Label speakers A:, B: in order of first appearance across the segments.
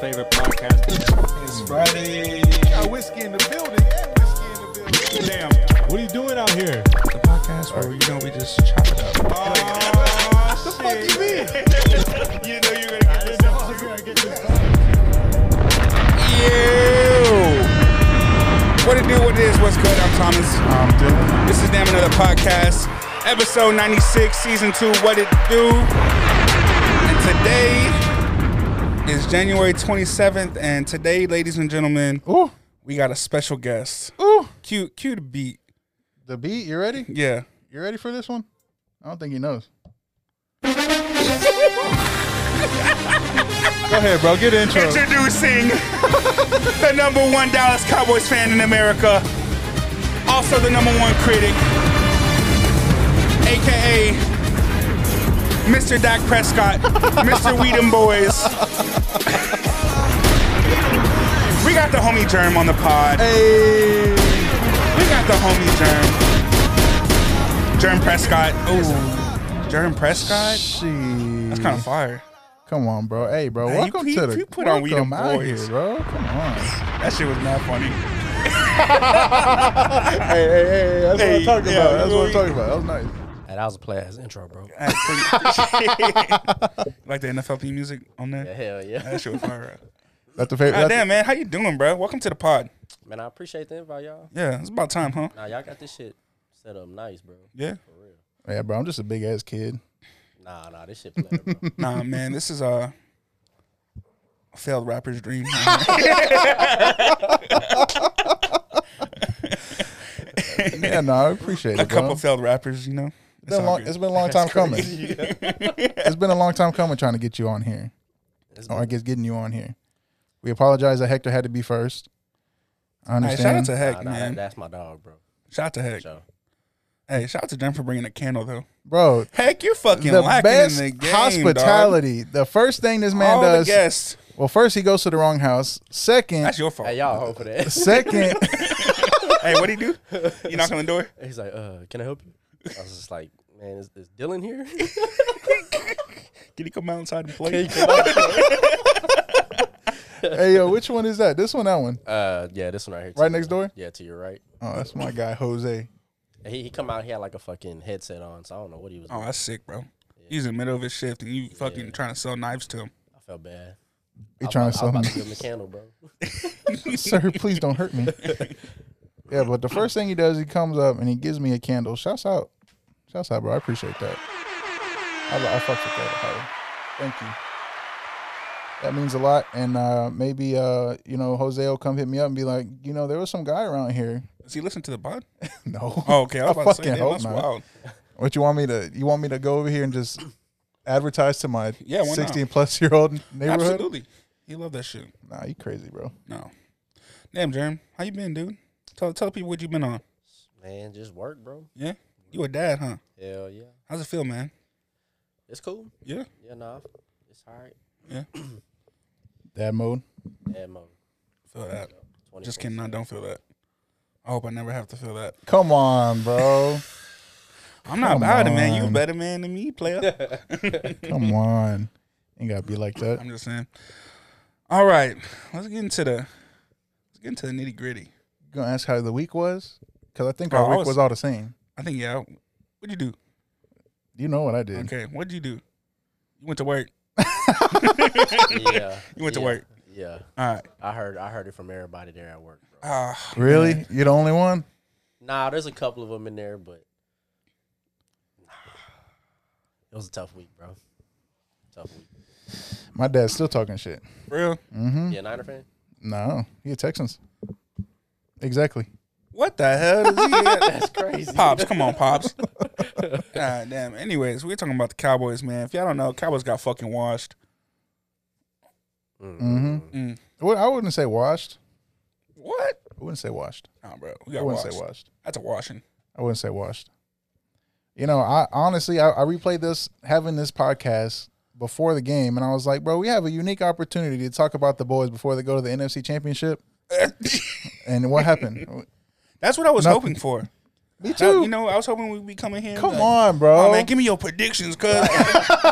A: favorite podcast.
B: It's Friday.
C: Got whiskey in the building. Yeah, whiskey in the building.
A: Damn, what are you doing out here?
B: The podcast where you know we just chop it up.
C: Oh, the fuck you mean?
A: you know you're gonna get this episode. You're gonna get this episode.
D: Yo! What it do, what it is, what's good? I'm Thomas.
B: Um, dude,
D: This is Damn Another Podcast, episode 96, season 2, What It Do. And today is January 27th, and today, ladies and gentlemen,
C: Ooh,
D: we got a special guest.
C: ooh.
D: Cute, cute beat.
C: The beat. You ready?
D: Yeah.
C: You ready for this one? I don't think he knows. Go ahead, bro. Get the intro.
D: Introducing the number one Dallas Cowboys fan in America, also the number one critic, aka Mr. Dak Prescott, Mr. Weedham Boys. we got the homie Germ on the pod.
C: Hey.
D: We got the homie Germ. Germ Prescott. Ooh. Germ Prescott?
C: Shit.
D: That's kind of fire.
C: Come on, bro. Hey, bro.
D: Hey, you
C: welcome
D: pe-
C: to the.
D: you put on We Them
C: welcome out
D: Boys.
C: here, bro. Come on.
D: That shit was mad funny.
C: hey, hey, hey. That's
D: Hey,
C: what I'm talking
D: yeah,
C: about. That's what I'm
D: we-
C: talking about. That was nice.
E: Hey, that was a play as intro, bro.
D: Hey, pretty- like the NFLP music on there?
E: Hell yeah.
D: That shit was fire.
C: That's the favorite.
D: God
C: that's-
D: damn, man. How you doing, bro? Welcome to the pod.
E: Man, I appreciate the invite, y'all.
D: Yeah, it's about time, huh?
E: Nah, y'all got this shit set up nice, bro.
D: Yeah.
E: For real.
C: Yeah, bro. I'm just a big ass kid.
E: Nah, nah, this shit play, bro.
D: Nah, man, this is uh, a failed rapper's dream.
C: Yeah, no, I appreciate it.
D: a
C: bro.
D: couple failed rappers, you know.
C: It's been, a
D: all
C: long,
D: good.
C: it's been a long time coming. It's been a long time coming trying to get you on here,
E: It's
C: or I guess getting you on here. We apologize that Hector had to be first. I
D: Hey, shout out
C: understand.
D: to
E: nah,
D: Heck,
E: nah, that-
D: man.
E: that's my dog, bro.
D: Shout out to Heck.
E: So,
D: Hey, shout out to Jen for bringing a candle though.
C: Bro,
D: Heck, you're fucking
C: the
D: lacking
C: best
D: in the game,
C: hospitality. The first thing this
D: dog.
C: man
D: All
C: does.
D: the guests.
C: Well, first he goes to the wrong house. Second,
D: That's your fault.
E: hey,
D: Hey,
E: y'all hope for that.
C: second,
D: what'd he do? You knock on the door?
E: He's like, uh, can I help you? I was just like, man, is, is Dylan here?
D: Can he come outside and play?
E: Can you come out?
C: hey yo, which one is that? This one, that one?
E: uh, yeah, this one right here. to
C: Right
E: you.
C: next door?
E: Yeah, to your right.
C: Oh, that's my guy Jose.
E: And He, he come out, he had like a fucking headset on, so I don't know what he was
D: Oh,
E: doing.
D: that's sick, bro. He's in the middle of his shift and you fucking trying to sell knives to him.
E: I felt bad.
C: He
E: I was
C: trying
E: about-
C: to sell
E: I was
C: me.
E: about to give him a candle, bro.
C: sir, please don't hurt me. Yeah, but the first thing he does, he comes up and he gives me a candle. Shouts out, shouts out, bro. I appreciate that. I, li- I fucks with that. Howdy. Thank you. That means a lot. And uh, maybe uh, you know Jose will come hit me up and be like, you know, there was some guy around here.
D: Does he listen to the pod?
C: no.
D: Oh, okay. I was
C: I
D: about to say,
C: fucking
D: damn,
C: hope
D: that's
C: not.
D: wild.
C: What you want me to? You want me to go over here and just advertise to my
D: Yeah, why not?
C: sixteen plus year old neighborhood?
D: Absolutely. He loved that shit.
C: Nah, you crazy, bro.
D: No. Damn, Jerm. How you been, dude? Tell tell the people what you been on.
E: Man, just work, bro.
D: Yeah? You a dad, huh?
E: Hell yeah.
D: How's it feel, man?
E: It's cool.
D: Yeah.
E: Yeah, nah, it's all right.
C: Dad mode.
E: Yeah, man.
D: Feel that.
E: 24.
D: Just kidding. I don't feel that. I hope I never have to feel that.
C: Come on, bro.
D: I'm not
C: Come
D: about it, man. You a
C: on.
D: better man than me, player.
C: Come on. Ain't gotta be like that.
D: I'm just saying. All right. Let's get into the let's get into the nitty gritty.
C: gonna ask how the week was because I think
D: Oh,
C: our
D: I
C: week
D: was-
C: was, all the same.
D: I think yeah. What'd you do?
C: You know what I did?
D: Okay. What'd you do? You went to work.
E: yeah.
D: You went to
E: yeah,
D: work.
E: Yeah.
D: All right.
E: I heard I heard it from everybody there at work. Bro.
D: Ah,
C: Really? You the only one?
E: Nah, there's a couple of them in there, but it was a tough week, bro. Tough week.
C: My dad's still talking shit. Mm-hmm.
D: for real?
E: Yeah, Niner fan.
C: No, he a Texans. Exactly.
D: What the hell is he at?
E: That's crazy.
D: Pops, come on, Pops. God damn. Anyways, we're talking about the Cowboys, man. If y'all don't know, Cowboys got fucking washed.
E: Mm.
D: Mm.
C: Mm-hmm. Well, I wouldn't say washed.
D: What?
C: I wouldn't say washed.
D: Nah, bro. We
C: I
D: got
C: wouldn't
D: washed.
C: say washed.
D: That's a washing.
C: I wouldn't say washed. You know, I honestly, I, I replayed this having this podcast before the game, and I was like, bro, we have a unique opportunity to talk about the boys before they go to the NFC Championship. and what happened?
D: That's what I was
C: Nothing.
D: hoping for.
C: Me
D: I-
C: too.
D: you know, I was hoping we'd be coming here. and
C: Come
D: be like,
C: on, bro.
D: Oh, man, give me your predictions, cuz.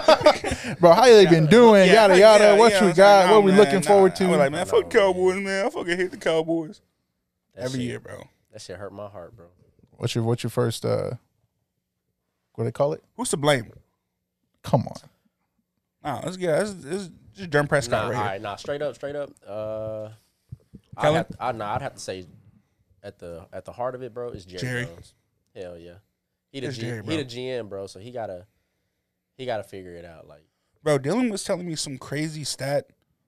C: bro, how they been doing?
D: Yeah,
C: yada
D: like,
C: yada.
D: yeah,
C: what
D: yeah. I
C: you
D: was
C: got?
D: like, nah,
C: what we
D: man,
C: looking
D: nah.
C: forward
D: I
C: to?
D: was like, man, fuck Cowboys, man. I fucking hate the Cowboys
E: That
D: every
E: shit-
D: year, bro.
E: That shit hurt my heart, bro.
C: what's your what's your first? uh What they call it?
D: Who's to blame?
C: Come on.
D: Nah, let's get it's, it's just John
E: Nah,
D: Prescott
E: all
D: right here.
E: right, nah, straight up, straight up. Uh, I'd
D: Kellen?
E: have, I, nah, I'd have to say, at the at the heart of it, bro, is Jerry,
D: Jerry.
E: Jones. Hell yeah, he the
D: It's
E: G,
D: Jerry, bro.
E: he the GM, bro. So he gotta he gotta figure it out. Like
D: Bro, Dylan was telling me some crazy stat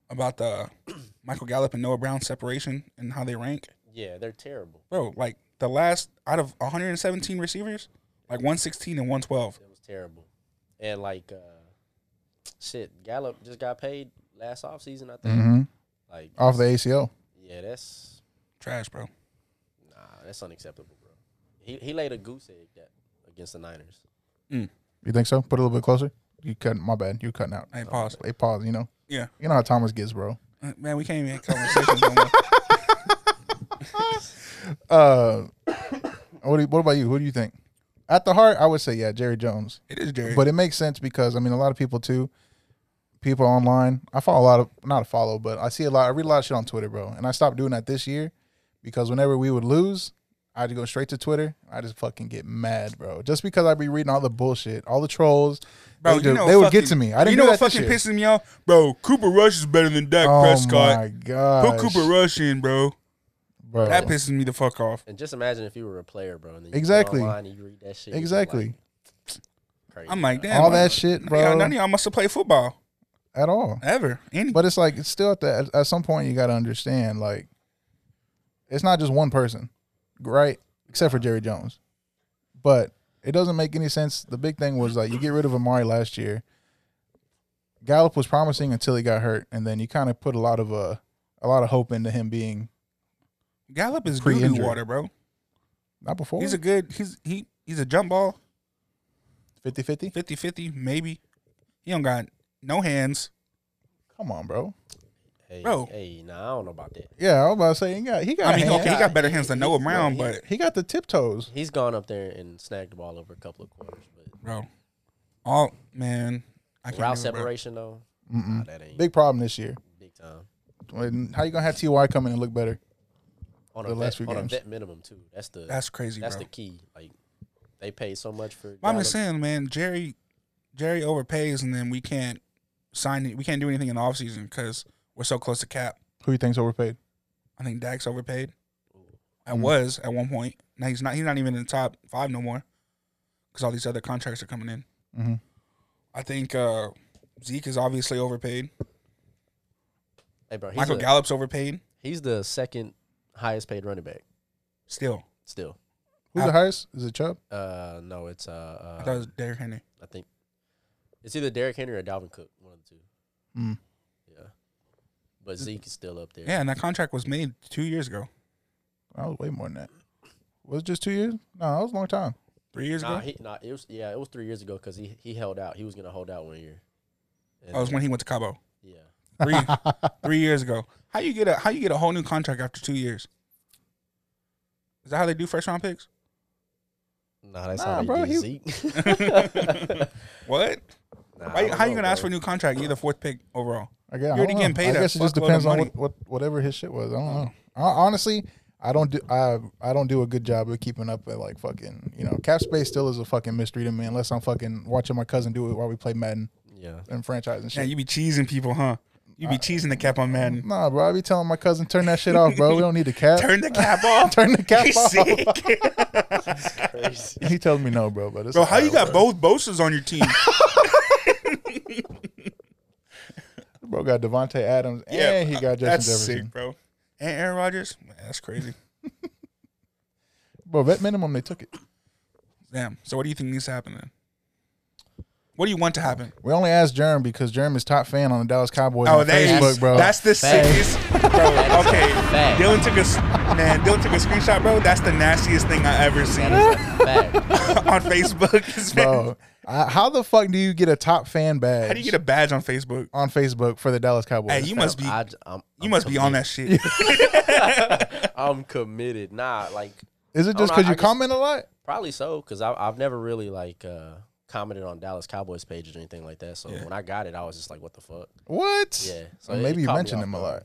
D: about the Michael Gallup and Noah Brown separation and how they rank.
E: yeah, they're terrible.
D: Bro, like the last out of 117 receivers, like 116 and 112.
E: It was terrible, and like uh, shit, Gallup just got paid last offseason, I think.
C: hmm
E: Like
C: Off the ACL.
E: yeah, that's
D: Trash, bro.
E: nah, that's unacceptable, bro. He he laid a goose egg that against the Niners.
C: You think so? Put it a little bit closer. You cutting? My bad. You cutting out.
D: Hey, pause.
C: They pause. You know.
D: Yeah.
C: You know how Thomas gets, bro.
D: Uh, Man, we can't even have conversations no more.
C: Uh, what, do you, what about you? Who do you think? At the heart, I would say yeah, Jerry Jones.
D: It is Jerry.
C: But it makes sense because I mean a lot of people too, people online. I follow a lot of not a follow, but I see a lot. I read a lot of shit on Twitter, bro. And I stopped doing that this year because whenever we would lose, I'd go straight to Twitter. I just fucking get mad, bro. Just because I'd be reading all the bullshit, all the trolls.
D: bro,
C: they,
D: you
C: do-
D: know
C: they
D: what
C: would get
D: fucking-
C: to me. I didn't
D: You know
C: do
D: what
C: that this
D: fucking
C: year.
D: pisses me off, bro? Cooper Rush is better than Dak
C: Oh my
D: Prescott. Put
C: god,
D: Cooper Rush in, bro.
C: Uh, bro.
D: That pisses me the fuck off.
E: And just imagine if you were a player, bro. And then you get
C: Exactly.
E: online and you read that shit. you just
C: Exactly.
E: like, crazy,
D: I'm like,
E: bro.
D: damn,
C: all
D: bro.
C: that shit, bro.
D: None of y'all- none of y'all must have played football
C: at all.
D: ever. Any
C: But it's like it's still at the at, at some point you got to understand like it's not just one person, right? Except for Jerry Jones, but it doesn't make any sense. The big thing was like you get rid of Amari last year. Gallup was promising until he got hurt, and then you kind of put a lot of uh, a lot of hope into him being
D: Gallup is doo
C: Pre-injury.
D: water, bro.
C: not before
D: He's a good. He's he he's a jump ball.
C: 50-50.
D: 50-50, maybe. He don't got no hands.
C: Come on, bro.
E: hey,
D: bro.
E: Hey, nah, I don't know about that.
C: Yeah, I was about to say he got he got.
D: I mean,
C: hands.
D: okay, he got better hands than Noah Brown,
E: yeah,
D: but
C: he got the tiptoes.
E: He's gone up there and snagged the ball over a couple of corners, but
D: bro, all man, I can't.
E: route
D: do it, bro.
E: separation though, nah, that ain't big,
C: Big problem this year.
E: time.
C: When, how you gonna have Ty come in and look better?
E: On
C: The
E: a
C: last
E: vet,
C: few
E: on
C: games.
E: a vet minimum too. That's the that's,
D: That's crazy, bro.
E: the key. Like they paid so much for.
D: But I'm just
E: Gallup.
D: saying, man, Jerry, Jerry overpays, and then we can't sign. it- We can't do anything in the offseason because we're so close to cap.
C: Who you think's overpaid?
D: I think Dak's overpaid. I was at one point. Now he's not. He's not even in the top five no more because all these other contracts are coming in.
E: Mm-hmm.
C: Mhm.
D: I think uh, Zeke is obviously overpaid.
E: Hey, bro, he's,
D: Michael
E: a-
D: Gallup's overpaid.
E: he's the second highest paid running back
D: Still,
E: still.
C: Who's the highest? Is it Chubb?
E: Uh, no, it's uh,
D: I
E: uh
D: thought it was Derrick Henry.
E: I think it's either Derrick Henry or Dalvin Cook, one of the two.
C: Mm.
E: Yeah, but Zeke is still up there.
D: Yeah, and that contract was made two years ago,
C: I was way more than that. Was it just two years? No, that was a long time.
D: three years
E: Nah,
D: ago.
E: he, nah, it was yeah, it was three years ago because he he held out. He was gonna hold out one year. And
D: That Oh, was
E: then-
D: when he went to Cabo.
E: yeah,
D: Three, three years ago. How you get a how you get a whole new contract after two years? Is that how they do first round picks?
E: nah, that's
C: Nah,
E: how they
C: bro,
E: did
C: he-
E: Zeke.
D: What?
E: Nah, I
D: Why,
E: don't
D: how you
E: know,
D: gonna ask for
E: bro.
D: a new contract? You're the fourth pick overall.
C: I guess, I
D: already
C: don't know.
D: getting paid
C: I
D: a
C: guess it just
D: fuckload of
C: depends on
D: money.
C: what, what whatever his shit was. I don't know. I, honestly, I don't do I I don't do a good job of keeping up at like fucking you know cap space still is a fucking mystery to me unless I'm fucking watching my cousin do it while we play Madden
E: Yeah,
C: and franchise and
D: Yeah,
C: shit.
D: you be cheesing people, huh? You
C: Uh,
D: be cheesing the cap on Madden.
C: nah, bro, I be telling my cousin turn that shit off, bro. We don't need the cap.
D: Turn the cap off.
C: Turn the cap
D: You
C: off.
D: sick.
E: crazy.
C: he tells me no, bro. But it's
D: Bro, how
C: alright,
D: you got both Bosa's on your team?
C: Bro got Devonte Adams
D: Yeah,
C: and he got Justin
D: That's
C: Jefferson.
D: sick, bro. And Aaron Rodgers? Man, that's crazy.
C: Bro, vet minimum they took it.
D: Damn. So what do you think needs to happen then? What do you want to happen?
C: We only asked Jerm because Jerm is top fan on the Dallas Cowboys on
D: there
C: Facebook, bro.
D: Oh, That's the
E: Facts.
D: sickest, bro. Okay,
E: Facts.
D: Dylan took a s- man. Dylan took a screenshot, bro. That's the nastiest thing I ever seen on
E: Fact.
D: Facebook. It's been-
C: bro. Oh, I, how the fuck do you get a top fan badge?
D: How do you get a badge on Facebook?
C: on Facebook for the Dallas Cowboys?
D: Hey, you must be
E: I, am
D: you must be on that shit.
E: I'm committed. Nah, like
C: Is
E: I
C: it
E: don't
C: just
E: know,
C: because
E: I
C: you
E: guess-
C: comment a lot?
E: Probably so, because I've never really like uh, commented on Dallas Cowboys pages or anything like that. So
D: Yeah.
E: when I got it, I was just like, what the fuck?
C: What?
E: Yeah. So
C: Or
E: it-
C: maybe
E: it
C: you
E: caught me
C: mentioned
E: off
C: him a
E: guard.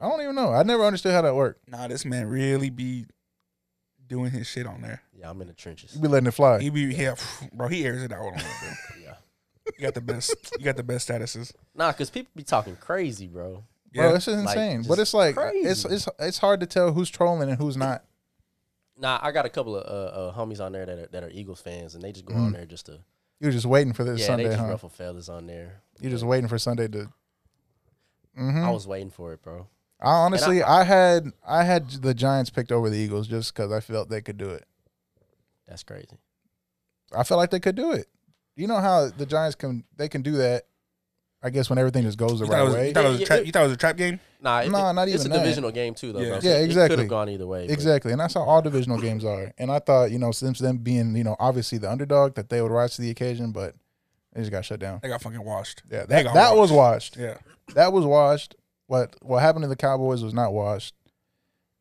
C: lot. I don't even know. I never understood how that worked.
D: Nah, this man really be doing his shit on there.
E: Yeah, I'm in the
C: You
E: trenches.
C: be letting it fly.
D: He be yeah, bro. He airs it out on him. bro.
E: Yeah.
D: You got the best. You got the best statuses.
E: Nah, because people be talking crazy, bro.
D: Yeah,
C: Bro, it's just
E: Like,
C: insane.
E: just
C: but it's like it's
E: crazy.
C: it's it's hard to tell who's trolling and who's not.
E: Nah, I got a couple of uh, uh, homies on there that are, that are Eagles fans, and they just go on there just to
C: You're just waiting for this
E: yeah,
C: Mm. Sunday,
E: they just
C: huh?
E: ruffle feathers on there.
C: You're just waiting for Sunday to. Mhm.
E: I was waiting for it, bro.
C: I honestly, I, had I had the Giants picked over the Eagles just because I felt they could do it.
E: That's crazy.
C: I felt like they could do it. You know how the Giants can they can do that. I guess when everything just goes the
D: You
C: right
D: thought, it was,
C: way.
D: you thought it was
E: Yeah,
D: a trap.
E: yeah.
D: You thought it was a trap game.
E: Nah, it,
C: Nah,
E: it-
C: not
E: It's a
C: even that.
E: divisional game too, though.
D: Yeah.
E: bro.
C: Yeah,
E: It could
C: exactly.
E: have gone either way. but
C: Exactly, and that's how all divisional games are. And I thought, you know, since them being, you know, obviously the underdog, that they would rise to the occasion, but they just got shut down.
D: They got fucking washed.
C: Yeah,
D: They
C: that,
D: got
C: that was washed.
D: Yeah,
C: That was washed. What what happened to the Cowboys was not washed.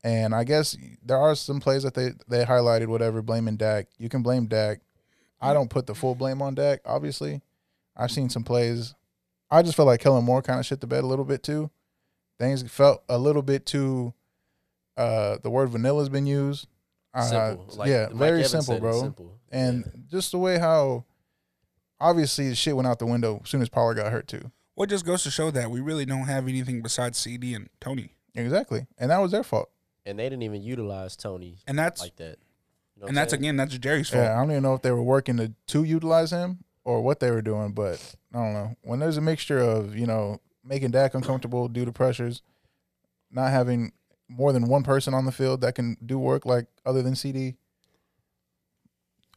C: And I guess there are some plays that they they highlighted, whatever, blaming Dak. You can blame Dak. I don't put the full blame on Dak, obviously. I've seen some plays. I just felt like Kellen Moore kind of shit the bed a little bit too. Things felt a little bit too. Uh, the word vanilla has been used. Uh,
E: Simple. Like
C: yeah,
E: Mike
C: very
E: Evans said,
C: simple,
E: it's
C: bro.
E: Simple.
C: And
E: Yeah.
C: just the way how, obviously, the shit went out the window as soon as Pollard got hurt too.
D: well, it just goes to show that we really don't have anything besides CD and Tony,
C: Exactly, and that was their fault.
E: and they didn't even utilize Tony
D: and that's
E: like that. You know what I'm
D: and that's
E: saying?
D: again that's Jerry's fault.
C: Yeah, I don't even know if they were working to, to utilize him or what they were doing, but I don't know. When there's a mixture of, you know, making Dak uncomfortable due to pressures, not having more than one person on the field that can do work like other than CD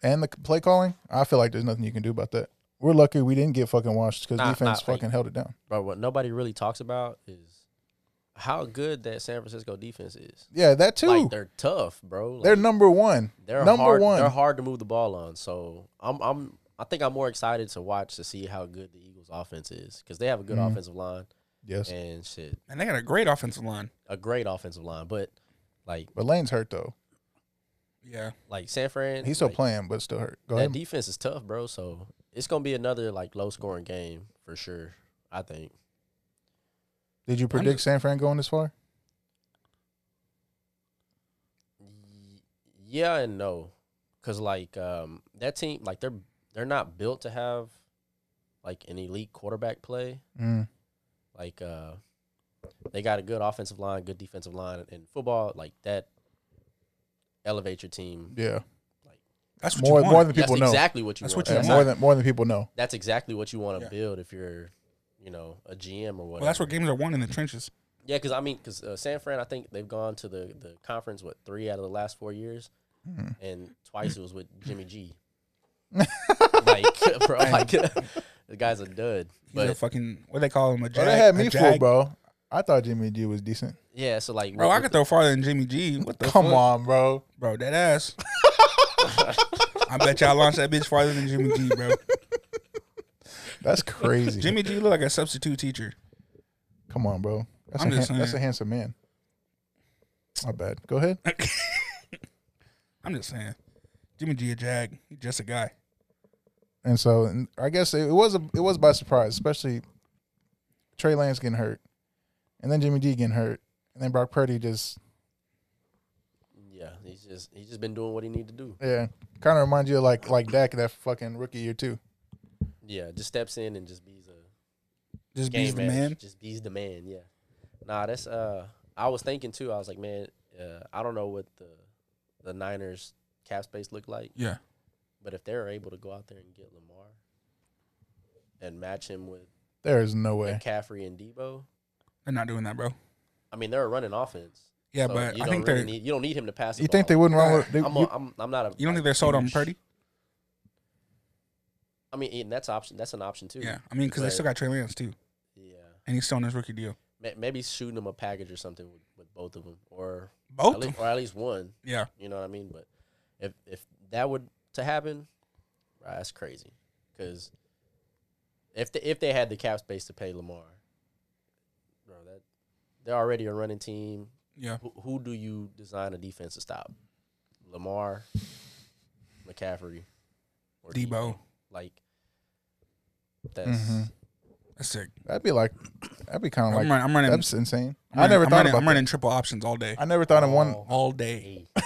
C: and the play calling, I feel like there's nothing you can do about that. We're lucky we didn't get fucking washed because
E: Nah,
C: defense
E: nah, like-
C: fucking held it down.
E: bro. What nobody really talks about is how good that San Francisco defense is.
C: Yeah, that too.
E: Like they're tough, bro. Like,
C: they're number one.
E: they're
C: number
E: hard,
C: one.
E: They're hard to move the ball on. So I'm I'm I think I'm more excited to watch to see how good the Eagles offense is because they have a good
C: Mhm.
E: offensive line
C: Yes.
E: and shit,
D: and they got a great offensive line.
E: a great offensive line. But like
C: But Lane's hurt though.
D: Yeah,
E: like San Fran,
C: He's still
E: like,
C: playing, but still hurt. Go
E: that
C: ahead.
E: defense is tough, bro. So it's gonna be another like low scoring game for sure. I think.
C: Did you predict San Fran going this far?
E: Y- Yeah and no, because like um that team like they're they're not built to have like an elite quarterback play.
C: Mm.
E: Like uh they got a good offensive line, good defensive line, and football like that elevates your team.
C: Yeah.
D: that's what
C: More
D: you want.
C: more than people
E: That's
C: know.
E: exactly what you
D: That's
E: want.
D: what you
C: Yeah,
E: that's,
D: want.
C: more than more than people know.
E: that's exactly what you want to
D: Yeah.
E: build if you're, you know, a GM or whatever.
D: well, that's where games are won in the trenches.
E: Yeah, because I mean, because uh, San Fran, I think they've gone to the, the conference what three out of the last four years,
D: Hmm.
E: and twice it was with Jimmy G. like, bro, like the guy's a dud.
D: He's a
E: But
D: fucking what they call him a
C: Bro,
D: jag.
C: they had
D: a
C: me fooled,
D: jag.
C: bro. I thought Jimmy G was decent.
E: yeah, so like,
D: Bro,
E: with-
D: I could throw farther than Jimmy G. What the
C: Come
D: fuck?
C: on, bro.
D: bro? That ass. I bet y'all launched that bitch farther than Jimmy G, bro.
C: That's crazy.
D: Jimmy G look like a substitute teacher.
C: Come on, bro. That's,
D: I'm
C: a
D: just
C: han- that's a
D: saying.
C: handsome man. My bad. Go ahead.
D: I'm just saying, Jimmy G a jag. He just a guy.
C: And so and I guess it, it was a, it was by surprise, especially Trey Lance getting hurt, and then Jimmy G getting hurt, and then Brock Purdy just
E: yeah, he's just he's just been doing what he need to do.
C: yeah, kind of reminds you of like like Dak that fucking rookie year too.
E: Yeah, just steps in and just be's a
D: Just
E: game
D: beats the
E: manager,
D: man.
E: Just be's the man. Yeah. Nah, that's uh, I was thinking too. I was like, man, uh, I don't know what the the Niners cap space look like.
D: Yeah.
E: But if they're able to go out there and get Lamar and match him with
C: There is no way.
E: McCaffrey and Debo,
D: They're not doing that, bro.
E: I mean they're a running offense.
D: Yeah,
E: So
D: but
E: you
D: I
E: don't
D: think
E: really
D: they're.
E: need, you don't need him to pass. The
C: You
E: ball.
C: think they wouldn't run with? They,
E: I'm,
C: you-
E: a, I'm, I'm not a.
D: you don't
E: like,
D: think they're sold on
E: huge-
D: Purdy?
E: I mean, and that's option. That's an option too.
D: Yeah, I mean, because they
E: But-
D: still got Trey Lance too,
E: Yeah.
D: and he's still on his rookie deal.
E: Ma- Maybe shooting him a package or something with, with both of them, or
D: Both.
E: at
D: of them.
E: least, or at least one.
D: Yeah,
E: You know what I mean? But if if that would to happen, right, that's crazy. Because if the, if they had the cap space to pay Lamar, bro, that they're already a running team.
D: yeah.
E: Who, who do you design a defense to stop? Lamar, McCaffrey, or
D: Debo. Mm-hmm.
E: Like that's
C: Mhm.
D: That's sick.
C: That'd be like, that'd be kind
D: I'm,
C: of like,
D: run- I'm running.
C: that's insane.
D: I'm
C: I never
D: running- I'm
C: thought
D: running,
C: about
D: I'm running triple options all day.
C: that. I never thought of one.
E: Oh,
D: All day.
E: hey,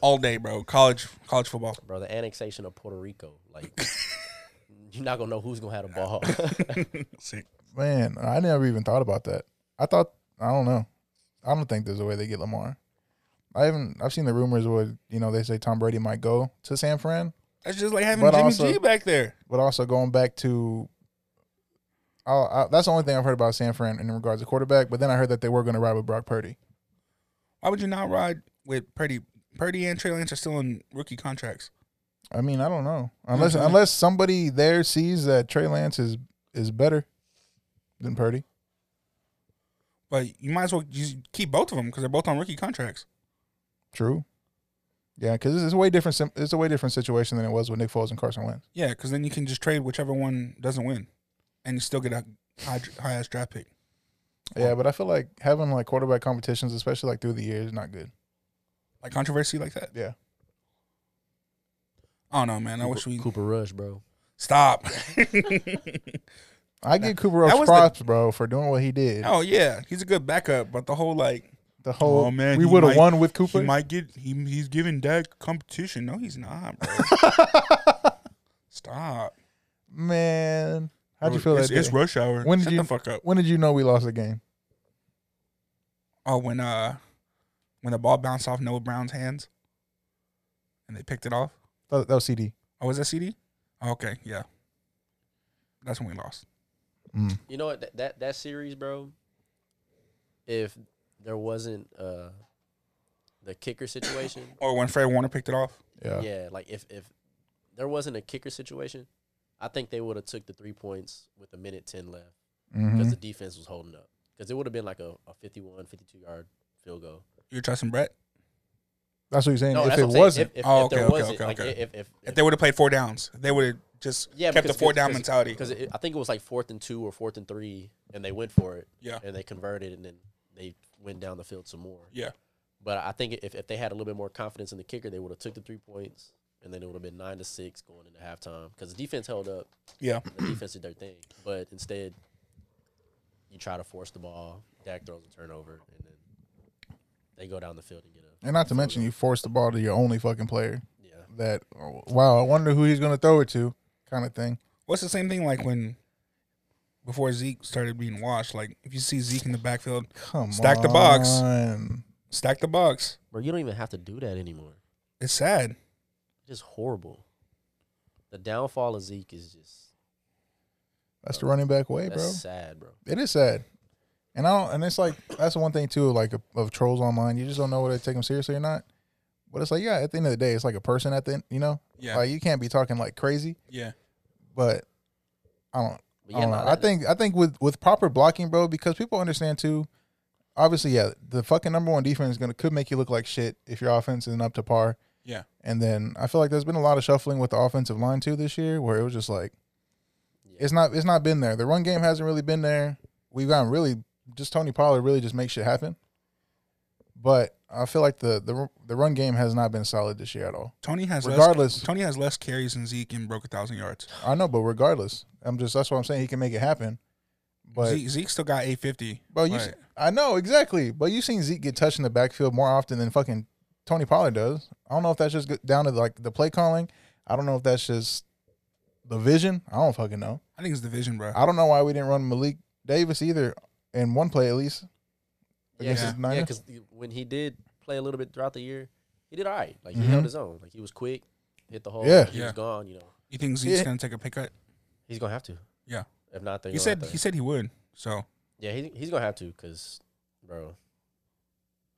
D: All day, bro. College college football.
E: bro, the annexation of Puerto Rico, like you're not gonna know who's gonna have the ball.
D: Sick.
C: Man, I never even thought about that. I thought I don't know. I don't think there's a way they get Lamar. I haven't. I've seen the rumors where you know they say Tom Brady might go to San Fran,
D: That's just like having
C: But
D: Jimmy
C: also-
D: G back there.
C: but also going back to. I, I, that's the only thing I've heard about San Fran in regards to quarterback. But then I heard that they were going to ride with Brock Purdy.
D: Why would you not ride with Purdy? Purdy and Trey Lance are still in rookie contracts.
C: I mean, I don't know unless
D: Okay.
C: unless somebody there sees that Trey Lance is is better than Purdy.
D: But you might as well just keep both of them because they're both on rookie contracts.
C: True. Yeah, because it's a way different. sim- It's a way different situation than it was with Nick Foles and Carson Wentz.
D: Yeah, because then you can just trade whichever one doesn't win, and you still get a high high ass draft pick.
C: Yeah, but I feel like having like quarterback competitions, especially like through the years, is not good.
D: Like controversy like that.
C: Yeah.
D: I don't know, man. I wish we
E: Cooper Rush, bro.
D: stop.
C: I give Cooper
D: that
C: Rush
D: was the-
C: props, bro, for doing what he did.
D: oh yeah, he's a good backup, but the whole like
C: The whole
D: Oh, man,
C: we
D: he
C: would have
D: might-
C: won with
D: he
C: Cooper.
D: might get he, he's giving Dak competition. No, he's not, bro. stop.
C: Man, how'd you feel
D: it's,
C: that
D: it's
C: day?
D: rush hour.
C: When did
D: Shut
C: you-
D: the fuck up?
C: When did you know we lost the game?
D: Oh, when uh, when the ball bounced off Noah Brown's hands, and they picked it off.
C: That that was CD.
D: Oh, was that CD? Oh, okay, yeah. That's when we lost.
C: Mm.
E: You know what? That that, that series, bro. If there wasn't uh, the kicker situation,
D: Or when Fred Warner picked it off.
C: Yeah.
E: yeah, like if if there wasn't a kicker situation, I think they would have took the three points with a minute ten left because
D: Mm-hmm.
C: Mhm.
E: the defense was holding up. Because it would have been like a, a 51, 52 yard field goal.
D: You're trusting Brett.
C: That's what you're saying.
E: No,
C: if
E: that's
C: it
E: what I'm saying.
C: wasn't,
E: if, if,
D: Oh,
E: if there
D: okay, okay,
E: wasn't,
D: okay,
E: like
D: okay.
E: if if,
D: If they would have played four downs, they would have just
E: yeah,
D: kept the four down mentality.
E: because it- I think it was like fourth and two or fourth and three, and they went for it.
D: Yeah.
E: and they converted, and then they went down the field some more.
D: Yeah.
E: But I think if, if they had a little bit more confidence in the kicker, they would have took the three points, and then it would have been nine to six going into halftime because the defense held up.
D: Yeah.
E: The defense did their thing, but instead, you try to force the ball. Dak throws a turnover, and then they go down the field and get a.
C: and not to mention you forced the ball to your only fucking player.
E: Yeah,
C: That oh, wow, I wonder who he's gonna throw it to, kind of thing.
D: What's the same thing like when before Zeke started being washed? Like if you see Zeke in the backfield,
C: Come on,
D: Stack the box.
C: on.
D: stack the box.
E: bro, you don't even have to do that anymore.
D: It's sad.
E: It's just horrible. The downfall of Zeke is just
C: That's the running back way,
E: that's
C: bro.
E: sad, bro.
C: It is sad, and I don't. And it's like that's the one thing too, like of, of trolls online. You just don't know whether to take them seriously or not. But it's like, yeah, at the end of the day, it's like a person. At the end, you know,
D: Yeah.
C: like you can't be talking like crazy.
D: yeah.
C: But I don't.
E: But
C: Oh, I, don't
E: nah,
C: know. Uh, I
E: that-
C: think I think with with proper blocking, bro, because people understand too. Obviously, yeah, the fucking number one defense is gonna could make you look like shit if your offense isn't up to par.
D: Yeah.
C: And then I feel like there's been a lot of shuffling with the offensive line too this year, where it was just like,
E: Yeah.
C: it's not it's not been there. The run game hasn't really been there. We've gotten really just Tony Pollard really just makes shit happen. But I feel like the the the run game has not been solid this year at all.
D: Tony has
C: Regardless-
D: Less, Tony has less carries than Zeke and broke a thousand yards.
C: I know, but regardless, I'm just that's what I'm saying. He can make it happen. But
D: Zeke, Zeke still got eight fifty.
C: bro, you se- I know exactly. But you've seen Zeke get touched in the backfield more often than fucking Tony Pollard does. I don't know if that's just go- down to like the play calling. I don't know if that's just the vision. I don't fucking know.
D: I think it's division, bro.
C: I don't know why we didn't run Malik Davis either in one play at least.
E: yeah,
C: against
E: cause,
C: the
E: yeah,
C: Niners?
E: 'cause the- when he did play a little bit throughout the year, he did all right. Like he held his own. Like he was quick, hit the hole.
C: Mm-hmm. Yeah.
E: he
D: Yeah.
E: was gone. You know,
D: You think Zeke's
C: Yeah.
D: gonna take a pay cut?
E: he's gonna have to.
D: Yeah.
E: If not, they
D: He said he said he would. So
E: yeah, he, he's gonna have to because, bro,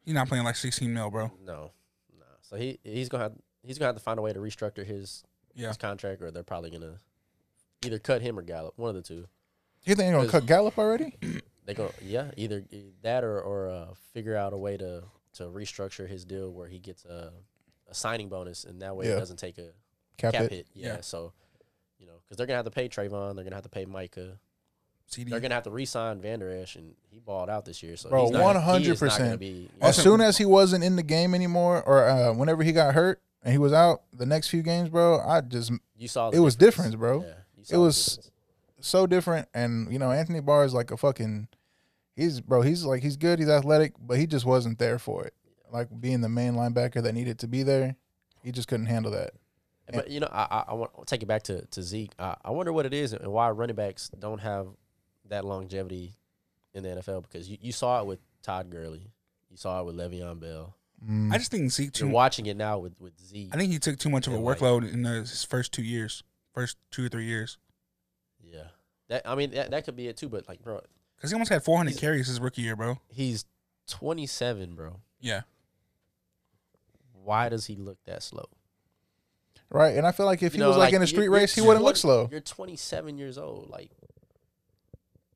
D: he's not playing like sixteen mil, bro.
E: no, nah. So he he's gonna have he's gonna have to find a way to restructure his
D: Yeah.
E: his contract, or they're probably gonna either cut him or Gallup, one of the two.
C: You think they're gonna cut Gallup already?
E: They go, yeah, either that or or uh, figure out a way to to restructure his deal where he gets a, a signing bonus, and that way
C: Yeah.
E: it doesn't take a
C: Cap,
E: cap
C: it.
E: hit. Yeah,
D: Yeah.
E: so you know, because they're gonna have to pay Trayvon, they're gonna have to pay Micah,
D: CD.
E: They're gonna have to re-sign Vander Esch, and he balled out this year. So
C: Bro,
E: he's not gonna- he is not
C: 100%.
E: gonna be-
C: As
D: Also-
C: soon as he wasn't in the game anymore, or uh, whenever he got hurt and he was out, the next few games, bro, I just
E: You saw the
C: it was
E: difference.
C: different, bro.
E: Yeah, you saw the
C: was-
E: difference.
C: So different, and you know Anthony Barr is like a fucking, he's bro, he's like he's good, he's athletic, but he just wasn't there for it. Like being the main linebacker that needed to be there, he just couldn't handle that.
E: But you know, I I, I want I'll take it back to to Zeke. I, I wonder what it is and why running backs don't have that longevity in the NFL because you, you saw it with Todd Gurley, you saw it with Le'Veon Bell.
C: Mm.
D: I just think Zeke too.
E: You're watching it now with with Zeke.
D: I think he took too much of a
E: Yeah, like-
D: workload in the, his first two years, first two or three years,
E: yeah, that I mean that, that could be it too. But like, bro,
D: because he almost had 400
E: He's-
D: carries his rookie year, bro.
E: he's 27, bro.
D: Yeah,
E: Why does he look that slow?
C: right, and I feel like if he
E: You know,
C: was like, in a
E: you-
C: street
E: you're
C: race, he wouldn't look
E: 20
C: slow.
E: You're 27 years old. Like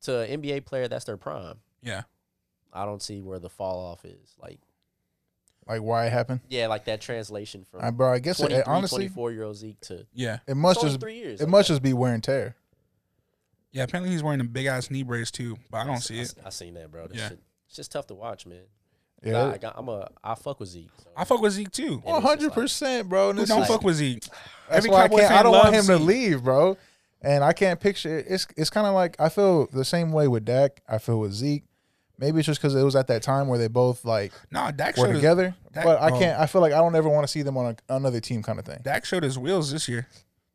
E: to an NBA player, that's their prime.
D: yeah.
E: I don't see where the fall off is. Like
C: Like why it happened,
E: yeah, like that translation from
C: I, bro? I guess it,
E: 23,
C: honestly,
E: 24 year old Zeke to
D: Yeah,
C: it
E: it's
C: must
E: only
C: just
E: three years.
C: it must just be wear and tear.
D: yeah. Apparently he's wearing a big ass knee brace too, but I don't see it.
E: I, seen that, bro. That
D: Yeah.
E: shit- it's just tough to watch, man.
C: Yeah,
E: Nah, I, got- I'm a I fuck with Zeke. so-
D: I fuck with Zeke too.
E: and it's just like-
C: 100%, bro. And
D: Who
C: it's
D: don't
C: like-
D: fuck with Zeke?
C: That's
D: Every
C: why I
D: Cowboy
C: can't. I
D: fan
C: don't want him
D: loves
C: to
D: Zeke.
C: leave, bro. And I can't picture it. It's it's kind of like I feel the same way with Dak. I feel with Zeke. Maybe it's just because it was at that time where they both like
D: Nah, Dak
C: were
D: showed his,
C: together.
D: Dak-
C: but I
D: bro.
C: can't. I feel like I don't ever want to see them on a, another team, kind of thing.
D: Dak showed his wheels this year.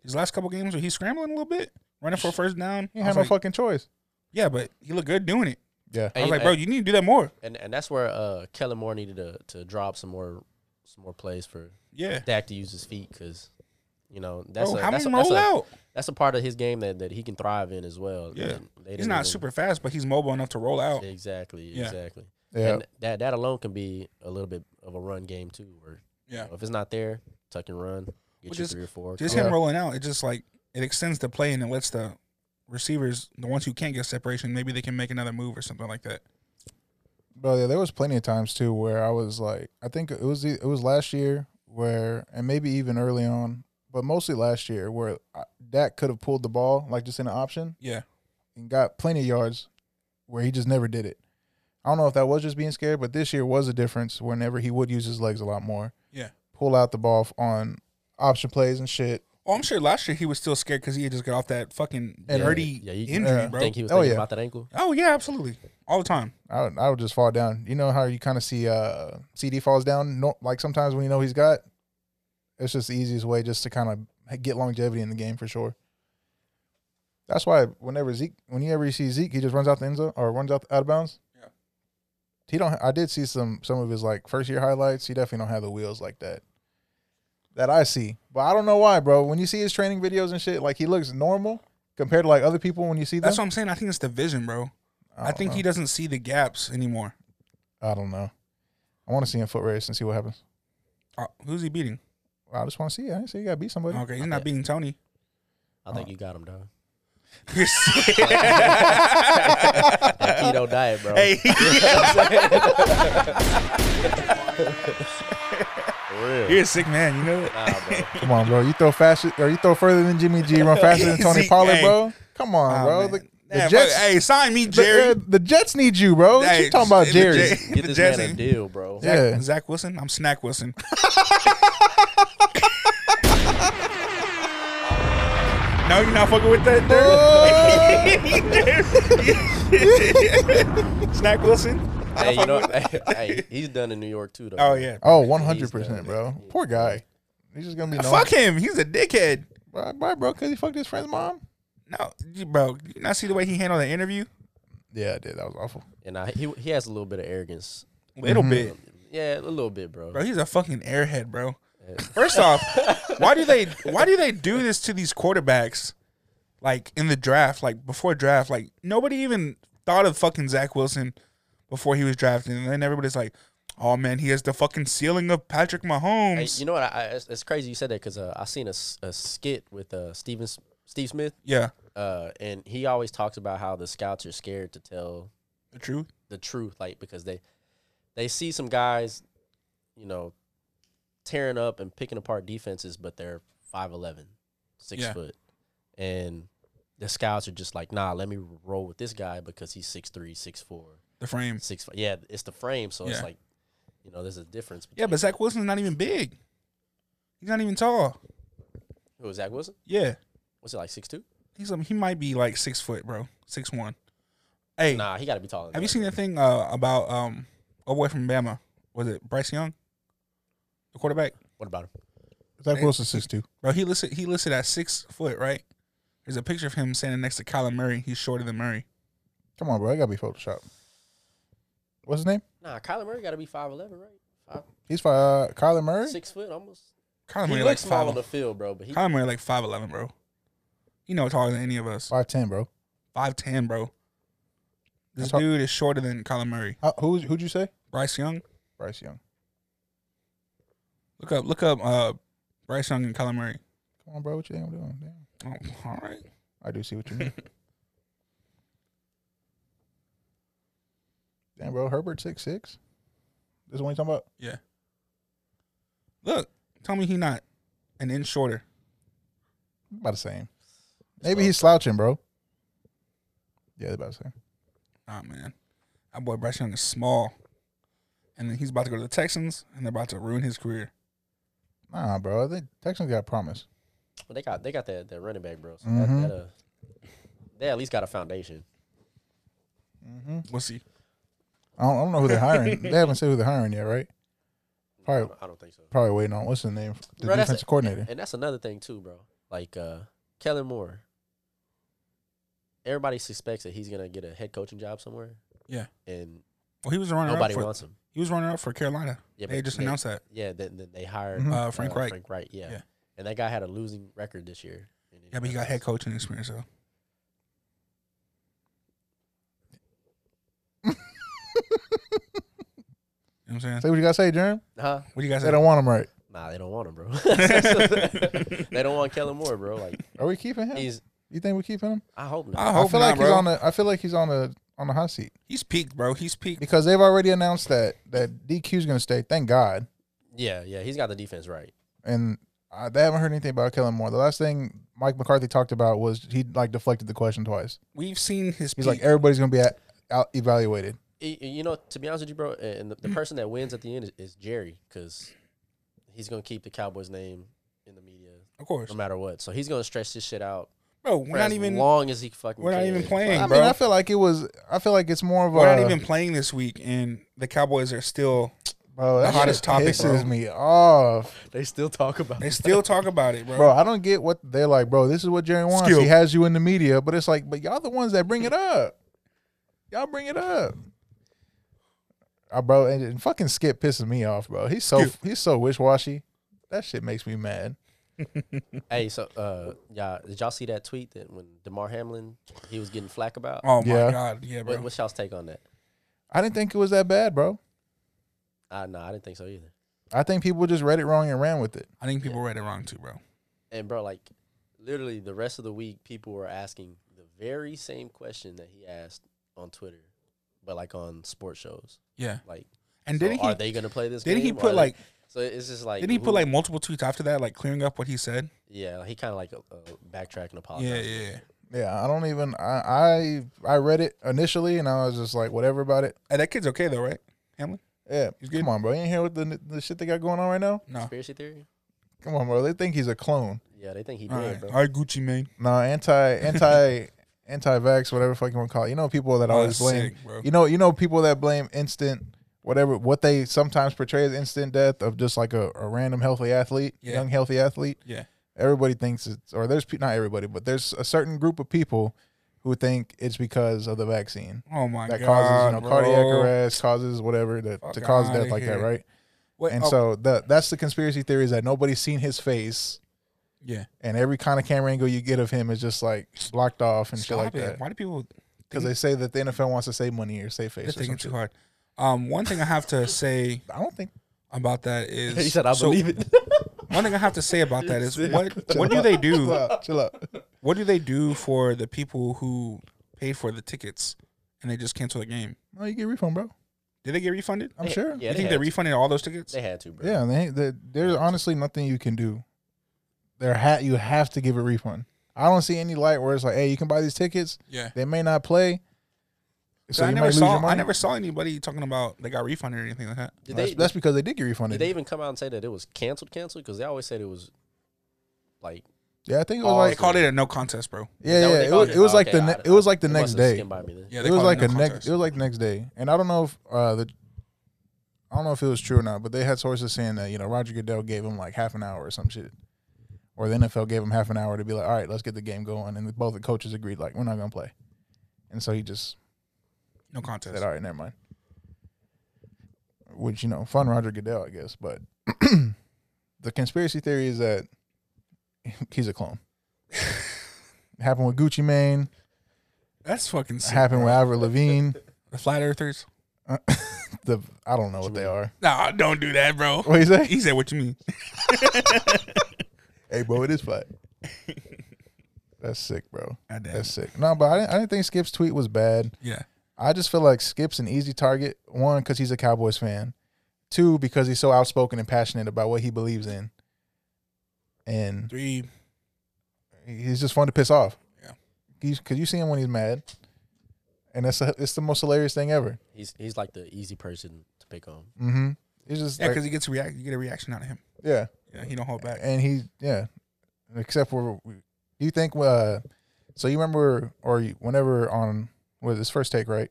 D: His last couple games where he's scrambling a little bit, running for a first down.
C: He
D: I was
C: ain't had no
D: like,
C: fucking choice.
D: yeah, but he looked good doing it.
C: Yeah,
D: I was
E: Hey,
D: like,
E: hey,
D: bro, you need to do that more.
E: and and that's where uh Kellen Moore needed to to drop some more some more plays for
D: Yeah.
E: Dak to use his feet because you know that's
D: Bro,
E: a,
D: how
E: that's,
D: many
E: a,
D: roll
E: that's, a,
D: out?
E: that's a part of his game that, that he can thrive in as well.
D: Yeah.
E: And they
D: He's
E: didn't
D: not
E: even-
D: super fast, but he's mobile enough to roll out.
E: Exactly,
D: Yeah.
E: exactly.
C: yeah.
E: And that that alone can be a little bit of a run game too. Where
D: Yeah.
E: if it's not there, tuck and run, get you
D: Well, just-
E: three or four.
D: Just
C: Yeah.
D: him rolling out, it just like it extends the play and it lets the receivers, the ones who can't get separation, maybe they can make another move or something like that.
C: Bro, yeah, there was plenty of times too where I was like, I think it was the- it was last year where, and maybe even early on, but mostly last year where I- Dak could have pulled the ball like just in an option
D: Yeah.
C: and got plenty of yards where he just never did it. I don't know if that was just being scared, but this year was a difference whenever he would use his legs a lot more.
D: Yeah.
C: Pull out the ball on option plays and shit.
D: Oh, I'm sure last year he was still scared because he had just got off that fucking
C: And-
D: dirty
E: Yeah, you-
D: injury,
C: yeah.
D: bro.
E: think he was
C: Oh,
E: thinking
C: yeah.
E: about that ankle.
D: Oh yeah, absolutely. All the time.
C: I would, I would just fall down. You know how you kind of see uh, CD falls down? No, like sometimes when you know he's got, it's just the easiest way just to kind of get longevity in the game for sure. That's why whenever Zeke, whenever you see Zeke, he just runs out the end zone or runs out, out of bounds.
D: Yeah.
C: He don't. I did see some some of his like first year highlights. He definitely don't have the wheels like that that I see. But I don't know why, bro. When you see his training videos and shit, like he looks normal compared to like other people when you see them.
D: That's what I'm saying. I think it's the vision, bro. I,
C: don't
D: think
C: know.
D: he doesn't see the gaps anymore.
C: I don't know. I want to see him foot race and see what happens.
D: Uh, who's he beating?
C: I just want to see. it. I didn't say you got to beat somebody.
D: Okay, he's
E: I
D: not
E: bet.
D: beating Tony.
E: I
D: Oh.
E: think you got him, dog.
D: You're sick.
E: That keto diet, bro.
D: Hey,
E: For real.
D: you're a sick man. You know that.
E: Nah, bro.
C: Come on, bro. You throw faster or you throw further than Jimmy G, run faster than Tony
D: Zeke,
C: Pollard,
D: hey.
C: bro. Come on,
D: Oh,
C: bro.
D: man.
C: The, the
D: Damn,
C: Jets,
D: fuck- hey, sign me,
C: the,
D: Jerry.
C: uh, the Jets need you, bro. What
D: Hey,
C: you talking about,
D: the
C: Jerry?
D: Jet-
E: Get
D: the
E: this
D: Jets
E: man a
D: ain't-
E: deal, bro.
C: Yeah.
D: Zach Wilson. I'm Snack Wilson. no, you're not fucking with that, dude. Snack Wilson.
E: Hey, you know, hey, hey, he's done in New York too, though.
D: Oh yeah.
C: Oh, one hundred percent,
E: He's done.
C: bro. Poor guy. He's just gonna be known.
D: Uh, Fuck him. He's a dickhead.
C: Why, why, bro? Because he fucked his friend's mom.
D: No, you- bro. You not see the way he handled the interview?
C: Yeah, I did. That was awful.
E: And I, he he has a little bit of arrogance.
D: Little
C: Mm-hmm.
D: bit.
E: Yeah, a little bit, bro.
D: Bro, he's a fucking airhead, bro. First off, why do they why do they do this to these quarterbacks? Like in the draft, like before draft, like nobody even thought of fucking Zach Wilson before he was drafted, and then everybody's like, "Oh man, he has the fucking ceiling of Patrick
E: Hey,
D: Mahomes."
E: you know what? I, I, it's, it's crazy you said that because uh, I seen a, s- a skit with uh, Steven, S- Steve Smith,
D: yeah,
E: uh, and he always talks about how the scouts are scared to tell
D: the truth.
E: the truth, like because they they see some guys, you know, tearing up and picking apart defenses, but they're 5'11", six
D: Yeah.
E: foot, and the scouts are just like, nah, let me roll with this guy because he's 6'3", 6'4",
D: The frame.
E: 6'5". Yeah, it's the frame, so it's
D: Mm. Yeah.
E: like, you know, there's a difference.
D: Yeah, but Zach Wilson's not even big. He's not even tall.
E: who is Zach Wilson?
D: Yeah,
E: What's it like six two?
D: he's um, he might be like six foot, bro, six one. Hey,
E: Nah, he got to be taller. than
D: have you
E: that.
D: seen that thing uh, about um a boy from Bama? Was it Bryce Young, the quarterback?
E: What about him?
C: Zach
D: Man.
C: Wilson six two.
D: Bro, he listed he listed at six foot, right? There's a picture of him standing next to Kyler Murray. He's shorter than Murray.
C: Come on, bro. I gotta be Photoshop. What's his name?
E: Nah, Kyler Murray got to be five eleven, right? Five,
C: He's fi- uh, Kyler Murray.
E: six foot almost.
D: Kyler
E: he
D: Murray like
E: looks small
D: five.
E: on the field, bro, but he
D: Kyler Murray like five eleven, bro. He no taller than any of us.
C: Five ten, bro.
D: Five ten, bro. This
C: I talk-
D: dude is shorter than Kyler Murray.
C: How, who who'd you say?
D: Bryce Young.
C: Bryce Young.
D: Look up, look up, uh, Bryce Young and Kyler Murray.
C: Come on, bro. What you think I'm doing? Damn.
D: Oh, all right,
C: I do see what you mean. Damn, bro. Herbert six six. This is what you talking about?
D: yeah. Look, tell me he not an inch shorter.
C: About the same. Maybe he's slouching, bro. Yeah, they're about the same.
D: Ah man, that boy Bryce Young is small, and then he's about to go to the Texans, and they're about to ruin his career.
C: Nah, bro. I think Texans got promise.
E: But they got they got that, that running back, bro. So
D: Mm-hmm.
C: Mhm.
E: that, that, uh, they at least got a foundation.
D: We'll see.
C: I don't, I don't know who they're hiring. they haven't said who they're hiring yet, right?
E: I
C: Probably,
E: don't, I don't think so.
C: probably waiting on what's his name, the
E: Bro, that's
C: defensive coordinator.
E: And that's another thing too, bro. Like uh Kellen Moore. Everybody suspects that he's gonna get a head coaching job somewhere.
D: Yeah.
E: And
D: Well, he was running
E: nobody
D: up for
E: wants him.
D: he was running up for Carolina.
E: Yeah,
D: they just announced that.
E: Yeah, then, then they hired
C: Mhm.
D: Uh, Frank Reich.
E: Frank Wright, yeah.
D: Yeah.
E: And that guy had a losing record this year. in
D: Yeah, but he got
E: Indianapolis.
D: head coaching experience though. You know what I'm
C: Say
D: saying?
C: what you gotta say, Jerm.
E: Huh?
D: What do you guys
C: They
D: think?
C: don't want him right.
E: Nah, they don't want him, bro. they don't want Kellen Moore, bro. Like
C: Are we keeping him?
E: he's.
C: you think we keeping him?
E: I hope not.
D: I hope
C: I feel
D: not,
C: like
D: bro.
C: he's on the. I feel like he's on the on the hot seat
D: He's peaked, bro. He's peaked.
C: because they've already announced that that DQ's gonna stay. Thank God.
E: Yeah, yeah, he's got the defense right.
C: And I, they haven't heard anything about Kellen Moore. The last thing Mike McCarthy talked about was he like deflected the question twice.
D: We've seen his
C: He's
D: peak.
C: like everybody's gonna be at, out evaluated.
E: Y- y- You know, to be honest with you, bro, and the, the person that wins at the end is, is Jerry because he's gonna keep the Cowboys' name in the media
D: of course.
E: no matter what. So he's gonna stretch this shit out
D: Bro, we're
E: for
D: not
E: as
D: even
E: long as he fucking.
D: we're not
E: can.
D: even
E: Like,
D: playing,
C: I
D: bro.
C: mean, I feel like it was. I feel like it's more of a.
D: we're not even playing this week and the Cowboys are still
C: bro, that
D: the hottest
C: shit
D: topic,
C: pisses
D: bro.
C: me off,
E: They still talk about.
D: they
E: it.
D: still talk about it, bro.
C: bro. I don't get what they're like, bro. This is what Jerry wants.
D: Skill.
C: He has you in the media, but it's like, but y'all the ones that bring it up. Y'all bring it up, uh, bro. And, and fucking Skip pisses me off, bro. He's so
D: Skip.
C: he's so wish washy. That shit makes me mad.
E: Hey, so uh, yeah, did y'all see that tweet that when Demar Hamlin he was getting flack about?
D: Oh my
C: Yeah.
D: god. Yeah, bro.
E: what, what's y'all's take on that?
C: I didn't think it was that bad, bro.
E: Uh, no, I didn't think so either.
C: I think people just read it wrong and ran with it.
D: I think people read it wrong too, bro.
E: And bro, like literally the rest of the week, people were asking the very same question that he asked on Twitter, but like on sports shows.
D: Yeah.
E: Like,
D: And
E: so
D: didn't
E: are
D: he
E: they gonna play this?
D: didn't he
E: game? Are
D: put
E: they-
D: like
E: So it's just like
D: didn't he
E: who-
D: put like multiple tweets after that, like clearing up what he said?
E: yeah, he kind of like uh, uh, backtrack and apologize.
D: Yeah, yeah. yeah.
C: Yeah, I don't even. I I, I read it initially and I was just like, whatever about it.
D: Hey, that kid's okay though, right? Hamlin?
C: Yeah,
D: good.
C: come on, bro. You ain't hear what the the shit they got going on right now?
D: No.
E: Conspiracy theory.
C: Come on, bro. They think he's a clone.
E: Yeah, they think he did,
D: All right.
E: bro.
D: All right, Gucci man.
C: No, anti anti anti vax, whatever the fuck you want to call it. You know people that
D: Oh, that's
C: always blame
D: sick, bro.
C: you know you know people that blame instant whatever what they sometimes portray as instant death of just like a, a random healthy athlete,
D: Yeah.
C: young healthy athlete.
D: Yeah.
C: Everybody thinks it's or there's pe- not everybody, but there's a certain group of people who think it's because of the vaccine.
D: Oh my
C: That
D: god.
C: causes, you know,
D: bro.
C: cardiac arrest, causes whatever that to
D: Fuck
C: cause
D: outta
C: death like that,
D: here.
C: right?
D: Wait,
C: And
D: oh,
C: so the that's the conspiracy theory is that nobody's seen his face
D: yeah.
C: and every kind of camera angle you get of him is just like blocked off and
D: Stop
C: shit like
D: it.
C: that.
D: Why do people
C: Because they say that the NFL wants to save money or save
D: they're
C: face. Or
D: thinking
C: some
D: too
C: shit.
D: hard? Um, one thing I have to say
C: I don't think
D: about that is
E: He said, "I
D: so
E: believe it."
D: One thing I have to say about that is what what do they
C: chill
D: do?
C: out, chill out.
D: What do they do for the people who paid for the tickets and they just cancel the game?
C: No, you get refund, bro.
D: Did they get refunded?
C: I'm sure.
E: Yeah,
D: you
E: they
D: think
E: had,
D: they
E: to.
D: refunded all those tickets?
E: they had to, bro.
C: Yeah, and they, they, there's honestly nothing you can do. There ha- you have to give a refund. I don't see any light where it's like, hey, you can buy these tickets.
D: Yeah.
C: They may not play. So
D: I
C: you
D: never
C: might lose your
D: saw. I
C: money.
D: never saw anybody talking about they got refunded or anything like that.
E: Did
C: that's,
E: they
C: that's because they did get refunded.
E: did they even come out and say that it was canceled? Canceled because they always said it was like
C: yeah, I think it was
E: Oh,
D: They
C: like
D: called it a no contest, bro.
C: yeah,
E: that what
C: yeah.
E: they
C: It
E: called
C: was,
E: it?
C: it was
E: Oh,
C: like
E: okay,
C: the
E: I-
C: ne- it was like the
E: it
C: next
E: must have
C: day.
E: skimmed by me then.
D: Yeah, they
C: It was
D: called
C: like
D: it
C: a
D: no
C: next.
D: contest.
C: It was like next day, and I don't know if uh, the I don't know if it was true or not, but they had sources saying that you know Roger Goodell gave him like half an hour or some shit, or the NFL gave him half an hour to be like, all right, let's get the game going, and both the coaches agreed like we're not gonna play, and so he just
D: no contest.
C: said, all right, never mind. Which you know, fun Roger Goodell, I guess, but the conspiracy theory is that he's a clone. it happened with Gucci Mane.
D: That's fucking
C: It
D: sick.
C: happened with Avril Lavigne.
D: The flat earthers.
C: The I don't know what they are.
D: Nah, don't do that, bro.
C: What you say?
D: He said, "What you mean?"
C: Hey, bro, it is flat. That's sick, bro.
D: God damn.
C: That's sick. No, but I didn't, I didn't think Skip's tweet was bad.
D: Yeah,
C: I just feel like Skip's an easy target. One, because he's a Cowboys fan. Two, because he's so outspoken and passionate about what he believes in. And
D: three.
C: he's just fun to piss off.
D: Yeah.
C: Because you see him when he's mad. And that's a, it's the most hilarious thing ever.
E: He's he's like the easy person to pick on.
C: Mm-hmm. It's just
D: Yeah,
C: like-
D: because he gets a react. You get a reaction out of him.
C: yeah.
D: Yeah, he don't hold back.
C: and he yeah except for do you think uh so you remember or you, whenever on was his first take right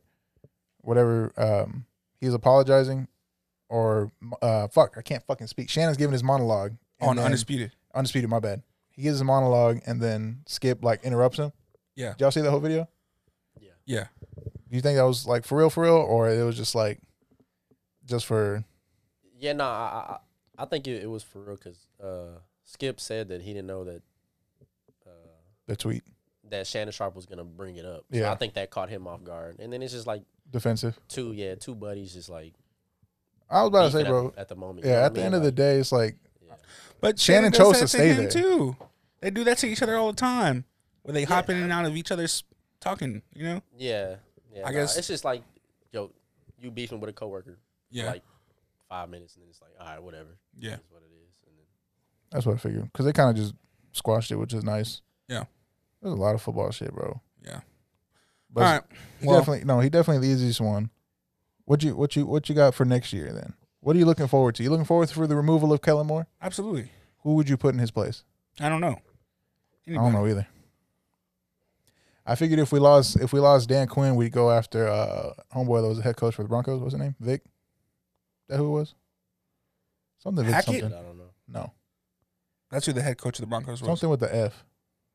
C: whatever um he's apologizing or uh fuck i can't fucking speak shannon's giving his monologue and
D: On
C: then-
D: undisputed.
C: undisputed my bad he gives his monologue and then skip like interrupts him
D: Yeah.
C: did y'all see the whole video
D: Yeah,
C: do you think that was like for real for real or it was just like just for
E: Yeah, no, I I, I think it, it was for real because uh, Skip said that he didn't know that uh,
C: the tweet
E: that Shannon Sharp was gonna bring it up. So
C: Yeah.
E: I think that caught him off guard. And then it's just like
C: defensive
E: two, yeah, two buddies just like
C: i was about to say
E: beefing
C: bro
E: at, at the moment. you know
C: yeah
E: what
C: at
E: I
C: the
E: mean?
C: end of the
E: Like,
C: day it's like
D: but
C: Shannon
D: does
C: chose
D: that
C: to stay
D: him,
C: there.
D: too. They do that to each other all the time, where they hop in and out of each other's talking. You know.
E: yeah, yeah.
D: I
E: nah,
D: guess-
E: it's just like yo, you beefing with a coworker for like five minutes, and then it's like all right, whatever.
D: Yeah.
E: That's what it is. And then
C: That's what I figured. Because they kind of just squashed it, which is nice.
D: Yeah.
C: There's a lot of football shit, bro.
D: Yeah.
C: But
D: all right.
C: he's
D: Well,
C: definitely no, he definitely the easiest one. What you what you what you got for next year then? What are you looking forward to? You looking forward for the removal of Kellen Moore?
D: absolutely.
C: Who would you put in his place?
D: I don't know.
C: I
D: Anybody.
C: don't know either. I figured if we lost if we lost Dan Quinn, we'd go after uh homeboy that was the head coach for the Broncos. What's his name? Vic? That who it was? Something Vic
D: Hackett?
E: but
C: something.
E: I don't know.
C: No.
D: That's who the head coach of the Broncos was.
C: Something with the F.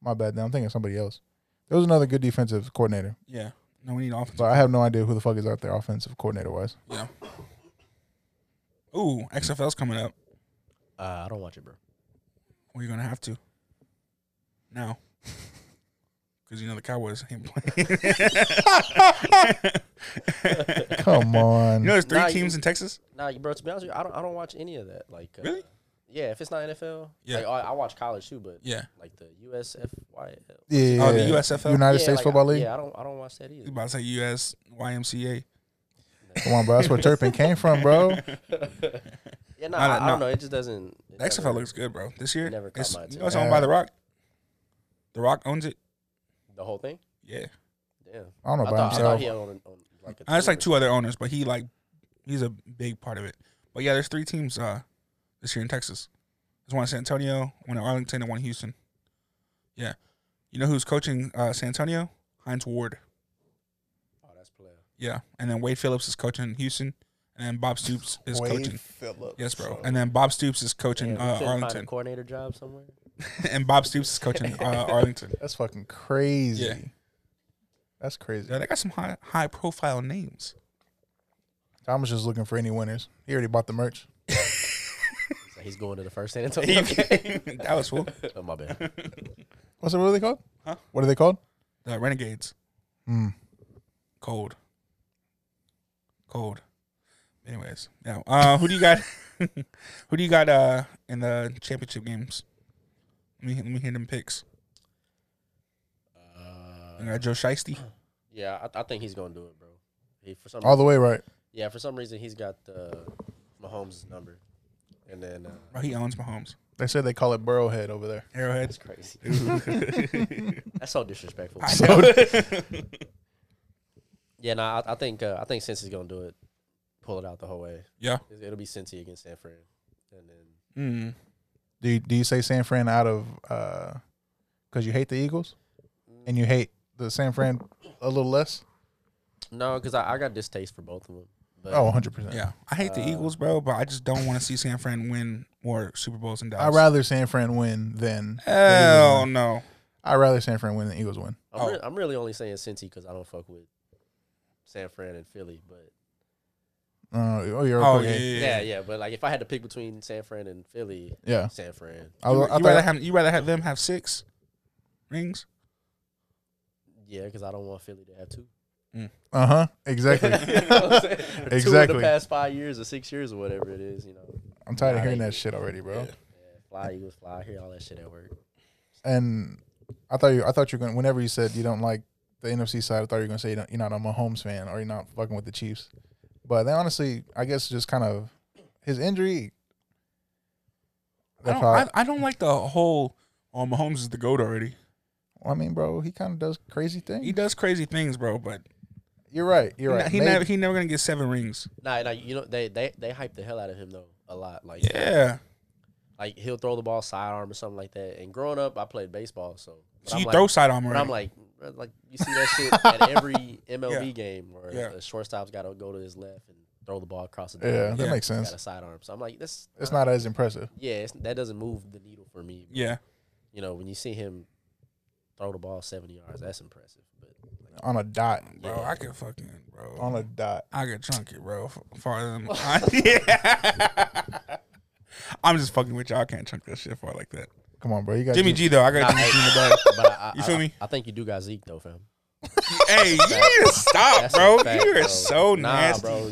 C: My bad. Now I'm thinking of somebody else. There was another good defensive coordinator,
D: Yeah. No, we need offense.
C: but I have no idea who the fuck is out there offensive coordinator wise.
D: Yeah. Ooh, XFL's coming up.
E: Uh, I don't watch it, bro.
D: Well, you're gonna have to. Now. Because you know the Cowboys ain't playing.
C: Come on.
D: You know there's three
E: Nah,
D: teams
E: you-
D: in Texas?
E: Nah, bro. To be honest with you, I don't I don't watch any of that. Like uh,
D: Really?
E: Yeah, if it's not NFL,
D: Yeah.
E: Like, I, I watch college too, but
D: Yeah.
E: like the USFYL.
C: yeah.
D: Oh, the USFL?
C: United
E: Yeah,
C: States
E: like,
C: Football
E: I,
C: League.
E: Yeah, I don't I don't watch that
D: You
E: either.
D: about to say US YMCA.
C: Come on, bro. That's where Turpin came from, bro.
D: Nah, nah,
E: Yeah, no, I, I don't
D: nah.
E: know. It just doesn't. It
D: The XFL
E: never-
D: looks good, bro. This year.
E: never caught
D: it's,
E: my
D: you know it's
C: attention.
D: owned by The Rock. The Rock owns it.
E: the whole thing.
D: Yeah.
E: Damn.
C: I don't know about
E: I thought, I thought
C: himself.
E: he owned on like. a
D: Uh, it's like
E: team
D: two other owners, but he like he's a big part of it. But yeah, there's three teams uh this year in Texas. There's one in San Antonio, one in Arlington, and one in Houston. Yeah. You know who's coaching uh San Antonio? Heinz Ward.
E: or- Oh, that's player.
D: Yeah. And then Wade Phillips is coaching Houston. And then Bob Stoops is coaching.
C: Phillips.
D: Yes, bro. And then Bob Stoops is coaching
E: Damn, we
D: uh,
E: couldn't Find a
D: Arlington.
E: coordinator job somewhere.
D: and Bob Stoops is coaching uh, Arlington.
C: That's fucking crazy.
D: Yeah.
C: That's crazy.
D: Yeah, they got some high high profile names.
C: Thomas just looking for any winners. He already bought the merch.
E: So he's going to the first San Antonio.
D: that was cool.
E: oh, my bad.
C: What's it? What are they called?
D: Huh?
C: What are they called?
D: The Renegades.
C: Mm.
D: Cold. Cold. Anyways, yeah. Uh, who do you got? who do you got uh, in the championship games? Let me let me hear them picks.
E: Uh,
D: You got Joe Shiesty.
E: yeah, I, I think he's gonna do it, bro. He for some
C: All the way right.
E: Yeah, for some reason he's got uh, Mahomes' number. And then uh,
D: Bro, he owns Mahomes.
C: They said they call it Burrowhead over there.
E: that's
D: Arrowheads.
E: crazy. that's so disrespectful. Yeah, no, I, I think uh, I think Cincy's gonna do it, pull it out the whole way.
D: Yeah.
E: It- It'll be Cincy against San Fran, and then
D: Mm.
C: Do you, do you say San Fran out of because you hate the Eagles and you hate the San Fran a little less?
E: no, because I, I got distaste for both of them. But
C: Oh, 100 percent.
D: Yeah. I hate
C: Uh,
D: the Eagles, bro, but I just don't want to see San Fran win more Super Bowls in Dallas.
C: I'd rather San Fran win than the Eagles
D: Hell
C: win.
D: no.
C: I'd rather San Fran win than Eagles win.
E: I'm,
D: Oh.
E: re- I'm really only saying Cincy because I don't fuck with San Fran and Philly. But
C: Uh, oh, you're
D: Oh, yeah.
C: okay.
E: yeah.
D: yeah,
E: yeah,
D: yeah.
E: But like, if I had to pick between San Fran and Philly,
C: Yeah,
E: San Fran.
C: I,
D: You,
C: was-
D: you
C: I thought-
D: rather have, you rather have them have six rings?
E: Yeah, because I don't want Philly to have two.
C: Uh-huh. Exactly.
E: You know what I'm saying? Two of
C: Exactly.
E: the past five years or six years or whatever it is, you know.
C: I'm tired
E: Nah,
C: of hearing
E: they-
C: that shit already, bro.
E: Yeah, fly Eagles, fly. I hear all that shit at work.
C: And I thought you I thought you were going to whenever you said you don't like the NFC side, I thought you were going to say you don't, you're not a Mahomes fan or you're not fucking with the Chiefs. But they honestly, I guess just kind of his injury
D: I
C: that's
D: don't,
C: how I,
D: I, I don't like the whole, oh, Mahomes is the GOAT already.
C: I mean, bro, he kind of does crazy things.
E: Mm-hmm.
D: He does crazy things, bro, but
C: You're right. You're right.
D: he,
C: Maybe-
D: never, he never going to get seven rings.
E: Nah, nah, you know they they they hype the hell out of him though a lot. Like
D: Yeah.
E: like he'll throw the ball sidearm or something like that. And growing up, I played baseball, so but
D: So
E: I'm
D: you
E: like,
D: throw sidearm
E: But
D: right?
E: I'm like, bruh, like you see that shit at every MLB
D: Yeah.
E: game where
D: Yeah.
E: the shortstop's got to go to his left and throw the ball across the.
C: yeah, that
D: Yeah.
C: makes sense.
E: Got a sidearm, so I'm like, this.
C: It's not as impressive.
E: Yeah, it's, that doesn't move the needle for me.
D: yeah.
E: You know, when you see him throw the ball 70 yards, that's impressive. But
C: On a dot.
D: Bro, I could fucking, bro.
C: On a dot.
D: I could chunk it, bro. f- Farther than yeah. I'm just fucking with y'all. I can't chunk that shit far like that.
C: Come on, bro. You got
D: Jimmy G though, I got
E: Nah,
D: Jimmy G in the
E: hey,
D: bag.
E: but I, I,
D: You feel
E: I-
D: me?
E: I think you do got Zeke though, fam.
D: Hey, you need to stop,
E: That's a
D: bro.
E: fact,
D: You are
E: bro.
D: so
E: nah,
D: nasty.
E: bro.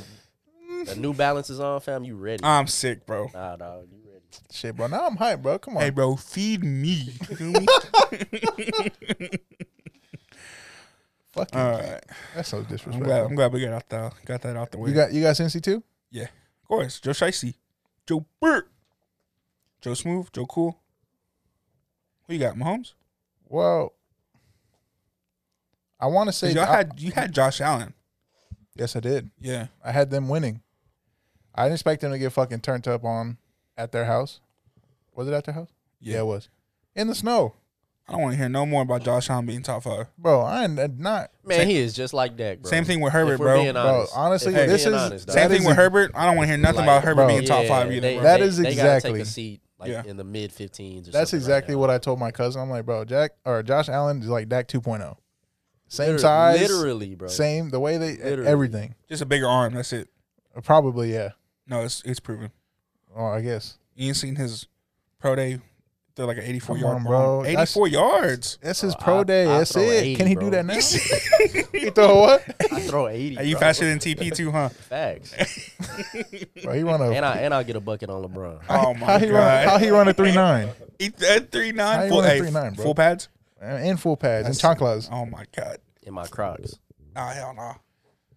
E: The New Balance is on, fam. You ready?
D: I'm sick, bro.
E: nah, dog. You ready?
C: shit, bro. Now I'm hyped, bro. Come on.
D: Hey, bro, feed me. You feel me?
C: Fucking
D: All right.
C: That's so
D: uh, I'm glad, I'm
C: disrespectful.
D: glad we got out the, got that out the way.
C: You got you got Cincy too?
D: yeah, of course. Joe Shicey. Joe Burt, Joe Smooth, Joe Cool. Who you got, Mahomes?
C: Well, I want to
D: 'Cause
C: say
D: y'all
C: I-
D: had you had Josh Allen.
C: yes, I did.
D: Yeah.
C: I had them winning. I didn't expect them to get fucking turned up on at their house. Was it at their house? Yeah,
D: Yeah.
C: it was. In the snow,
D: I don't want to hear no more about Josh Allen being top five.
C: bro. I am not,
E: Man, he is just like Dak, bro.
D: Same thing with
E: If
D: Herbert,
E: we're
D: bro.
E: being
C: bro.
E: honest.
C: Honestly,
E: If we're
C: this is
E: being honest, dog.
D: Same
C: that
D: thing
C: is
D: with
C: a-
D: Herbert. I don't want to hear nothing
E: Like,
D: about Herbert
C: bro,
D: being top
E: Yeah,
D: five either.
E: They,
D: bro.
C: That
E: they-
C: is
E: they gotta
C: exactly-
E: take a seat like
D: Yeah.
E: in the mid 15s. Or
C: That's
E: something
C: exactly
E: like
C: what I told my cousin. I'm like, bro, Jack or Josh Allen is like Dak 2.0.
E: that.
C: Same
E: Liter-
C: size,
E: literally, bro.
C: same the way they e,
E: Literally.
C: everything. Uh,
D: Just a bigger arm. That's it.
C: Probably yeah.
D: No, it's it's proven.
C: Oh, I guess
D: You ain't seen his pro day. They're like an 84
C: Come
D: yard
C: on,
D: bro.
C: bro. That's-
D: 84 yards.
C: that's his
E: Bro,
C: pro
E: Oh, I-
C: day.
E: I
C: that's
E: throw
C: it.
E: 80,
C: Can he
E: bro.
C: do that now? he throw what?
E: I throw 80.
D: Are you
E: bro.
D: faster than TP too, huh?
E: Facts.
C: Bro, he run a
E: and I and I'll get a bucket on LeBron.
D: Oh
C: how
D: my
C: he run how
D: god.
C: he run a three nine
D: He th- three
C: How
D: nine
C: you
D: full,
C: running
D: hey,
C: 3'9", bro?
D: full pads.
C: and full pads and chanclas.
D: Oh my god.
E: In my Crocs.
D: Nah, hell no.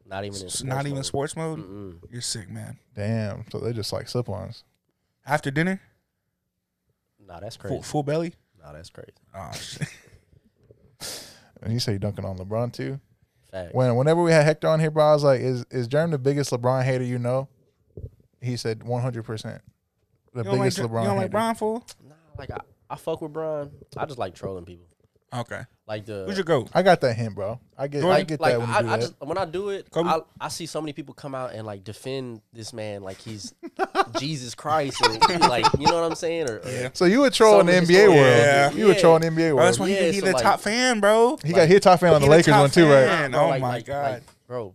E: Not even in
D: It's
E: sports
D: not even
E: mode.
D: sports mode.
E: Mm-mm.
D: You're sick, man.
C: Damn, so they're just like slip ons.
D: After dinner,
E: Nah, that's crazy.
D: full, full belly.
E: Nah, that's crazy.
D: Oh shit.
C: And you say you dunking on LeBron too.
E: Facts.
C: When whenever we had Hector on here, bro, I was like, "Is is Germ the biggest LeBron hater you know?" He said, "100 percent, the
D: You don't like,
C: biggest
D: Dr- you
C: LeBron
D: don't like
C: hater."
D: Bron fool?
E: nah, like I, I fuck with Bron. I just like trolling people.
D: Okay.
E: Like the
D: Who's your goat?
C: I got that hint, bro. I get I
D: Jordan,
C: get
E: like
C: that when you
E: I,
C: do
E: I
C: that.
E: just when I do it,
D: Kobe?
E: I, I see so many people come out and like defend this man like he's Jesus Christ, and like you know what I'm saying? Or, or-
D: Yeah.
C: so you were trolling the
E: Some
C: NBA world.
D: Yeah.
C: You were
E: Yeah.
C: trolling the NBA
D: Bro, Oh, that's
C: world.
D: why
E: Yeah,
D: he, he
E: so
D: the
E: like-
D: top fan, bro.
C: he got hit top fan on
D: He
C: the
D: the
C: Lakers
D: top
C: one too, right?
D: fan.
E: bro,
D: oh
E: like-
D: my
E: like-
D: god.
E: like, bro,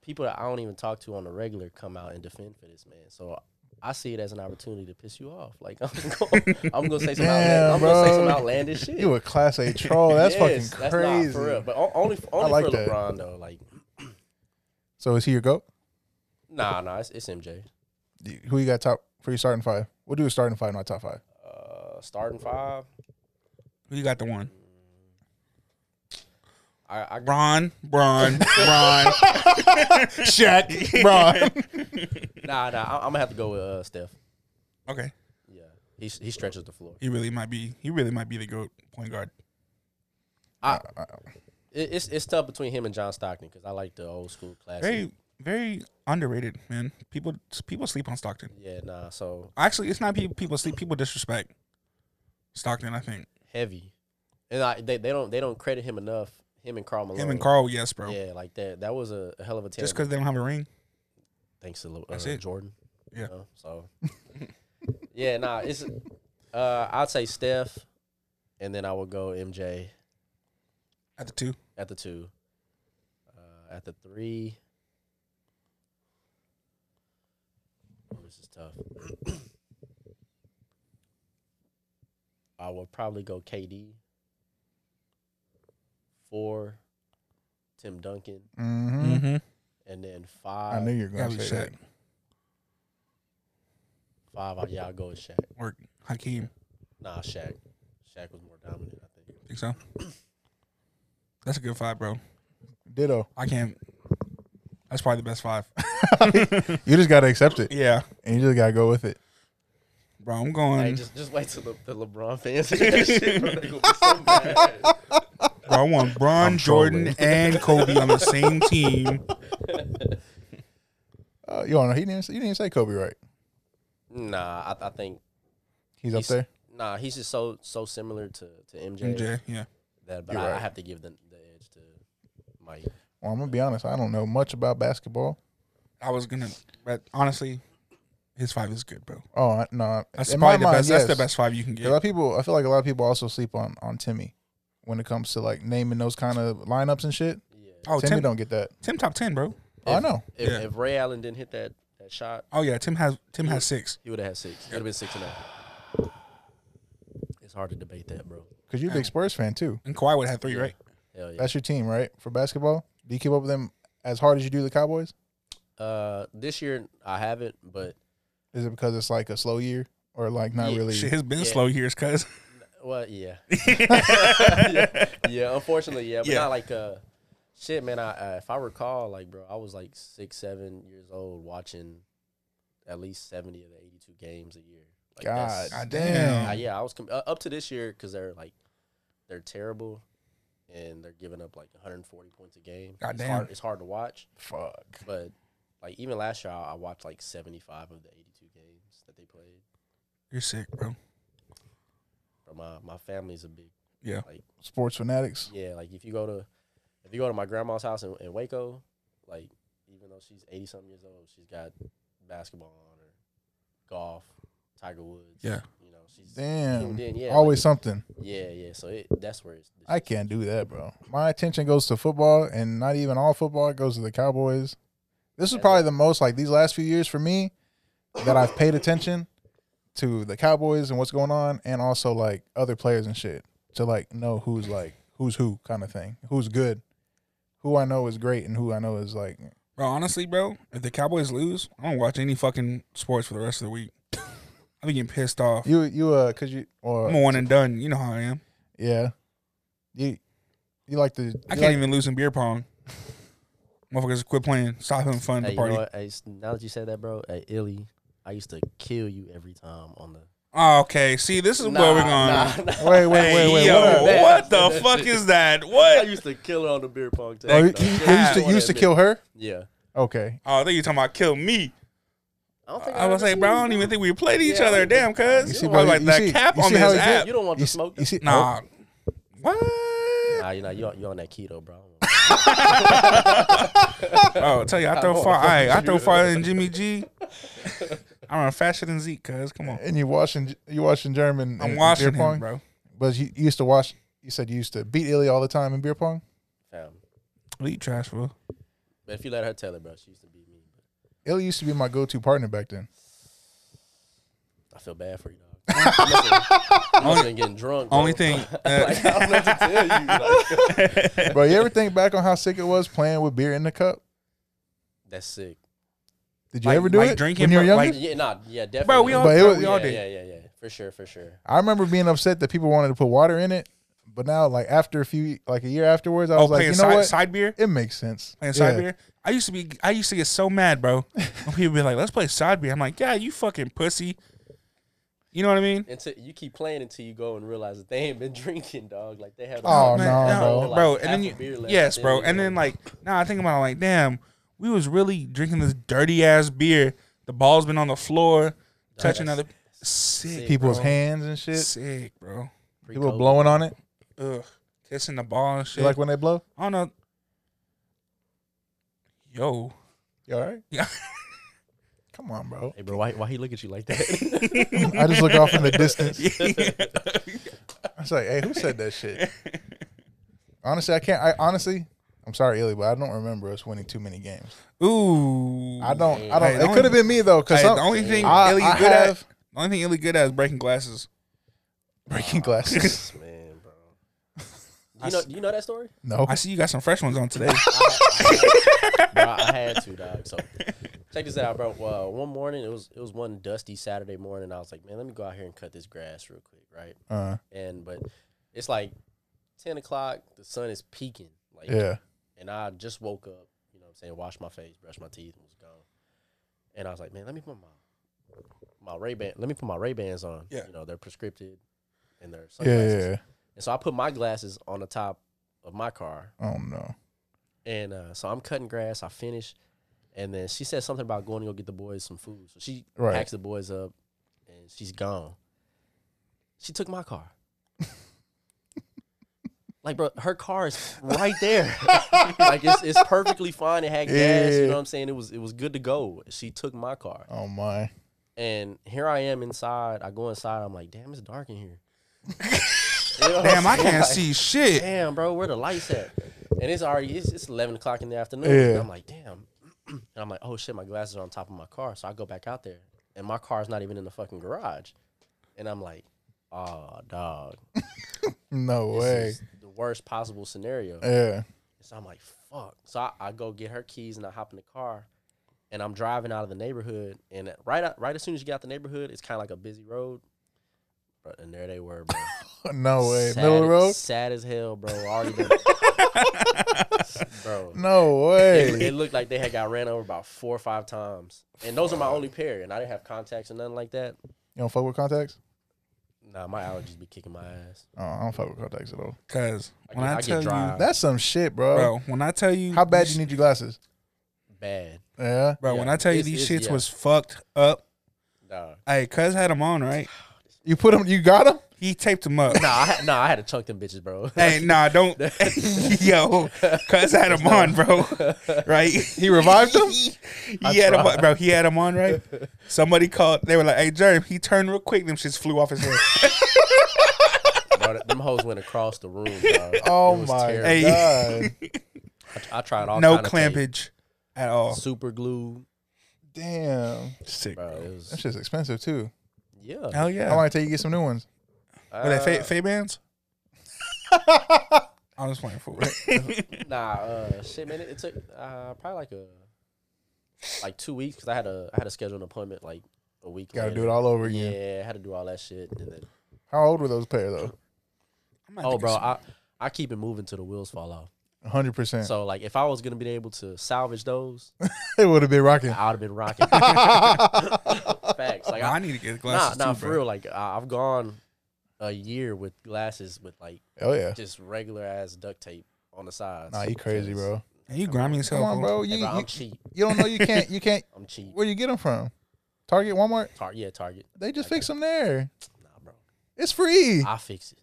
E: people that I don't even talk to on the regular come out and defend for this man. So I see it as an opportunity to piss you off. Like I'm gonna, I'm gonna say some
C: Damn,
E: outland, I'm gonna say some
C: bro.
E: outlandish shit.
C: You a class A troll. That's
E: Yes,
C: fucking
E: that's not
C: crazy.
E: for real. But o- only only
C: like
E: for
C: that.
E: LeBron though. Like
C: So is he your goat?
E: nah, nah, it's, it's MJ.
C: You- Who you got top for your starting five? We'll do a starting five, not top five.
E: Uh, starting five,
D: Who Oh, you got the one?
E: I, I
D: Bron, Bron, Bron.
C: Shaq, Bron.
E: Nah, nah, I- I'm gonna have to go with uh, Steph.
D: Okay,
E: Yeah, he he stretches the floor.
D: he really might be. He really might be the goat point guard.
E: It, it's it's tough between him and John Stockton because I like the old school classic.
D: Very, very underrated, man. People, people sleep on Stockton.
E: Yeah, nah. So
D: Actually, it's not people. People sleep. People disrespect Stockton. I think
E: heavy, and I they, they don't they don't credit him enough. Him and Carl Malone.
D: him and Carl. Yes, bro.
E: Yeah, like that. That was a, a hell of a tandem.
D: Just because they don't have a ring.
E: thanks to Lil- uh,
D: That's it.
E: Jordan. you
D: Yeah.
E: know, so yeah, nah, it's uh I'd say Steph and then I would go MJ
D: At the two,
E: at the two. Uh at the three. Oh, this is tough. I would probably go KD. Four, Tim Duncan,
C: Mm-hmm.
D: mm-hmm.
E: and then
C: I
E: five.
C: knew you were
D: gotta
C: going
D: be
C: to say that.
D: Shaq.
E: Five, I- yeah, I'll go with Shaq.
D: Or Hakeem.
E: Nah, Shaq. Shaq was more dominant, I think.
D: Think so? That's a good five, bro.
C: Ditto.
D: I can't. That's probably the best five.
C: You just got to accept it,
D: yeah,
C: and you just got to go with it.
D: bro. I'm going.
E: Hey, just just wait till the, the LeBron fans hear that shit. bro. They gonna be so mad.
D: bro, I want Bron, Jordan, and Kobe on the same team.
C: Uh, you don't know. He didn't. You didn't say Kobe right.
E: Nah, I, I think
C: He's, up
E: He's-
C: there.
E: nah he's just so so similar to to MJ,
D: MJ, yeah.
E: that but
C: You're
E: I, I
C: right.
E: have to give the, the edge to Mike.
C: Well, I'm gonna be honest. I don't know much about basketball.
D: I was gonna, but honestly, his five is good, bro.
C: Oh I- no,
D: That's
C: in
D: probably
C: my
D: the
C: mind,
D: best.
C: yes.
D: That's the best five you can
C: A lot
D: get.
C: of people. I feel like a lot of people also sleep on on Timmy when it comes to like naming those kind of lineups and shit.
E: Yeah.
D: Oh,
C: Timmy
D: Tim,
C: don't get that.
D: Tim top ten, bro.
C: Oh, I know.
E: If,
D: Yeah.
E: if Ray Allen didn't hit that that shot,
D: Oh yeah, Tim has Tim has six.
E: he would have had six. It would have been six and a half. It's hard to debate that, bro.
C: Because you're a big Spurs fan too.
D: And Kawhi would have three, Oh, right?
E: Hell yeah.
C: That's your team, right? For basketball, do you keep up with them as hard as you do the Cowboys?
E: Uh, this year I haven't, but
C: Is it because it's like a slow year or like not
E: Yeah,
C: really?
D: Shit, has been
E: Yeah.
D: slow years, cuz.
E: Well, yeah. yeah. unfortunately, yeah. But
D: Yeah.
E: not like uh shit, man. I, I if I recall, like, bro, I was like six, seven years old watching at least seventy of the eighty-two games a year. Like,
C: God,
E: that's-
D: God
C: damn.
E: I,
D: damn.
E: yeah, I was com- uh, up to this year because they're like they're terrible and they're giving up like 140 points a game.
D: God
E: it's
D: damn.
E: hard. It's hard to watch,
C: Fuck.
E: but like even last year, I, I watched like 75 of the 82 games that they played.
D: You're sick, bro.
E: But my my family's a big
D: Yeah.
E: like
C: Sports fanatics.
E: Yeah, like if you go to if you go to my grandma's house in, in Waco, like even though she's eighty something years old, she's got basketball on her, golf, Tiger Woods.
D: Yeah.
E: you know she's
C: Damn.
E: tuned in. Yeah,
C: Always something.
E: like- yeah, yeah. So it, that's where it's.
C: I can't do that, bro. My attention goes to football, and not even all football it goes to the Cowboys. This was probably the most like these last few years for me that I've paid attention to the Cowboys and what's going on, and also like other players and shit to like know who's like who's who kind of thing, who's good, who I know is great, and who I know is like
D: Bro, honestly, bro, if the Cowboys lose, I don't watch any fucking sports for the rest of the week. I'll be getting pissed off.
C: you you uh cause you or
D: I'm a one and done. You know how I am.
C: yeah you you like the
D: I
C: you
D: can't
C: like-
D: even lose in beer pong. Motherfuckers, quit playing. Stop having fun at
E: Hey,
D: the
E: you know
D: party.
E: what? Hey, s- now that you said that, bro, at Illy, I used to kill you every time on the.
D: Oh, okay, see, this is where we're going.
E: nah.
C: wait wait
D: Hey,
C: wait wait
D: yo,
C: what up?
E: up?
D: what the fuck is that?
E: I
D: What?
E: used to kill her on the beer pong table.
C: Oh, you,
E: though.
C: you- you
E: Yeah,
C: used to
E: I
C: you used to
E: admit.
C: kill her
E: Yeah,
C: okay
D: Oh, I think you talking about kill me.
E: I don't think
D: I was
E: ever
D: like, bro, I
E: seen
D: don't
E: you.
D: even think we played each
E: Yeah, I
D: other.
E: don't
D: Damn,
E: think-
D: cuz.
E: You
D: I
E: see,
D: was
C: bro,
D: like,
C: you
D: that
C: see-
D: cap
C: you
D: on
C: see how
D: this
C: he did?
D: app.
E: You don't want
C: You
E: to
C: s-
E: smoke.
C: you
E: that?
C: see
D: Nah. What?
E: Nah, you know you on- you on that keto, bro.
D: Oh, I tell you, I throw far. I, I throw farther than Jimmy G. I run faster than Zeke, cuz. Come on.
C: oh, and you watching you watching German.
D: I'm
C: in
D: watching
C: beer pong,
D: him, bro.
C: But you, you used to watch. You said you used to beat Illy all the time in beer pong.
E: Fam.
D: Elite trash, bro.
E: But if you let her tell it, bro, she used to beat me. But
C: Illy used to be my go-to partner back then.
E: I feel bad for you, dog. You must have- you must have been getting drunk. bro.
D: Only thing. uh,
E: Like, I don't know what to tell you. Like,
C: Bro, you ever think back on how sick it was playing with beer in the cup?
E: that's sick.
C: Did you
D: Like-
C: ever do
D: like
C: it
D: drinking,
C: when you were
D: bro,
C: younger?
D: like-
E: Yeah, nah, yeah, definitely.
D: bro, we all,
C: But it
D: bro,
C: was-
D: we
E: yeah,
D: all
E: yeah,
D: did.
E: yeah, yeah, yeah, for sure, for sure.
C: I remember being upset that people wanted to put water in it, but now, like after a few, like a year afterwards, I
D: Oh,
C: was like,
D: playing
C: you know
D: side,
C: what?
D: side beer?
C: it makes sense.
D: Playing side
C: Yeah.
D: beer? I used to be, I used to get so mad, bro. When people be like, let's play side beer. I'm like, yeah, you fucking pussy. You know what I mean?
E: Until you keep playing until you go and realize that they ain't been drinking, dog. Like they have.
C: Oh,
D: Man,
C: no,
D: no,
C: bro.
E: like,
D: bro.
E: half
D: and then
E: a
D: you,
E: beer left,
D: yes, bro.
E: you
D: And
E: know.
D: then like now I think about it like, damn, we was really drinking this dirty ass beer. The ball's been on the floor, touching
E: that's
D: other sick
C: People's
D: bro.
C: hands and shit.
D: Sick, bro.
C: People
E: Pre-COVID.
C: blowing on it.
D: Ugh, kissing the ball and
C: You
D: shit.
C: like when they blow?
D: I don't know. Yo,
C: You all right?
D: Yeah.
C: Come on, bro.
E: Hey, bro, why why he look at you like that?
C: I just look off in the distance. I was like, hey, who said that shit? Honestly, I can't. I honestly, I'm sorry, Illy, but I don't remember us winning too many games.
D: ooh,
C: I don't. I
D: Hey,
C: don't.
D: the
C: It could have
D: only-
C: been me though, because
D: Hey, the only thing
C: I-
D: Illy
C: I
D: good at,
C: have-
D: the only thing Illy good at is breaking glasses.
C: breaking glasses.
E: Man, bro. You know, you know that story?
C: no,
D: I see you got some fresh ones on today.
E: bro, I had to, dog. So check this out, bro. Uh, one morning, it was it was one dusty Saturday morning. I was like, man, let me go out here and cut this grass real quick, right?
C: uh,
E: And but it's like ten o'clock. The sun is peaking, like,
C: yeah.
E: and I just woke up. You know, what I'm saying, wash my face, brush my teeth, and was gone. And I was like, man, let me put my my Ray Ban. Let me put my Ray Bans on.
D: Yeah.
E: you know, they're prescripted, and they're
C: yeah,
E: sunglasses.
C: yeah, yeah.
E: And so I put my glasses on the top of my car,
C: Oh no.
E: and uh, so I'm cutting grass. I finish, and then she said something about going to go get the boys some food. So she
C: Right.
E: packs the boys up, and she's gone. She took my car. like, bro, her car is right there. like, it's, it's perfectly fine. It had gas. You
C: Yeah.
E: know what I'm saying? It was it was good to go. She took my car,
C: Oh my.
E: and here I am inside. I go inside. I'm like, damn, it's dark in here. You know what
D: Damn, I
E: I'm saying?
D: can't
E: Like,
D: see shit.
E: damn, bro, where the lights at? And it's already it's, it's eleven o'clock in the afternoon.
C: Yeah.
E: And I'm like, damn. And I'm like, oh shit, my glasses are on top of my car. So I go back out there, and my car's not even in the fucking garage. And I'm like, oh dog,
C: No
E: this
C: way.
E: is the worst possible scenario.
C: Yeah.
E: So I'm like, fuck. So I, I go get her keys and I hop in the car, and I'm driving out of the neighborhood. And at- right out, right as soon as you get out the neighborhood, it's kind of like a busy road. Bro, and there they were, bro.
D: Oh,
C: No way.
E: Sad-
C: Middle of the road.
E: Sad as hell, bro. Already done. bro.
C: No
E: It,
C: way.
E: it looked like they had got ran over about four or five times. And those are my only pair. And I didn't have contacts or nothing like that.
C: You don't fuck with contacts?
E: Nah, my allergies be kicking my ass.
C: Oh, I don't fuck with contacts at all.
D: Cause
E: I
D: when
E: get-
D: I,
E: I get
D: tell
E: dry.
D: you,
C: That's some shit, bro.
D: bro, when I tell you,
C: How bad you need your glasses?
E: Bad.
C: Yeah.
D: bro? When
E: Yeah,
D: I tell you
E: it's-
D: these
E: it's-
D: shits
E: yeah.
D: was fucked up.
E: Nah.
D: Hey, Cuz had them on, right?
C: You put them. You got them.
D: He taped them up.
E: Nah, I, had- nah, I had to chunk them bitches, bro.
D: Hey, nah, don't. Yo, Cuz had him on, bro. Right? He
C: revived him?
D: he had him on, bro. He had him on, right? Somebody called. They were like, hey, Jerm, he turned real quick. Them shits flew off his head.
E: Bro, them hoes went across the room, dog.
C: Oh
E: It was
C: my
E: terrible.
D: Hey.
C: god.
E: I tried all
D: no
E: kind of tape.
D: clampage at all.
E: Super glue.
C: Damn.
D: Sick.
E: Bro, it
C: That
E: was,
C: shit's expensive too.
E: yeah.
D: Hell
C: How
D: yeah.
C: long it take you to get some new ones?
D: Were they
E: Uh,
D: fake fake bands? I was playing for it.
E: Nah, uh, shit, man. It, it took uh, probably like a like two weeks because I had a I had to schedule an appointment like a week.
C: Got to do it
E: later.
C: all over
E: Yeah,
C: again.
E: I had to do all that shit. And then,
C: How old were those pair though?
E: oh, bro, I I keep it moving till the wheels fall off.
C: hundred percent.
E: So like, if I was gonna be able to salvage those,
C: It would have been rocking.
E: I would have been rocking. Facts, like
D: Nah, I
E: I,
D: need to get
E: nah,
D: glasses
E: nah,
D: too,
E: for
D: bro.
E: real. Like I, I've gone a year with glasses with like
C: Oh yeah.
E: just regular ass duct tape on the sides.
C: Nah, you crazy,
E: because-
C: bro.
D: And you grimy as hell,
C: Come on, bro. You
E: Hey, bro,
C: you,
E: I'm cheap.
C: you don't know you can't you can't.
E: I'm cheap.
C: Where you get them from? Target, Walmart.
E: Tar- yeah, Target.
C: They just fix them there.
E: Nah, bro.
C: It's free.
E: I fix it.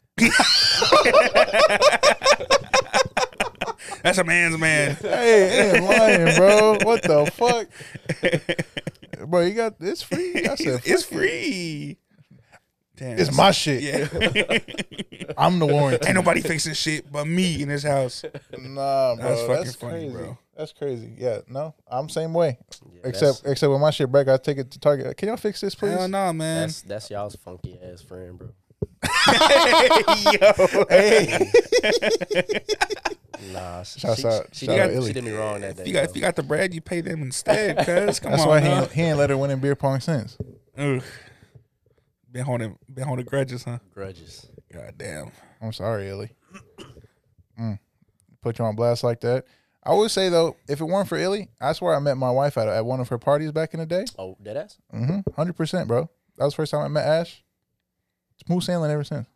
D: That's a man's man.
C: Hey, I ain't lying, bro. What the fuck, bro? You got it's free. I said
D: it's
C: fuck it.
D: free. Damn,
C: It's my shit.
D: Yeah.
C: I'm the warranty.
D: Ain't nobody fixing shit but me in this house.
C: Nah, bro,
D: That's
C: that's,
D: fucking funny,
C: crazy.
D: bro.
C: That's crazy. Yeah, no, I'm same way.
E: Yeah, that's-
C: except except when my shit break, I take it to Target. Can y'all fix this, please?
D: Hell no, man.
E: That's that's y'all's funky ass friend, bro.
D: Yo, hey.
E: Nah, she,
C: Shouts
E: she,
C: out-
E: she,
C: shout
E: did,
C: out Illy.
E: she did me wrong that day.
D: If you got if
E: bro.
D: you got the bread, you pay them instead. Cuz come
C: That's
D: on,
C: why he
D: huh?
C: ain't, he ain't let her win in beer pong since.
D: Ugh. Been holding been holding grudges, huh?
E: grudges.
D: God damn.
C: I'm sorry, Illy. Mm. Put you on blast like that. I would say though, if it weren't for Illy, I swear I met my wife at, at one of her parties back in the day. Mm-hmm.
E: Oh, dead ass.
C: Hundred percent, bro. That was the first time I met Ash. Smooth sailing ever since.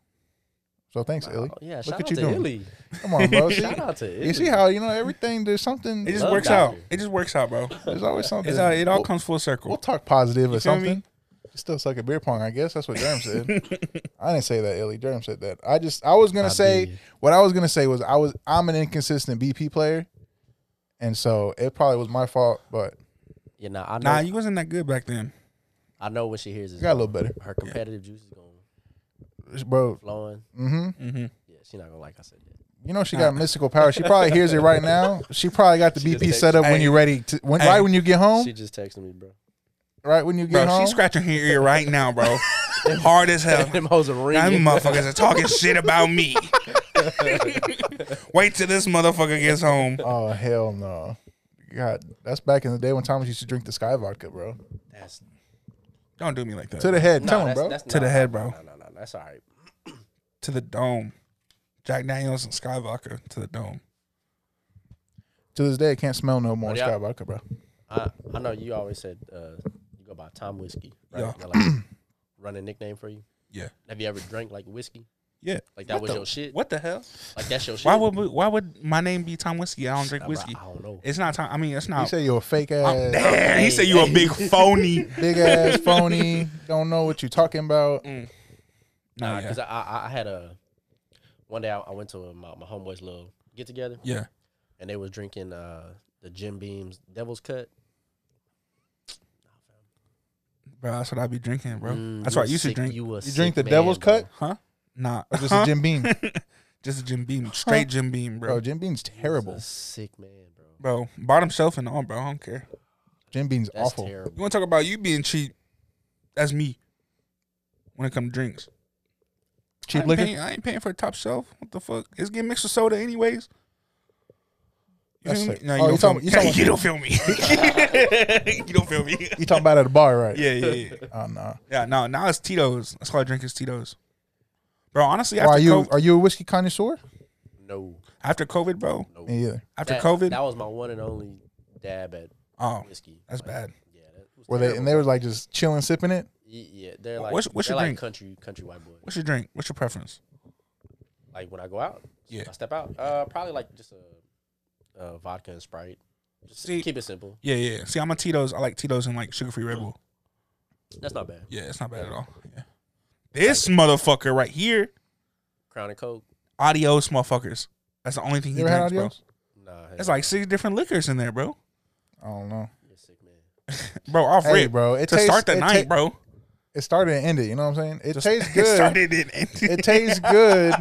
C: So thanks, Illy.
E: Oh, yeah,
C: Look
E: shout
C: what
E: out
C: you
E: to
C: doing.
E: Illy.
C: Come on, bro. See,
E: Shout out to Illy.
C: you see how you know everything? There's something.
D: It just
E: Love
D: works
E: doctor.
D: out. It just works out, bro.
C: There's always something.
D: It's all, it all
C: We'll-
D: comes full circle.
C: We'll talk positive or
D: feel me?
C: something. You still suck at beer pong, I guess. That's what Durham said. I didn't say that, Illy. Durham said that. I just I was gonna
E: I
C: say
E: believe.
C: what I was gonna say was I was I'm an inconsistent BP player. And so it probably was my fault, but
E: Yeah, nah, I know.
D: Nah, you wasn't that good back then.
E: I know what she hears
C: I
E: is
C: got a little better.
E: her competitive juice is going
C: Bro,
E: flowing.
C: mm-hmm.
D: Mm-hmm.
E: Yeah, she's not gonna like I said that.
C: You know she got mystical power. She probably hears it right now. She probably got the
E: She just
C: BP
E: text-
C: set up when
D: Hey.
C: you're ready to when,
D: Hey.
C: right when you get home.
E: She just texted me, bro.
C: right when you get
D: Bro,
C: home.
D: she's scratching her ear right now, bro. Hard as hell.
E: Them hoes are
D: Now them
E: ringing.
D: motherfuckers are talking shit about me. Wait till this motherfucker gets home.
C: oh hell no. God, that's back in the day when Thomas used to drink the Sky vodka, bro.
E: That's, nah,
D: Don't do me like that.
C: To the head, tell him,
E: that's-
C: bro.
E: that's-
D: To the
E: nah,
D: head, bro.
E: nah, nah, nah, nah, nah, That's all right.
D: to the dome. Jack Daniels and Sky Vodka to the dome.
C: to this day, I can't smell no more
E: But yeah.
C: Sky vodka, bro.
E: I, I know you always said uh, you go by Tom Whiskey. Right?
D: Yeah.
E: They're Like, run a nickname for you.
D: Yeah.
E: Have you ever drank like whiskey?
D: Yeah.
E: Like that was your shit?
D: What the hell?
E: Like that's your shit?
D: Why would we- why would my name be Tom Whiskey? I don't
E: Nah,
D: drink
E: bro,
D: whiskey.
E: I don't know.
D: It's not Tom. I mean, it's
C: You
D: not.
C: say you're a fake ass,
D: Damn, he said you a big phony.
C: big ass phony. Don't know what you're talking about.
E: Nah,
D: Nah, yeah.
E: because I, I I had a one day I, I went to my my homeboy's little get together
D: yeah.
E: and they was drinking uh the Jim Beam's Devil's Cut.
D: Bro, that's what I be drinking, bro.
E: Mm,
D: that's
E: you
D: what I
E: a
D: used to
E: sick-
D: drink.
E: You, a
C: You drink
E: sick
C: the
E: man,
C: Devil's
E: bro.
C: Cut
D: huh? Nah.
C: or just a Jim Beam,
D: Just a Jim Beam. Straight Jim Beam,
C: bro.
D: bro.
C: Jim Beam's terrible.
E: A sick man, bro.
D: Bro, bottom shelf and all, bro. I don't care.
C: Jim Beam's
E: That's
C: awful.
D: You
E: terrible.
D: want to talk about you being cheap? That's me. When it comes to drinks. I
C: Cheap
D: ain't
C: liquor.
D: paying- I ain't paying for a top shelf. What the fuck? It's getting mixed with soda anyways. You
C: That's
D: feel me?
C: sick.
D: No,
C: Oh,
D: you,
C: you
D: don't feel
C: talking-
D: me.
C: you talking-
D: you don't feel me. you don't feel me.
C: You talking about at a bar, right?
D: Yeah, yeah, yeah.
C: Oh no.
D: Yeah, no, now it's Tito's. That's all I drink is Tito's. Bro, honestly,
C: Why,
D: after,
C: are you
D: COVID,
C: are you a whiskey connoisseur?
E: No,
D: after COVID, bro,
E: no.
C: Me either.
D: after
E: That-
D: COVID,
E: that was my one and only dab at
D: oh,
E: whiskey.
D: that's
E: Like,
D: bad.
E: Yeah, that was
C: Were they and they were like just chilling, sipping it?
E: Y- Yeah, they're
D: Wha-
E: like
D: what's- what's
E: they're
D: your
E: like
D: drink?
E: country country white boy.
D: What's your drink? What's your preference?
E: Like when I go out,
D: Yeah.
E: I step out. Uh, probably like just a, uh vodka and Sprite. Just
D: See-
E: keep it simple.
D: Yeah, yeah. See, I'm a Tito's. I like Tito's and like sugar free Red Bull.
E: That's not bad.
D: Yeah, it's not bad at all. Yeah. This motherfucker right here,
E: Crown and Coke.
D: adios, motherfuckers. That's the only thing he
C: You ever had
D: drinks,
C: any of
D: bro.
C: those?
E: Nah,
D: That's
E: hell
D: like six different liquors in there, bro.
C: I don't know.
E: no. You're sick man.
D: Bro, off
C: Hey,
D: rip,
C: bro, it
D: to start
C: tastes-
D: the
C: it
D: night,
C: ta-
D: bro.
C: It started and ended. You know what I'm saying? It tastes
D: It
C: good.
D: started and ended.
C: it tastes good,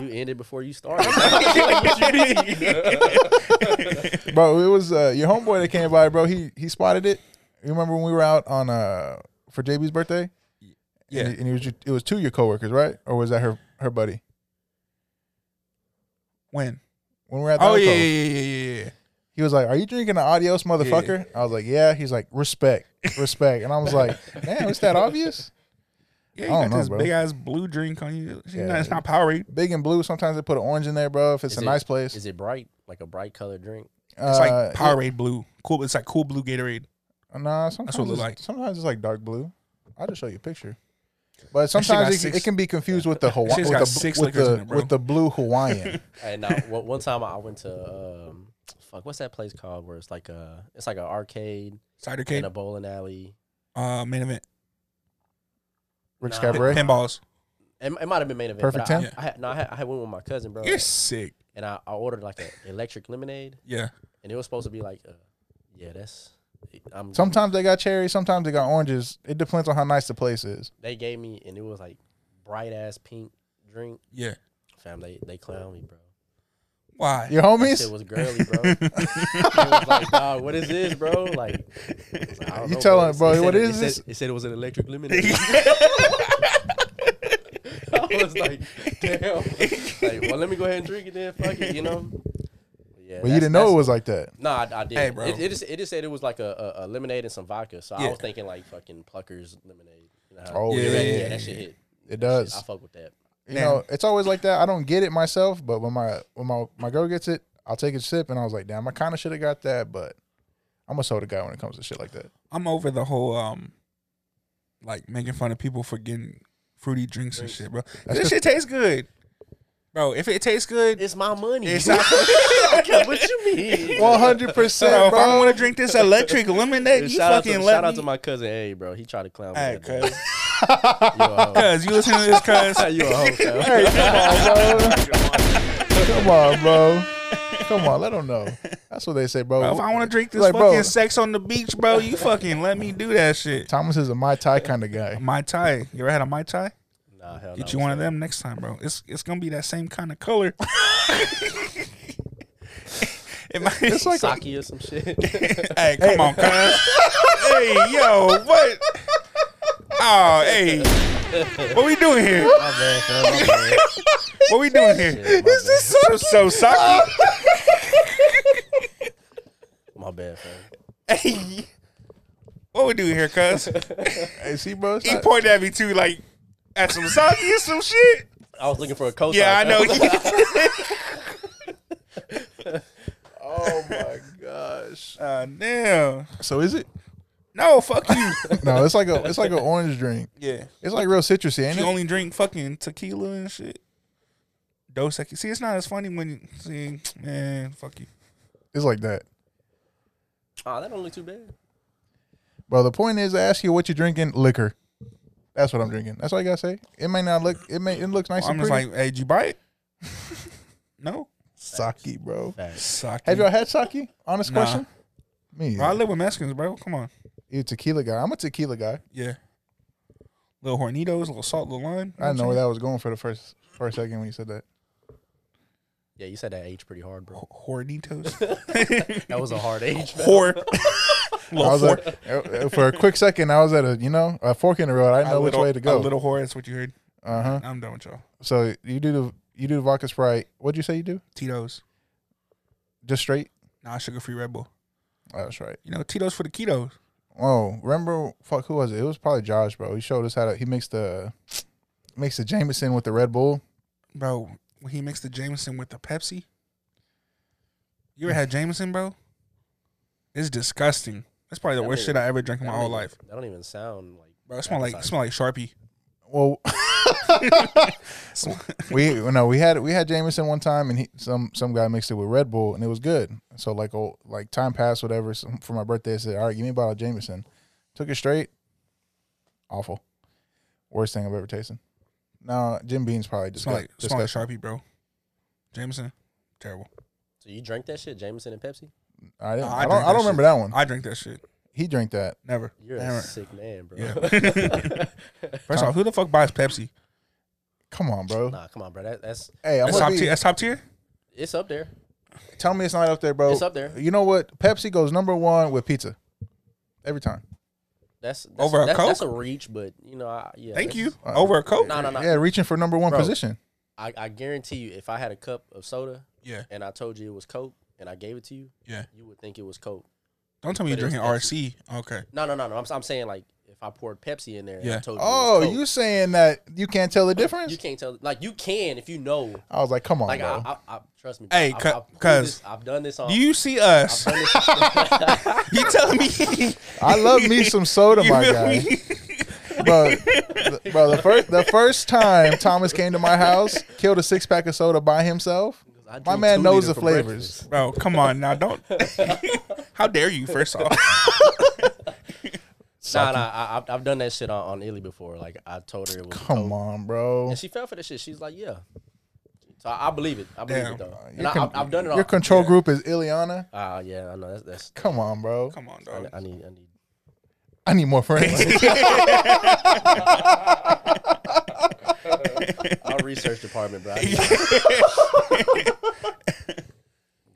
E: You ended before you started. What you mean?
C: bro. It was uh, your homeboy that came by, bro. He he spotted it. You remember when we were out on uh for JB's birthday?
D: Yeah.
C: and, he- and it was your, it was two of your coworkers, right? Or was that her her buddy
D: When?
C: when we were at the
D: Oh
C: alcove?
D: yeah, yeah, yeah, yeah, yeah.
C: He was like, "Are you drinking an adios, motherfucker?" I was like, "Yeah." He's like, "Respect, respect," and I was like, "Damn, it's that obvious."
D: Yeah, you
C: I
D: got
C: don't know,
D: this
C: bro.
D: big ass blue drink on you. You know,
C: Yeah.
D: it's not Powerade.
C: Big and blue. Sometimes they put an orange in there, bro. If it's
E: Is
C: a
E: it-
C: nice place,
E: Is it bright? Like a bright colored drink?
D: It's like
C: Uh,
D: Powerade blue. Cool. It's like cool blue Gatorade.
C: Nah,
D: it
C: sometimes
D: look
C: it's,
D: like.
C: sometimes it's like dark blue. I'll just show you a picture. But
D: shit got
C: sometimes it,
D: six-
C: it can be confused with the Hawaii
D: shit's
C: with,
D: got
C: the,
D: six
C: with,
D: liquors
C: the,
D: in it, bro.
C: with the blue Hawaiian.
E: And now one one time I went to um, fuck, what's that place called? Where it's like a it's like an arcade
D: Cider cake.
E: and a bowling alley.
D: Uh, main event.
C: Rick's
E: Nah.
C: Cabaret.
D: Pinballs.
E: It, it might have been main event.
C: Perfect
E: but I,
C: Ten?
E: I, I, had- no, I, had, I had went with my cousin,
C: Uh.
E: bro.
D: You're sick.
E: And I, I ordered like an electric lemonade,
D: Yeah.
E: and it was supposed to be like, uh, yeah, that's. I'm,
C: Sometimes they got cherry. Sometimes they got oranges. It depends on how nice the place is.
E: they gave me, and it was like bright ass pink drink.
D: Yeah.
E: Fam, they they clown me, bro.
D: Why?
C: Your
E: That
C: homies,
E: shit was girly, bro. it was like, dog, what is this, bro? Like, I was like, I don't
C: You
E: know,
C: tell him,
E: It
C: bro,
E: said-
C: what
E: it
C: is
E: said-
C: this?
E: It said it was an electric lemonade. I was like, damn. Like, well, let me go ahead and drink it then. Fuck it, you know. Yeah,
C: but you didn't know it was like that.
E: No, I, I did.
D: Hey, bro.
E: It, it, just, it just said it was like a, a, a lemonade and some vodka, so
D: Yeah.
E: I was thinking like fucking Pluckers lemonade. You know how-
C: Oh,
D: Yeah,
E: yeah,
D: yeah,
E: that shit hit.
C: It
E: That shit- I
C: does.
E: fuck with that.
C: You know, it's always like that. I don't get it myself, but when my when my my girl gets it, I'll take a sip, and I was like, damn, I kind of should have got that, but I'm a soda guy when it comes to shit like that.
D: I'm over the whole um, like making fun of people for getting fruity drinks and shit, bro.
C: good.
D: this shit tastes good, bro. If it tastes good,
E: It's my money.
D: it's
E: I
D: not.
E: don't care what you mean?
C: One hundred
D: So
C: percent,
D: if I
C: bro.
D: want to drink this electric lemonade, you
E: shout out, to,
D: fucking let
E: shout out
D: me.
E: to my cousin A, bro. He tried to clown me.
D: Hey,
E: that day.
D: cuz,
E: You a
D: cuz, you listening to this,
E: hoe.
D: cuz?
E: You a hoe, cuz.
C: Hey, come on, bro. Come on, bro. Come on, let them know. That's what they say, bro.
D: Bro, if I want to drink this
C: Like,
D: fucking
C: bro.
D: sex on the beach, bro, you fucking let me do that shit.
C: Thomas is a Mai Tai kind of guy.
D: Mai Tai. You ever had a Mai Tai?
E: Nah, hell
D: Get
E: no.
D: you one of them next time, bro. It's it's gonna be that same kind of color. it might,
C: It's like
E: Sake or some shit.
D: hey, come on, cuz. hey, yo, what? Oh, hey, what we doing here? What we doing here?
E: Is this
D: So, so sake?
E: My bad, fam.
D: uh, Hey, what we doing here, cuz?
C: hey, see, bro. It's
D: He
C: not,
D: pointed at me too, like at some sake or some shit.
E: I was looking for a coach.
D: Yeah, I know.
C: oh my gosh.
D: uh, damn.
C: So is it?
D: No, fuck you.
C: No, it's like a it's like an orange drink.
D: yeah.
C: It's like real citrusy, ain't
D: You
C: it?
D: only drink fucking tequila and shit. Dos Equis. See, it's not as funny when you see, man, fuck you.
C: It's like that.
E: Oh, that don't look too bad.
C: Bro, the point is, I ask you what you're drinking. Liquor. That's what I'm drinking. That's all you gotta say. It may not look. It may. It looks nice
D: I'm
C: and
D: just
C: pretty.
D: like, hey, did you buy it? no.
C: sake, bro.
D: Suck.
C: Have
D: it.
C: y'all had sake? Honest
D: Nah.
C: question. Me.
D: Bro, I live with Mexicans, bro. Come on.
C: You a tequila guy. I'm a tequila guy.
D: Yeah. Little hornitos, little salt, little lime.
C: I didn't know where that was going for the first first second when you said that.
E: Yeah, you said that age pretty hard, bro.
D: Hornitos.
E: That was a hard age. man.
D: Whore. little
C: I was
D: whore.
C: at, uh, for a quick second, I was at a you know a fork in the road. I didn't
D: A
C: know which
D: little-
C: way to
D: A
C: go.
D: little whore. That's what you heard.
C: Uh huh.
D: I'm done with y'all.
C: So you do the you do the vodka sprite. What'd you say you do?
D: Tito's.
C: Just straight.
D: Nah, sugar free Red Bull.
C: Oh, that's right.
D: You know, Tito's for the ketos.
C: Oh, remember? Fuck, who was it? It was probably Josh, bro. He showed us how to. He makes the makes the Jameson with the Red Bull.
D: Bro, when he mixed the Jameson with the Pepsi. You ever had Jameson, bro? It's disgusting. That's probably the
E: That
D: worst
E: nigga-
D: shit I ever drank in
E: That
D: my
E: don't
D: whole
E: even-
D: life.
E: That don't even sound like.
D: Bro, it smell like it smell like Sharpie.
C: Well,
D: Smell-
C: we no, we had we had Jameson one time, and he some some guy mixed it with Red Bull, and it was good. So like oh, like time passed, whatever. So for my birthday, I said, "All right, give me a bottle of Jameson." Took it straight. Awful, worst thing I've ever tasted. No, Jim Bean's probably
D: It
C: just
D: smell like it smell like
C: disgusting.
D: Sharpie, bro. Jameson, terrible.
E: So you drank that shit, Jameson and Pepsi?
C: I, didn't,
D: Nah, I
C: I, don't,
D: drink
C: I
D: that
C: don't remember that one.
D: I drink that shit.
C: He drank that.
D: Never.
E: You're
D: Never.
E: a sick man, bro.
D: Yeah. First off, who the fuck buys Pepsi?
C: Come on, bro.
E: nah, come on, bro. That, that's
C: Hey, I'm
D: That's top
C: gonna
D: tier.
C: be,
D: That's top tier.
E: it's up there.
C: tell me it's not up there, bro.
E: It's
D: Oh.
E: up there.
C: You know what? Pepsi goes number one with pizza every time.
E: That's, that's
D: Over a
E: that's, that's a
D: Coke?
E: reach, but you know, I, yeah.
D: Thank you.
E: that's-
C: Uh,
D: Over a Coke.
E: No, no, no.
C: Yeah, reaching for number one
E: Bro.
C: position.
E: I, I guarantee you, if I had a cup of soda
D: Yeah,
E: and I told you it was Coke and I gave it to you,
D: yeah.
E: you would think it was Coke.
D: Don't tell me you're
E: But it was
D: drinking RC. Okay.
E: No, no, no, no. I'm, I'm saying like if I poured Pepsi in there, and I
D: Yeah.
E: told you. it
C: Oh,
E: was Coke,
C: you saying that you can't tell the difference?
E: you can't tell. Like you can if you know.
C: I was like, come on,
E: Like
C: bro.
E: I, I, I trust me.
D: Hey,
E: I-
D: cu-
E: I- I've, proved
D: cuz-
E: this- I've done this on.
D: Do you see us?
E: I've done this-
D: you telling me?
C: I love me some soda, my guy. Bro, the, bro, the first the first time Thomas came to my house, killed a six pack of soda by himself.
E: I
C: My
E: drink
C: man
E: two
C: knows
E: liter
C: the
E: for
C: flavors.
E: breakfast.
D: Bro, come on now. Don't. How dare you? First off,
E: Nah, nah. I, I've, I've done that shit on, on Illy before. Like I told her it was.
C: Come on, bro.
E: And she fell for that shit. She's like, yeah. So I, I believe it. I believe
D: Damn.
E: it though. And
C: Your
E: I,
C: con-
E: I've, I've done it
C: Your
E: on.
C: control group is Ileana.
E: Ah, yeah. I know that's that's.
C: Come on, bro.
D: come on,
E: I,
D: dog.
E: I need. I need.
C: I need more friends.
E: Our research department, bro. I need-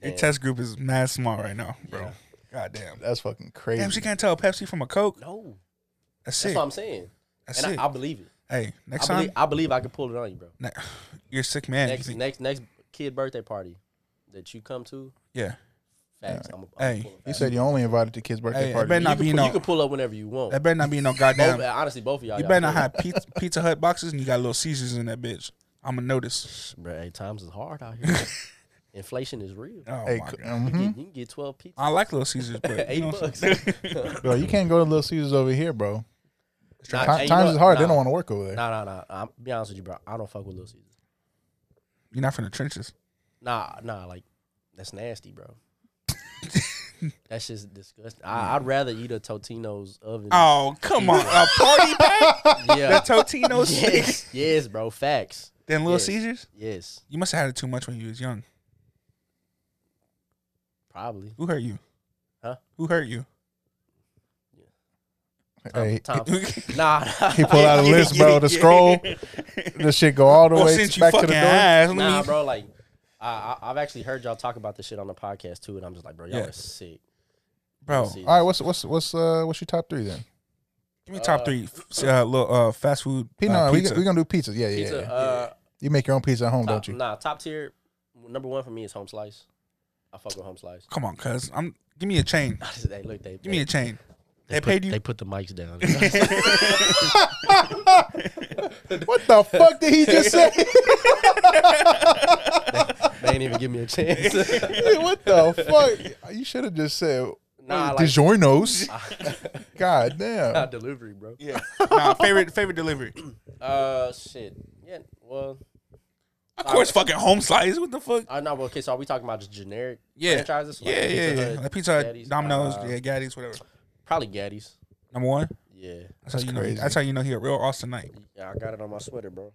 D: Your test group is mad small right now, bro. God damn.
C: That's fucking crazy.
D: Damn, she can't tell Pepsi from a Coke.
E: no,
D: That's
E: that's
D: sick.
E: what I'm saying.
D: That's sick.
E: And I, I believe it.
D: hey, next
E: I
D: time,
E: believe, I believe I could pull it on you, bro.
D: ne- you're a sick man.
E: Next,
D: You think-
E: next, next kid birthday party that you come to.
D: yeah.
E: Facts. I'm, I'm
D: Hey,
E: pulling
C: You
E: facts.
C: said you only invited to kids' birthday
D: Hey, I
C: party.
D: bet
E: you,
D: not
E: can,
D: being
E: pull-
D: on-
E: you can pull up whenever you want.
D: That better not be no
E: Both,
D: goddamn.
E: honestly, both of y'all.
D: You
E: got
D: better not
E: pull up.
D: have pizza, pizza Hut boxes and you got little Caesars in that bitch. I'ma notice.
E: Bro, hey, times is hard out here. Inflation is real.
D: Oh
C: Hey,
D: my god.
E: You,
C: mhm.
E: can, you can get twelve pizzas,
D: I like little Caesars, but
E: eight
D: you know,
E: bucks.
C: Bro, you can't go to Little Caesars over here, bro.
E: Nah,
C: Ti-
E: hey, you know
C: times
E: what?
C: is hard. They
E: Nah.
C: don't want to work over there.
E: Nah, nah, nah. I'm be honest with you, bro. I don't fuck with Little Caesars.
D: You're not from the trenches.
E: Nah, nah, like that's nasty, bro. that's just disgusting. I, I'd rather eat a Totino's oven.
D: Oh, come on. A party pack?
E: yeah.
D: Totino's steak?
E: yes, yes, bro. Facts.
D: Then Little
E: Yes.
D: Caesars?
E: Yes,
D: You must have had it too much when you was young.
E: probably.
D: Who hurt you?
E: Huh?
D: Who hurt you?
C: Hey,
E: Tom, nah, nah,
C: he pull out a list, bro. The scroll, the shit go all the
D: Well,
C: way
D: since you
C: back to
D: fucking
C: the door.
D: ass, let
E: nah,
D: me-
E: bro. Like, I, I, I've actually heard y'all talk about this shit on the podcast too, and I'm just like, bro, y'all
D: Yeah.
E: are sick.
D: bro.
E: See,
C: All right, what's what's what's uh what's your top three then?
D: Give me top three f- uh, little uh, fast food
C: P-
D: uh,
C: no, we
D: pizza.
C: we gonna do pizzas. Yeah, yeah,
E: pizza.
C: yeah.
E: uh,
C: You make your own pizza at home,
E: top,
C: don't you?
E: Nah, top tier. Number one for me is home slice. I fuck with home slice.
D: Come on, cuz. I'm give me a chain.
E: hey, look, they
D: Give me
E: they-
D: a chain. They,
E: put,
D: paid you.
E: They put the mics down.
C: What the fuck did he just say?
E: they ain't even give me a chance.
C: what the fuck? You should have just said
E: nah, like
C: DiGiorno's. God damn.
E: not delivery, bro.
D: yeah. Nah, favorite favorite delivery.
E: Uh, shit. Yeah. Well,
D: Of course, fucking home slice. What the fuck?
E: uh, no. Well, okay. So are we talking about just generic
D: Yeah.
E: franchises? Like
D: yeah, yeah,
E: Pizza
D: yeah.
E: Hut,
D: Like pizza, Hut,
E: Gaddy's?
D: Domino's,
E: Uh,
D: yeah, Gaddy's, whatever.
E: Probably Gaddy's.
D: Number one.
E: Yeah.
D: That's, how you know.
C: crazy.
D: That's how you know he a real Austinite.
E: Yeah, I got it on my sweater, bro.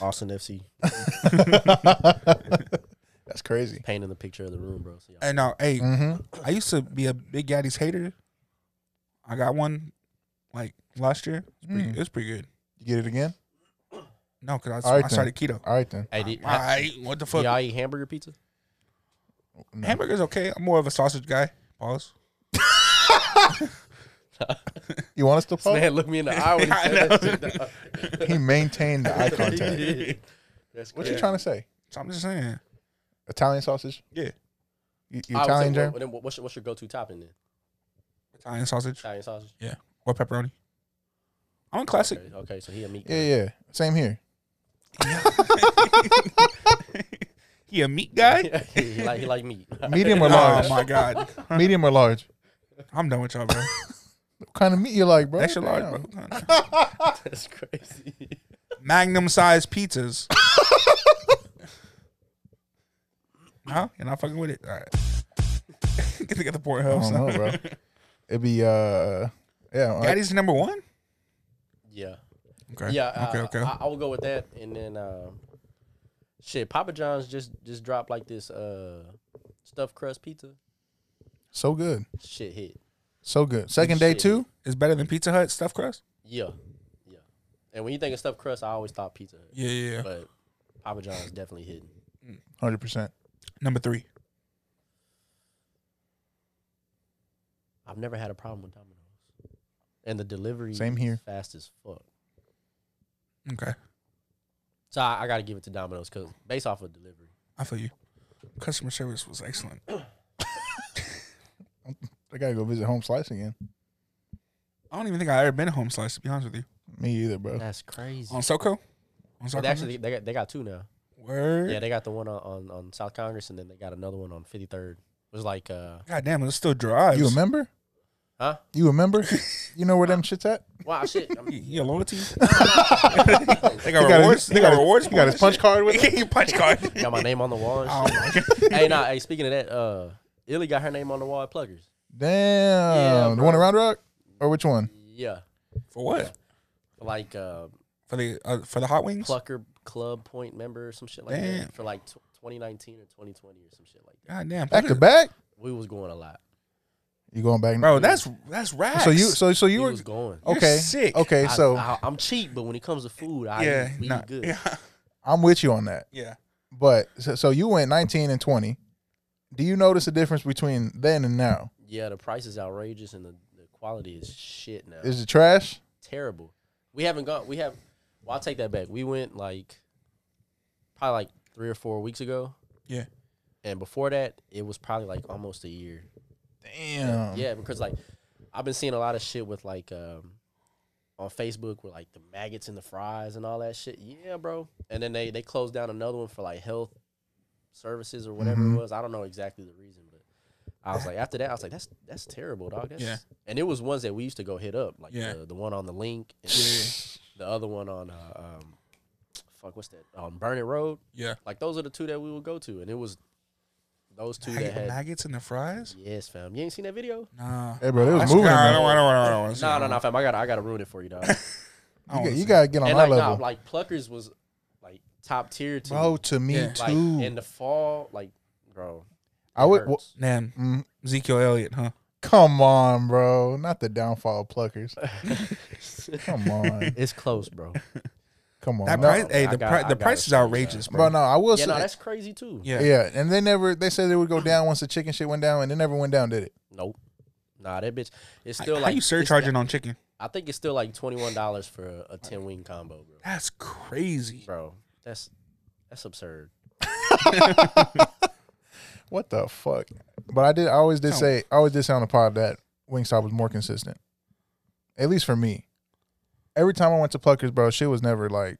E: Austin FC.
C: That's crazy.
E: Painting the picture of the room, bro. So y'all-
D: And now, hey,
C: Mm-hmm.
D: I used to be a big Gaddy's hater. I got one like last year. It's pretty,
C: Mm.
D: it's pretty good.
C: You get it again?
D: No, because I,
C: All right
D: I started keto.
C: All right then.
E: Hey, did,
D: All right, what the
E: do
D: fuck?
E: y'all eat hamburger pizza?
C: No.
D: Hamburger's okay. I'm more of a sausage guy. Pause.
C: You want us to
E: This
C: pause?
E: man looked me in the eye when he
D: I
E: said
D: know.
E: that shit, dog.
C: He maintained the eye contact.
E: He did. That's
C: What
E: crazy.
C: you trying to say?
D: So I'm just saying.
C: Italian sausage?
D: Yeah.
C: You, you
E: I was
C: Italian
E: saying,
C: germ?
E: well, then what- what's your, what's your go-to topping then?
D: Italian sausage
E: Italian sausage.
D: or pepperoni. I'm a classic.
E: Okay, okay, so he a meat.
C: Yeah,
E: guy.
C: yeah. Same here.
D: He a meat guy?
E: he like he like meat.
C: Medium or
D: Oh
C: large?
D: my god.
C: Medium or large?
D: I'm done with y'all, bro.
C: What kind of meat you like, bro?
D: Extra large,
C: Damn.
D: bro.
E: That's crazy.
D: Magnum sized pizzas. huh? You're not fucking with it? All right. Get to get the port
C: I don't know, bro. It'd be uh, yeah. all right.
D: Daddy's number one?
E: Yeah.
D: Okay.
E: Yeah. Uh,
D: Okay, okay.
E: I, I will go with that, and then um, shit. Papa John's just just dropped like this uh stuffed crust pizza.
C: So good,
E: Shit hit.
C: so good. Second day
E: shit.
C: too.
D: It's better than Pizza Hut stuffed crust?
E: Yeah. Yeah. And when you think of stuffed crust, I always thought Pizza Hut,
D: Yeah, yeah, yeah.
E: but Papa John's definitely hidden.
C: Hundred percent.
D: Number three.
E: I've never had a problem with Domino's, and the delivery
C: Same
E: is
C: here.
E: fast as fuck.
D: Okay.
E: So I, I got to give it to Domino's because based off of delivery.
D: I feel you. Customer service was excellent.
C: I gotta go visit Home Slice again.
D: I don't even think I ever been to Home Slice, to be honest with you.
C: Me either, bro.
E: That's crazy.
D: On SoCo? On
E: Well,
D: SoCo?
E: they actually, they got, they got two now.
D: Word.
E: Yeah, they got the one on, on, on South Congress, and then they got another one on 53rd. It was like, uh,
D: God damn, it still drives.
C: You remember?
E: huh?
C: You remember? you know where them shits at?
E: Wow, shit. I'm,
D: You- You a loyalty? they got
C: He got
D: rewards.
C: his-
D: they
C: he
D: got
C: got his-
D: rewards.
C: he got his punch card with
D: him. punch card.
E: got my name on the wall.
D: oh
E: And shit.
D: my god.
E: hey, nah. Hey, speaking of that, uh, Illy got her name on the wall at Pluggers.
C: Damn. the
E: bro.
C: one in Round Rock, or which one?
E: Yeah,
D: For what?
E: like uh,
D: For the uh, for the hot wings.
E: Plucker Club Point member or some shit like
D: Damn.
E: that for like tw 2019 or 2020 or some shit like that.
D: God damn.
C: Back to back.
E: We was going a lot.
C: You going back?
D: Bro, that's that's racks.
C: so you so so
E: We
C: you were
E: was going.
D: You're
C: okay.
D: sick.
C: Okay,
E: I-
C: so I,
E: I, am cheap, but when it comes to food, I
D: yeah,
E: we
D: nah,
E: good.
D: yeah,
C: am with you on that.
D: yeah.
C: But so, so you went 19 and 20. Do you notice a difference between then and now?
E: Yeah, the price is outrageous and the, the quality is shit now.
C: Is it trash?
E: terrible. We haven't gone. We have. Well, I'll take that back. We went like probably like three or four weeks ago,
D: Yeah.
E: and before that, it was probably like almost a year.
C: Damn.
E: Yeah, because like I've been seeing a lot of shit with like um on Facebook with like the maggots in the fries and all that shit. Yeah, bro. And then they they closed down another one for like health services or whatever
C: Mhm.
E: it was. I don't know exactly the reason, but I was like, after that, I was like, that's that's terrible, dog. That's,
D: Yeah.
E: And it was ones that we used to go hit up, like
D: Yeah.
E: the, the one on the link, and
D: Yeah.
E: the other one on, uh, um, fuck, what's that? On Burnet Road.
D: Yeah.
E: Like those are the two that we would go to, and it was those two that
D: Nugget-
E: had.
D: nuggets and the fries?
E: Yes, fam. You ain't seen that video?
D: Nah.
C: Hey, bro, it was
D: That's-
C: moving.
D: nah, I don't
C: man.
D: want. I don't want. I don't want.
E: No, no, no, fam. I got, to I got to ruin it for you, dog.
D: I don't
C: You,
D: wanna
C: got, you
D: see
C: gotta get on
E: and
C: my
E: like, nah,
C: level,
E: like Pluckers was like top tier to
C: bro. To me
D: Yeah.
E: like
C: too.
E: in the fall, like, bro.
C: I would.
E: hurts.
D: it. Damn.
C: Mm.
D: Ezekiel Elliott, huh?
C: Come on, bro. Not the downfall of pluckers. Come on.
E: it's close, bro.
C: Come on.
D: That
C: Oh, No,
D: price, hey,
E: I
D: the,
E: got-
D: pri-
E: I
D: the
E: got
D: price
E: it.
D: is outrageous, bro.
C: bro, no, I will
E: Yeah,
C: say.
E: no, that's crazy too.
D: yeah.
C: yeah, and they never. They said they would go down once the chicken shit went down, and it never went down, did it?
E: Nope. Nah, that bitch. It's
D: Like,
E: still
D: how
E: like
D: you
E: it's-
D: surcharging on chicken?
E: I think it's still like twenty one dollars for a, a ten wing combo, bro.
D: That's crazy.
E: Bro, that's that's absurd.
C: What the fuck? But I did. I always did
D: Oh.
C: say. I always did say on the pod that Wingstop was more consistent, at least for me. Every time I went to Pluckers, bro, shit was never like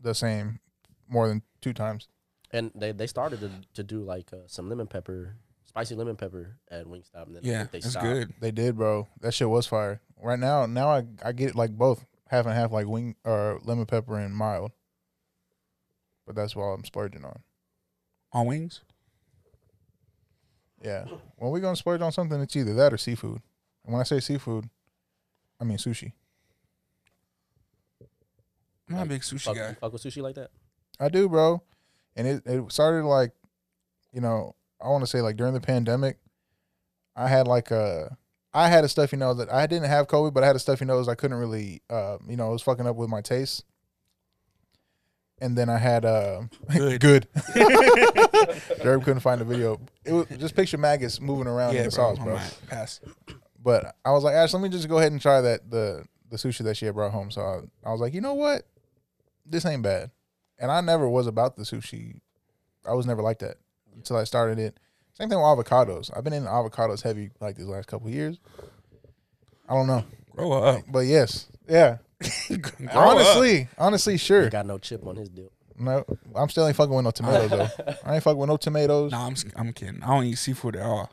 C: the same more than two times.
E: And they, they started to, to do like uh, some lemon pepper, spicy lemon pepper at Wingstop, and then I
D: Yeah,
E: think they
D: that's
E: stopped.
D: good.
C: They did, bro. That shit was fire. Right now, now I I get like both half and half, like wing or lemon pepper and mild. But that's what I'm splurging on.
D: On wings?
C: Yeah. When we gonna splurge on something, it's either that or seafood. And when I say seafood, I mean sushi.
D: I'm not a
E: Like,
D: big sushi
E: Fuck,
D: guy.
E: you fuck with sushi like that?
C: I do, bro. And it, it started like, you know, I want to say like during the pandemic, I had like a, I had a stuffy nose that I didn't have COVID, but I had a stuffy nose I couldn't really, uh, you know, it was fucking up with my taste. And then I had uh,
D: Good.
C: good. Derb couldn't find the video. It was just picture maggots moving around in the
D: bro, Oh
C: sauce,
D: I'm
C: bro.
D: not- Pass.
C: But I was like, Ash, let me just go ahead and try that the the sushi that she had brought home. So I, I was like, you know what, this ain't bad. And I never was about the sushi. I was never like that until I started it. Same thing with avocados. I've been in avocados heavy like these last couple of years. I don't know,
D: Grow up.
C: but yes, yeah.
D: Grow up.
C: honestly, honestly,
E: He
C: sure.
E: got no chip on his deal.
C: No, I'm still ain't fucking with no tomatoes though. I ain't fucking with no tomatoes.
D: Nah, I'm, s- I'm kidding. I don't eat seafood at all.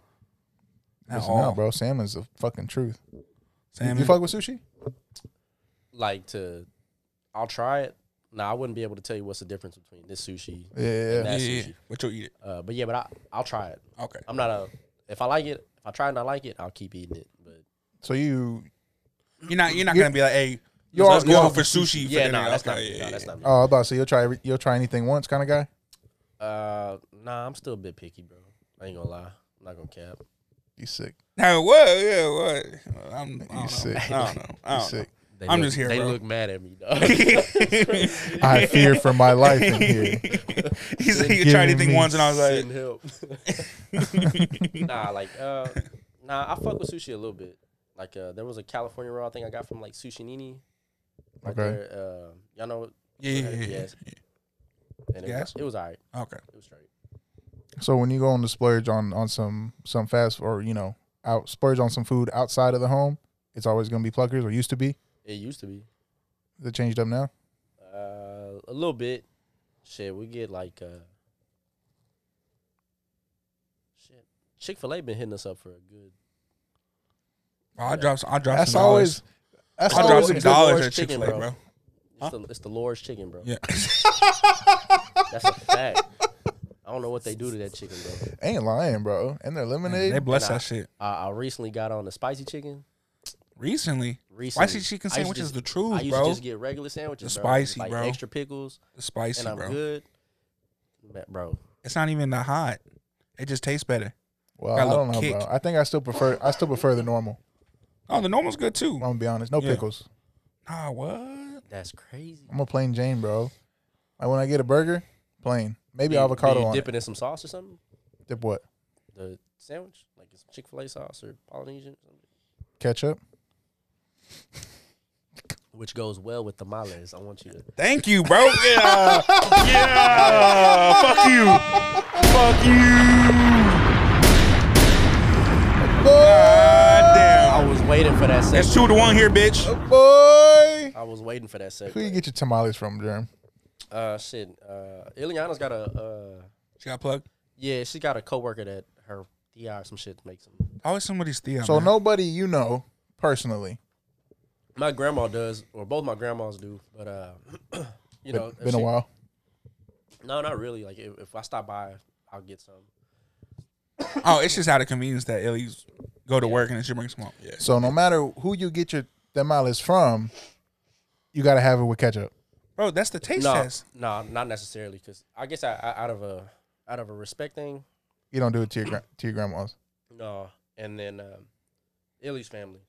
D: At
C: Listen,
D: all,
C: no, bro. Salmon's the fucking truth.
D: Salmon.
C: You fuck with sushi?
E: Like to, I'll try it. Nah, I wouldn't be able to tell you what's the difference between this sushi.
C: Yeah,
E: Nah.
C: yeah.
D: yeah,
E: That's
D: yeah, yeah.
E: sushi.
D: But you'll eat it.
E: Uh, but yeah, but I I'll try it.
D: Okay.
C: Um,
E: I'm not a if I like it, if I try it and I like it, I'll keep eating it. But
C: So you
D: You're not. You're not
C: You-
D: gonna be like, hey,
C: you
D: let's
C: are you
D: go
C: are-
D: out Oh, for sushi. for
E: yeah,
D: dinner.
E: no, that's
D: Okay,
E: not
D: yeah,
E: me.
D: yeah,
E: No, that's
D: yeah.
E: not me.
C: Oh, I was about to say you'll try every- you'll try anything once kind of guy.
E: Uh, nah, I'm still a bit picky, bro. I ain't gonna lie. I'm not gonna cap.
C: You sick.
D: No, what? Yeah, what? I'm. I don't know.
C: sick.
D: I don't know. I don't
C: You
D: know.
C: sick.
E: They
D: I'm
E: look-
D: just here,
E: They
D: bro.
E: look mad at me, dog.
C: I fear for my life in here.
D: he said he tried
C: Giving
D: anything
C: me
D: once, and I was like,
E: Send help. nah, like uh, nah, I fuck with sushi a little bit. Like uh, there was a California roll I think I got from like Sushi Nini. Right
C: Okay.
E: there. Uh, y'all know.
D: yeah, yeah, yeah, yeah.
E: Yes. And it,
D: Gas?
E: was, it was alright.
D: Okay.
E: It was straight.
C: So when you go on the splurge on on some some fast or you know out splurge on some food outside of the home, it's always gonna be pluckers or used to be.
E: It used to be.
C: They changed up now.
E: Uh, a little bit. Shit, we get like uh, shit. Chick Fil A been hitting us up for a good.
D: Well, I dropped. I dropped.
C: That's
D: some
C: always
D: dollars.
C: that's
D: I
C: always
D: dropped
C: a
D: some
C: good
D: dollars
E: Lord's
D: at Chick
E: chicken,
D: Fil A,
E: bro.
D: bro.
E: It's, the, it's the Lord's chicken, bro.
D: Yeah.
E: That's a fact. I don't know what they do to that chicken, bro.
C: ain't lying, bro. And their lemonade.
D: They bless
E: Nah.
D: that shit.
E: I, I recently got on the spicy chicken.
D: Recently,
E: Recently,
D: spicy chicken
E: I used to
D: sandwich is
E: just-
D: the
E: I
D: truth,
E: used to
D: bro.
E: just get regular sandwiches,
D: The
E: bro, with,
D: spicy,
E: like
D: bro.
E: extra pickles,
D: It's spicy,
E: and I'm
D: bro.
E: good, Ma- bro.
D: It's not even that hot. It just tastes better.
C: well,
D: got a
C: I don't
D: little
C: know,
D: kick.
C: bro. I think I still prefer I still prefer the normal.
D: Oh, the normal's good too.
C: I'm gonna be honest. No
D: Yeah.
C: pickles.
D: Nah, what?
E: That's crazy.
C: I'm a plain Jane, bro. Like when I get a burger, plain. Maybe
E: Do you- do
C: avocado
E: you
C: on
E: dip it in some sauce or something.
C: it. Dip what?
E: The sandwich, like it's Chick Fil A sauce or Polynesian, or something.
C: Ketchup.
E: which goes well with tamales. I want you to.
D: Thank you, bro. Yeah, yeah. Fuck you. Fuck you. God
E: I
D: damn.
E: was waiting for that
D: That's
E: segment.
D: two to one here, bitch.
C: Boy.
E: I was waiting for that
C: Who you
E: segment.
C: get your tamales from, Jerm?
E: Uh, shit. Uh, Ileana's got a uh,
D: She got plugged.
E: yeah, she got a coworker that her DI or some shit to make some.
D: Always somebody's Theo.
C: So
D: man.
C: nobody you know personally.
E: My grandma does, or both my grandmas do, but uh, you know, if
C: been a
E: she-
C: while.
E: No, not really. Like if, if I stop by, I'll get some.
D: Oh, it's just out of convenience that Illy's go to work and then she brings some up. Yeah.
C: So no matter who you get your tamales from, you gotta have it with ketchup.
D: Bro, that's the taste
E: No,
D: test.
E: no, not necessarily. Because I guess I, I out of a out of a respect thing,
C: You don't do it to your gra- to your grandma's.
E: no. And then um, Illy's family,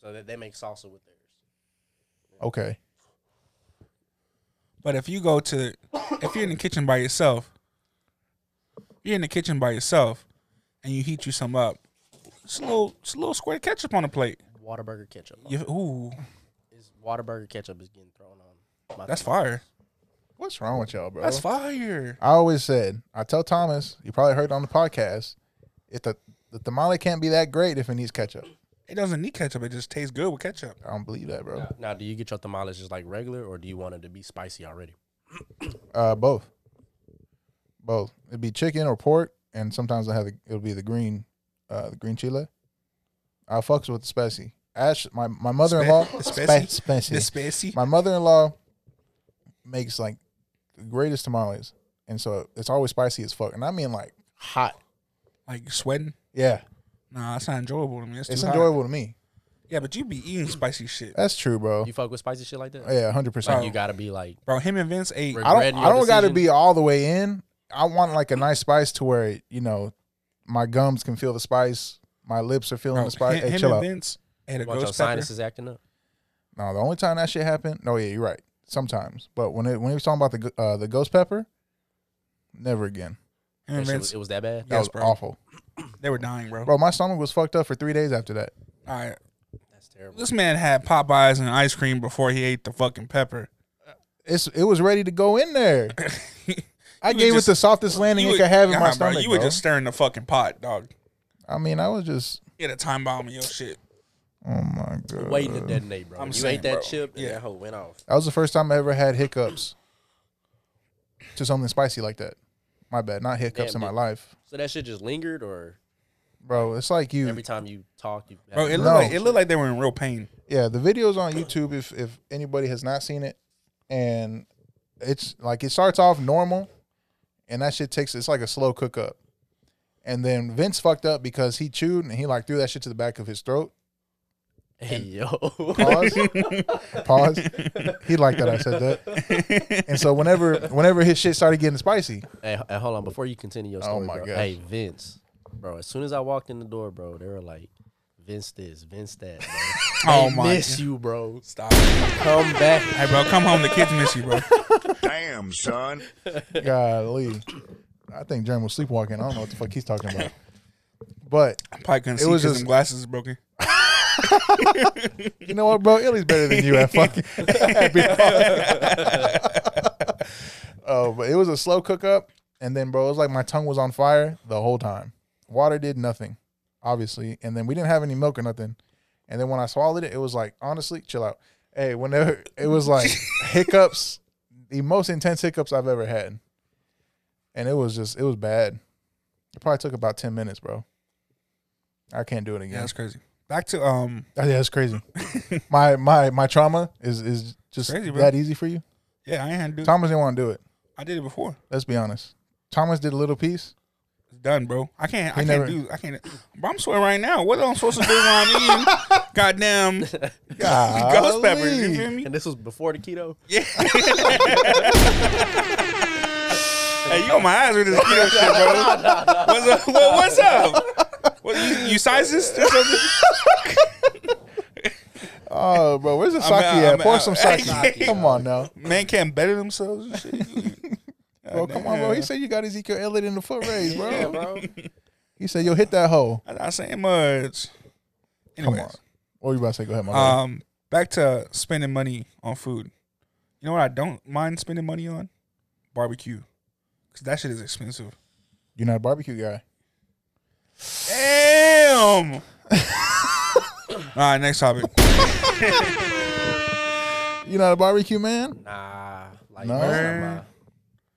E: so that they make salsa with theirs.
C: Okay.
D: But if you go to, if you're in the kitchen by yourself, you're in the kitchen by yourself, and you heat you some up. It's a little, it's a little square ketchup on the plate.
E: Waterburger ketchup.
D: You, ooh,
E: Is Waterburger ketchup is getting thrown on? My
D: that's fire.
C: What's wrong with y'all, bro?
D: That's fire.
C: I always said, I tell Thomas, you probably heard it on the podcast, if the, the tamale can't be that great if it needs ketchup.
D: It doesn't need ketchup. It just tastes good with ketchup.
C: I don't believe that, bro.
E: Now, do you get your tamales just like regular, or do you want it to be spicy already?
C: Uh, both. Both. It'd be chicken or pork, and sometimes I have the, it'll be the green, uh, the green chile. I fucks with the spicy. Ash, my, my mother in law,
D: spicy?
C: spicy.
D: This spicy.
C: My mother in law makes like the greatest tamales, and so it's always spicy as fuck. And I mean like hot.
D: Like you sweating.
C: Yeah,
D: Nah, that's not enjoyable to me. That's
C: it's
D: too hot.
C: enjoyable to me.
D: Yeah, but you be eating spicy shit,
C: That's true, bro.
E: You fuck with spicy shit like that?
C: Yeah, hundred
E: Like
C: percent.
E: you gotta be like
D: bro. Him and Vince ate.
E: Right.
C: I don't.
E: regretting
C: I
E: your
C: don't got to
E: decision?
C: be all the way in. I want like a nice spice to where you know my gums can feel the spice, my lips are feeling
D: Bro,
C: the spice.
D: him,
C: Hey,
D: him
C: chill
D: and
C: out.
D: Vince ate a
E: want your
D: ghost pepper.
E: sinuses acting up.
C: No, the only time that shit happened. No, yeah, you're right. Sometimes, but when it when he was talking about the go- uh, the ghost pepper, never again.
D: Him and
E: That shit was-
D: Vince,
E: it was that bad.
C: That
D: Yes,
C: was
D: bro.
C: awful,
D: they were dying, bro.
C: bro. My stomach was fucked up for three days after that.
D: All right,
E: That's terrible.
D: this man had Popeyes and ice cream before he ate the fucking pepper.
C: It's it was ready to go in there. I
D: You
C: gave
D: just-
C: it the softest landing
D: You
C: it
D: were-
C: could have in
D: nah,
C: my
D: bro,
C: stomach.
D: you were
C: bro.
D: just stirring the fucking pot, dog.
C: I mean, I was just.
D: You had a time bomb in your shit.
C: Oh my god.
E: Waiting to detonate, bro.
D: I'm
E: you
D: saying,
E: ate that
D: bro.
E: chip, and
D: Yeah.
E: that hoe went off.
C: That was the first time I ever had hiccups to something spicy like that. My bad, not hiccups
E: Damn,
C: in my
E: dude.
C: life,
E: So that shit just lingered, or
C: bro. It's like you,
E: every time you talk, you
D: Mm. Bro, it looked
C: No.
D: like it looked like they were in real pain.
C: yeah. The videos on YouTube, if if anybody has not seen it, and it's like it starts off normal, and that shit takes it's like a slow cook up, and then Vince fucked up because he chewed and he like threw that shit to the back of his throat.
E: hey yo,
C: Pause. Pause. He liked that I said that, and so whenever whenever his shit started getting spicy,
E: hey, hey, hold on. Before you continue your
C: Oh
E: story,
C: my
E: bro.
C: gosh.
E: Hey Vince, bro. As soon as I walked in the door, bro, they were like, Vince this, Vince that. Bro.
D: Oh
E: They
D: my!
E: miss
D: God.
E: you, bro.
D: Stop! Hey,
E: Come back.
D: bro, come home. The kids miss you, bro.
A: Damn, son.
C: Golly. I think Jeremy was sleepwalking. I don't know what the fuck he's talking about. But
D: I probably couldn't
C: It
D: see
C: was
D: because
C: just-
D: them glasses is broken.
C: you know what, bro? Illy's better than you at fucking happy. Oh, but it was a slow cook up. And then, bro, it was like my tongue was on fire the whole time. Water did nothing, obviously. And then we didn't have any milk or nothing. And then when I swallowed it, it was like, honestly, chill out. Hey, whenever it was like hiccups, the most intense hiccups I've ever had. And it was just, it was bad. It probably took about 10 minutes, bro. I can't do it again.
D: Yeah, that's crazy. Back to um,
C: Oh, yeah, that's crazy. my my my trauma is is just
D: Crazy, bro.
C: that easy for you.
D: yeah, I ain't had to do.
C: Thomas didn't want to do it.
D: I did it before.
C: Let's be honest. Thomas did a little piece.
D: It's done, bro. I can't. I
C: He
D: can't
C: never-
D: do. I can't. Bro, I'm sweating right now. What am I supposed to do when I eat? Goddamn ghost pepper. You feel me?
E: And this was before the keto.
D: Hey, you on my eyes with this keto shit, bro. What's up? What, what's up? What, you, you sizes or something?
C: Oh, bro, where's the sake
D: out,
C: at?
D: I'm
C: Pour
D: out.
C: some sake. Come on now,
D: Man can't better themselves and shit.
C: bro. Come on, bro. He said you got Ezekiel Elliott in the foot raise,
E: Yeah,
C: bro.
E: bro.
C: He said you'll hit that hole.
D: I'm not saying much.
C: Come on.
D: Anyways,
C: What you about to say? Go ahead, my brother.
D: um, back to spending money on food. You know what I don't mind spending money on? Barbecue, because that shit is expensive.
C: You're not a barbecue guy.
D: Damn. All right, next topic.
C: You're not a barbecue man.
E: Nah, like
C: No?
E: that's not my-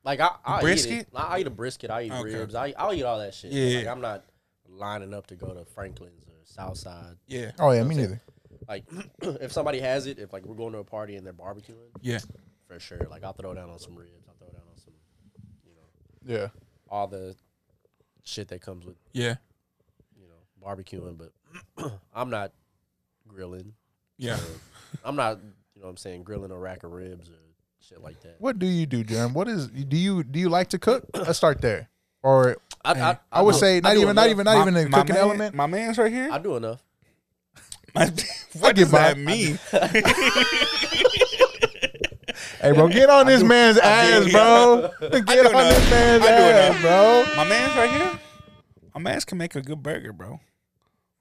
E: like I, I
D: Brisket?
E: Eat it. I, I eat a brisket. I eat
D: Okay.
E: ribs. I I'll eat all that shit.
D: Yeah.
E: Like, I'm not lining up to go to Franklin's or Southside.
D: Yeah.
C: Oh yeah, me neither.
E: Like, if somebody has it, if like we're going to a party and they're barbecuing,
D: Yeah.
E: for sure. Like, I'll throw down on some ribs. I'll throw down on some, you know,
C: Yeah.
E: all the shit that comes with
D: Yeah.
E: you know barbecuing. But I'm not grilling.
D: Yeah.
E: I'm not, you know, what I'm saying grilling a rack of ribs or shit like that.
C: What do you do, Jerm? What is do you do you like to cook? Let's start there. Or
E: I, I,
C: I would
E: do-
C: say not
E: do
C: even not
E: enough.
C: even not even
D: My-
C: the
D: my
C: cooking
D: man-
C: element.
D: My man's right here.
E: I do enough.
D: what
C: get
D: does that
C: mine.
D: mean?
C: Hey bro, get on this man's ass,
D: do-
C: bro. Get on
D: enough.
C: this man's
D: I do
C: ass,
D: enough.
C: bro.
D: My man's right here. My man's can make a good burger, bro.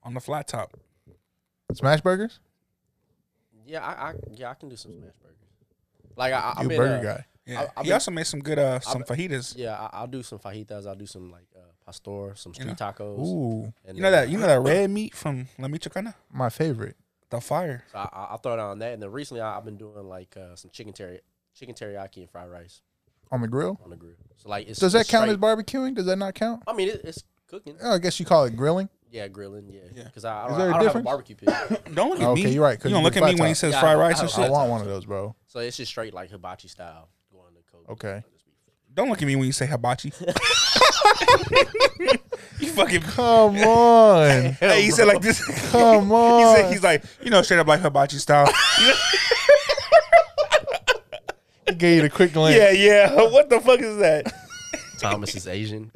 D: On the flat top.
C: Smash burgers?
E: Yeah, I, I yeah I can do some smash burgers. Like I, I,
C: You
E: I've
C: a
E: been,
C: burger
E: uh,
C: guy.
D: Yeah.
E: I- I
D: he
E: bet-
D: also made some good uh some fajitas.
E: Yeah, I, I'll do some fajitas. I'll do some like uh, pastor, some street tacos.
C: Ooh,
E: And
D: You know
E: then-
D: that you know that red meat from La Michoacana?
C: my favorite.
D: The fire.
E: So I, I- I'll throw down on that. And then recently I, I've been doing like uh, some chicken teriyaki, chicken teriyaki and fried rice
C: On the grill?
E: on the grill. So like, it's
C: Does that
E: it's
C: count as
E: straight-
C: barbecuing? Does that not count?
E: I mean, it, it's cooking.
C: Oh, I guess you call it grilling.
E: Yeah, grilling. Yeah,
D: Yeah.
E: because I, I don't,
C: there a
E: I don't have a
C: difference?
E: barbecue pit,
D: Don't look at
C: Okay,
D: me.
C: you're right, 'cause
D: You don't
C: you
D: look
C: do
D: at me
C: flat
D: when he
C: top.
D: says
E: Yeah,
D: fried
E: I-
D: rice and
E: I-
C: I
D: shit.
C: want one of those, bro.
E: so it's just straight like hibachi style going to Kobe.
C: Okay.
D: Don't look at me when you say hibachi. you fucking.
C: Come on.
D: Hey, he said like this.
C: Come
D: he
C: on.
D: said he's like you know straight up like hibachi style.
C: He gave you the quick glance.
D: yeah, yeah. What the fuck is that?
E: Thomas is Asian.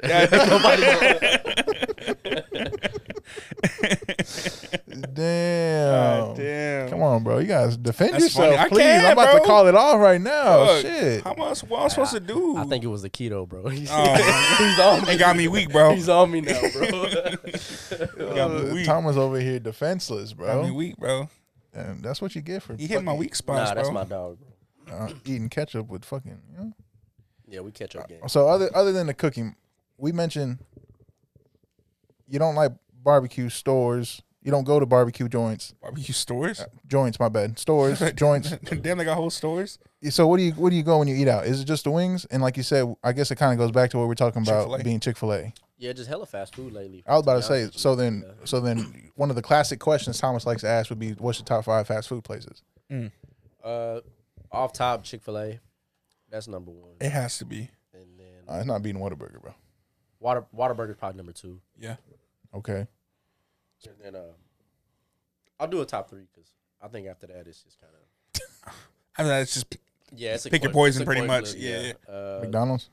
C: Damn.
D: Damn.
C: Come on, bro. You guys defend
D: That's
C: yourself,
D: funny. I
C: please.
D: can't,
C: I'm about to
D: bro.
C: call it off right now.
D: Fuck.
C: Oh, Shit.
D: How much? What am I supposed to do?
E: I think it was the keto, bro. He's,
D: Oh,
E: he's on
D: it
E: me.
D: got me weak, bro.
E: He's on me now, bro.
D: It got me weak.
C: Thomas over here defenseless,
D: Got me
C: uh, bro.
D: weak, bro.
C: And that's what you get for
D: He hit my weak spots,
E: nah,
D: bro.
E: that's my dog. Bro.
C: uh, eating ketchup with fucking. You know?
E: Yeah, we catch up game.
C: So other other than the cooking, we mentioned you don't like barbecue stores. You don't go to barbecue joints.
D: Barbecue stores.
C: Joints, my bad. Stores, joints.
D: Damn, they got whole stores.
C: So what do you what do you go when you eat out? Is it just the wings? And like you said, I guess it kind of goes back to what we're talking about
D: Chick-fil-A.
C: being Chick Fil A.
E: Yeah, just hella fast food lately.
C: I was about to
E: be honest
C: say.
E: with you.
C: So then, so then, one of the classic questions Thomas likes to ask would be, "What's your top five fast food places?"
E: Uh, off top, Chick Fil A. That's number one,
D: It has to be.
E: and then
C: Uh, it's not beating Whataburger, bro.
E: Water Waterburger's probably number two,
D: Yeah.
C: Okay,
E: and then uh, I'll do a top three because I think after that it's just kind of
D: I mean, that's just
E: yeah, it's a
D: Pick your
E: coin- it's
D: poison
E: a
D: pretty
E: coin
D: much,
E: flip,
D: yeah,
E: Uh, damn,
C: McDonald's.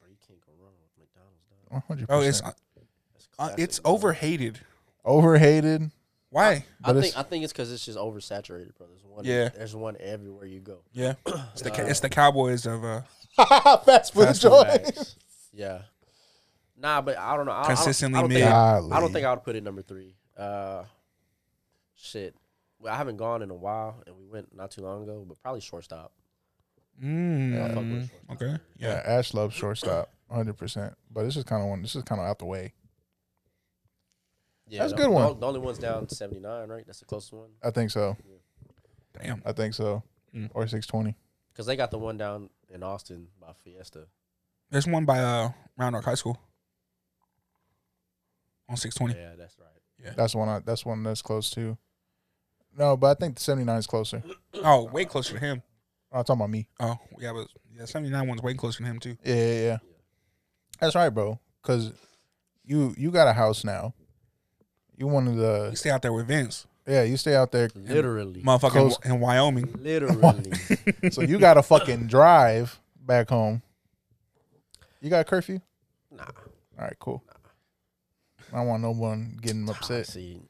E: bro, you can't go wrong with McDonald's. Dog.
C: One hundred
D: bro. oh, It's
C: percent
E: That's
D: uh,
E: classic,
D: it's
E: bro.
D: overhated.
C: overhated.
D: Why?
E: I
C: but
E: think
C: it's-
E: I think it's because it's just oversaturated, bro. There's one.
D: Yeah.
E: There's one everywhere you go.
D: Yeah. It's the ca- it's the Cowboys of uh
C: fast food
D: Fast food
C: joint.
E: yeah. Nah, but I don't know. I, I don't-
D: Consistently
E: I don't, think
D: mid.
E: I-
C: Golly.
E: I don't think I would put it number three. Uh, shit. Well, I haven't gone in a while, and we went not too long ago, but probably shortstop. I fuck with
D: Mm,
E: shortstop.
D: okay.
C: Yeah,
D: Yeah.
C: Ash loves shortstop, hundred percent. But this is kind of one. This is kind of out the way.
E: Yeah,
C: That's a
E: the-
C: good one.
E: The, the only one's down seventy nine, right? That's the closest one
C: I think so.
D: Damn.
C: I think so.
D: Mm.
C: Or six twenty.
E: because they got the one down in Austin by Fiesta.
D: There's one by uh Round Rock High School. On six twenty.
E: Yeah, that's right.
C: That's one. I, that's one that's close to. No, but I think the seventy nine is closer.
D: Oh, way closer to him.
C: I'm talking about me.
D: Oh, yeah, but yeah, seventy nine one's way closer to him too.
C: Yeah, yeah, yeah. That's right, bro. Cause you you got a house now. You one of
D: He
C: the
D: stay out there with Vince,
C: yeah. You stay out there,
E: Literally,
D: motherfucker,
C: Close.
D: in, in Wyoming.
E: literally.
C: so you got to fucking drive back home. You got a curfew?
E: nah,
C: All right, cool. I don't want no one getting upset.
E: see,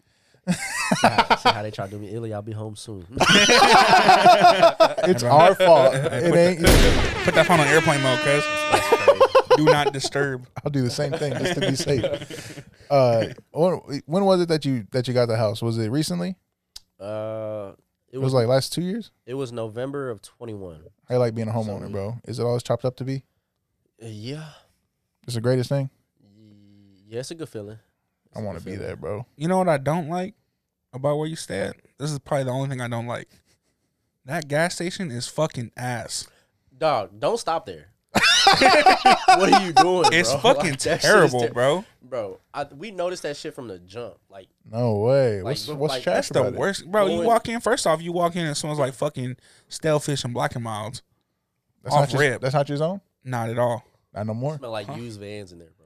E: see how, see how they try to do me illy. I'll be home soon.
C: It's our fault. It ain't.
D: Put that phone on airplane mode, cuz. Do not disturb.
C: I'll do the same thing just to be safe. Uh, when, when was it that you that you got the house? Was it recently?
E: uh, it
C: It
E: was
C: was like last two years.
E: it was November of twenty one.
C: How you like being a homeowner, bro? Is it all it's chopped up to be?
E: Yeah,
C: It's the greatest thing.
E: yeah, it's a good feeling.
C: I want to be there, bro.
D: You know what I don't like about where you stay at? This is probably the only thing I don't like. That gas station is fucking ass.
E: Dog, don't stop there. what are you doing?
D: It's
E: bro?
D: fucking
E: Like, that shit is
D: terrible,
E: ter-
D: bro.
E: Bro, I, we noticed that shit from the jump. Like,
C: No way. what's
E: look
C: what's
E: like-
D: That's
C: trash
D: the
C: about it?
D: worst, bro. You
E: Going-
D: walk in first off, you walk in and someone's like fucking stale fish and black and mild.
C: That's
D: Off
C: not your,
D: rip.
C: That's not your zone.
D: Not at all.
C: Not no more.
E: smell like used vans in there, bro.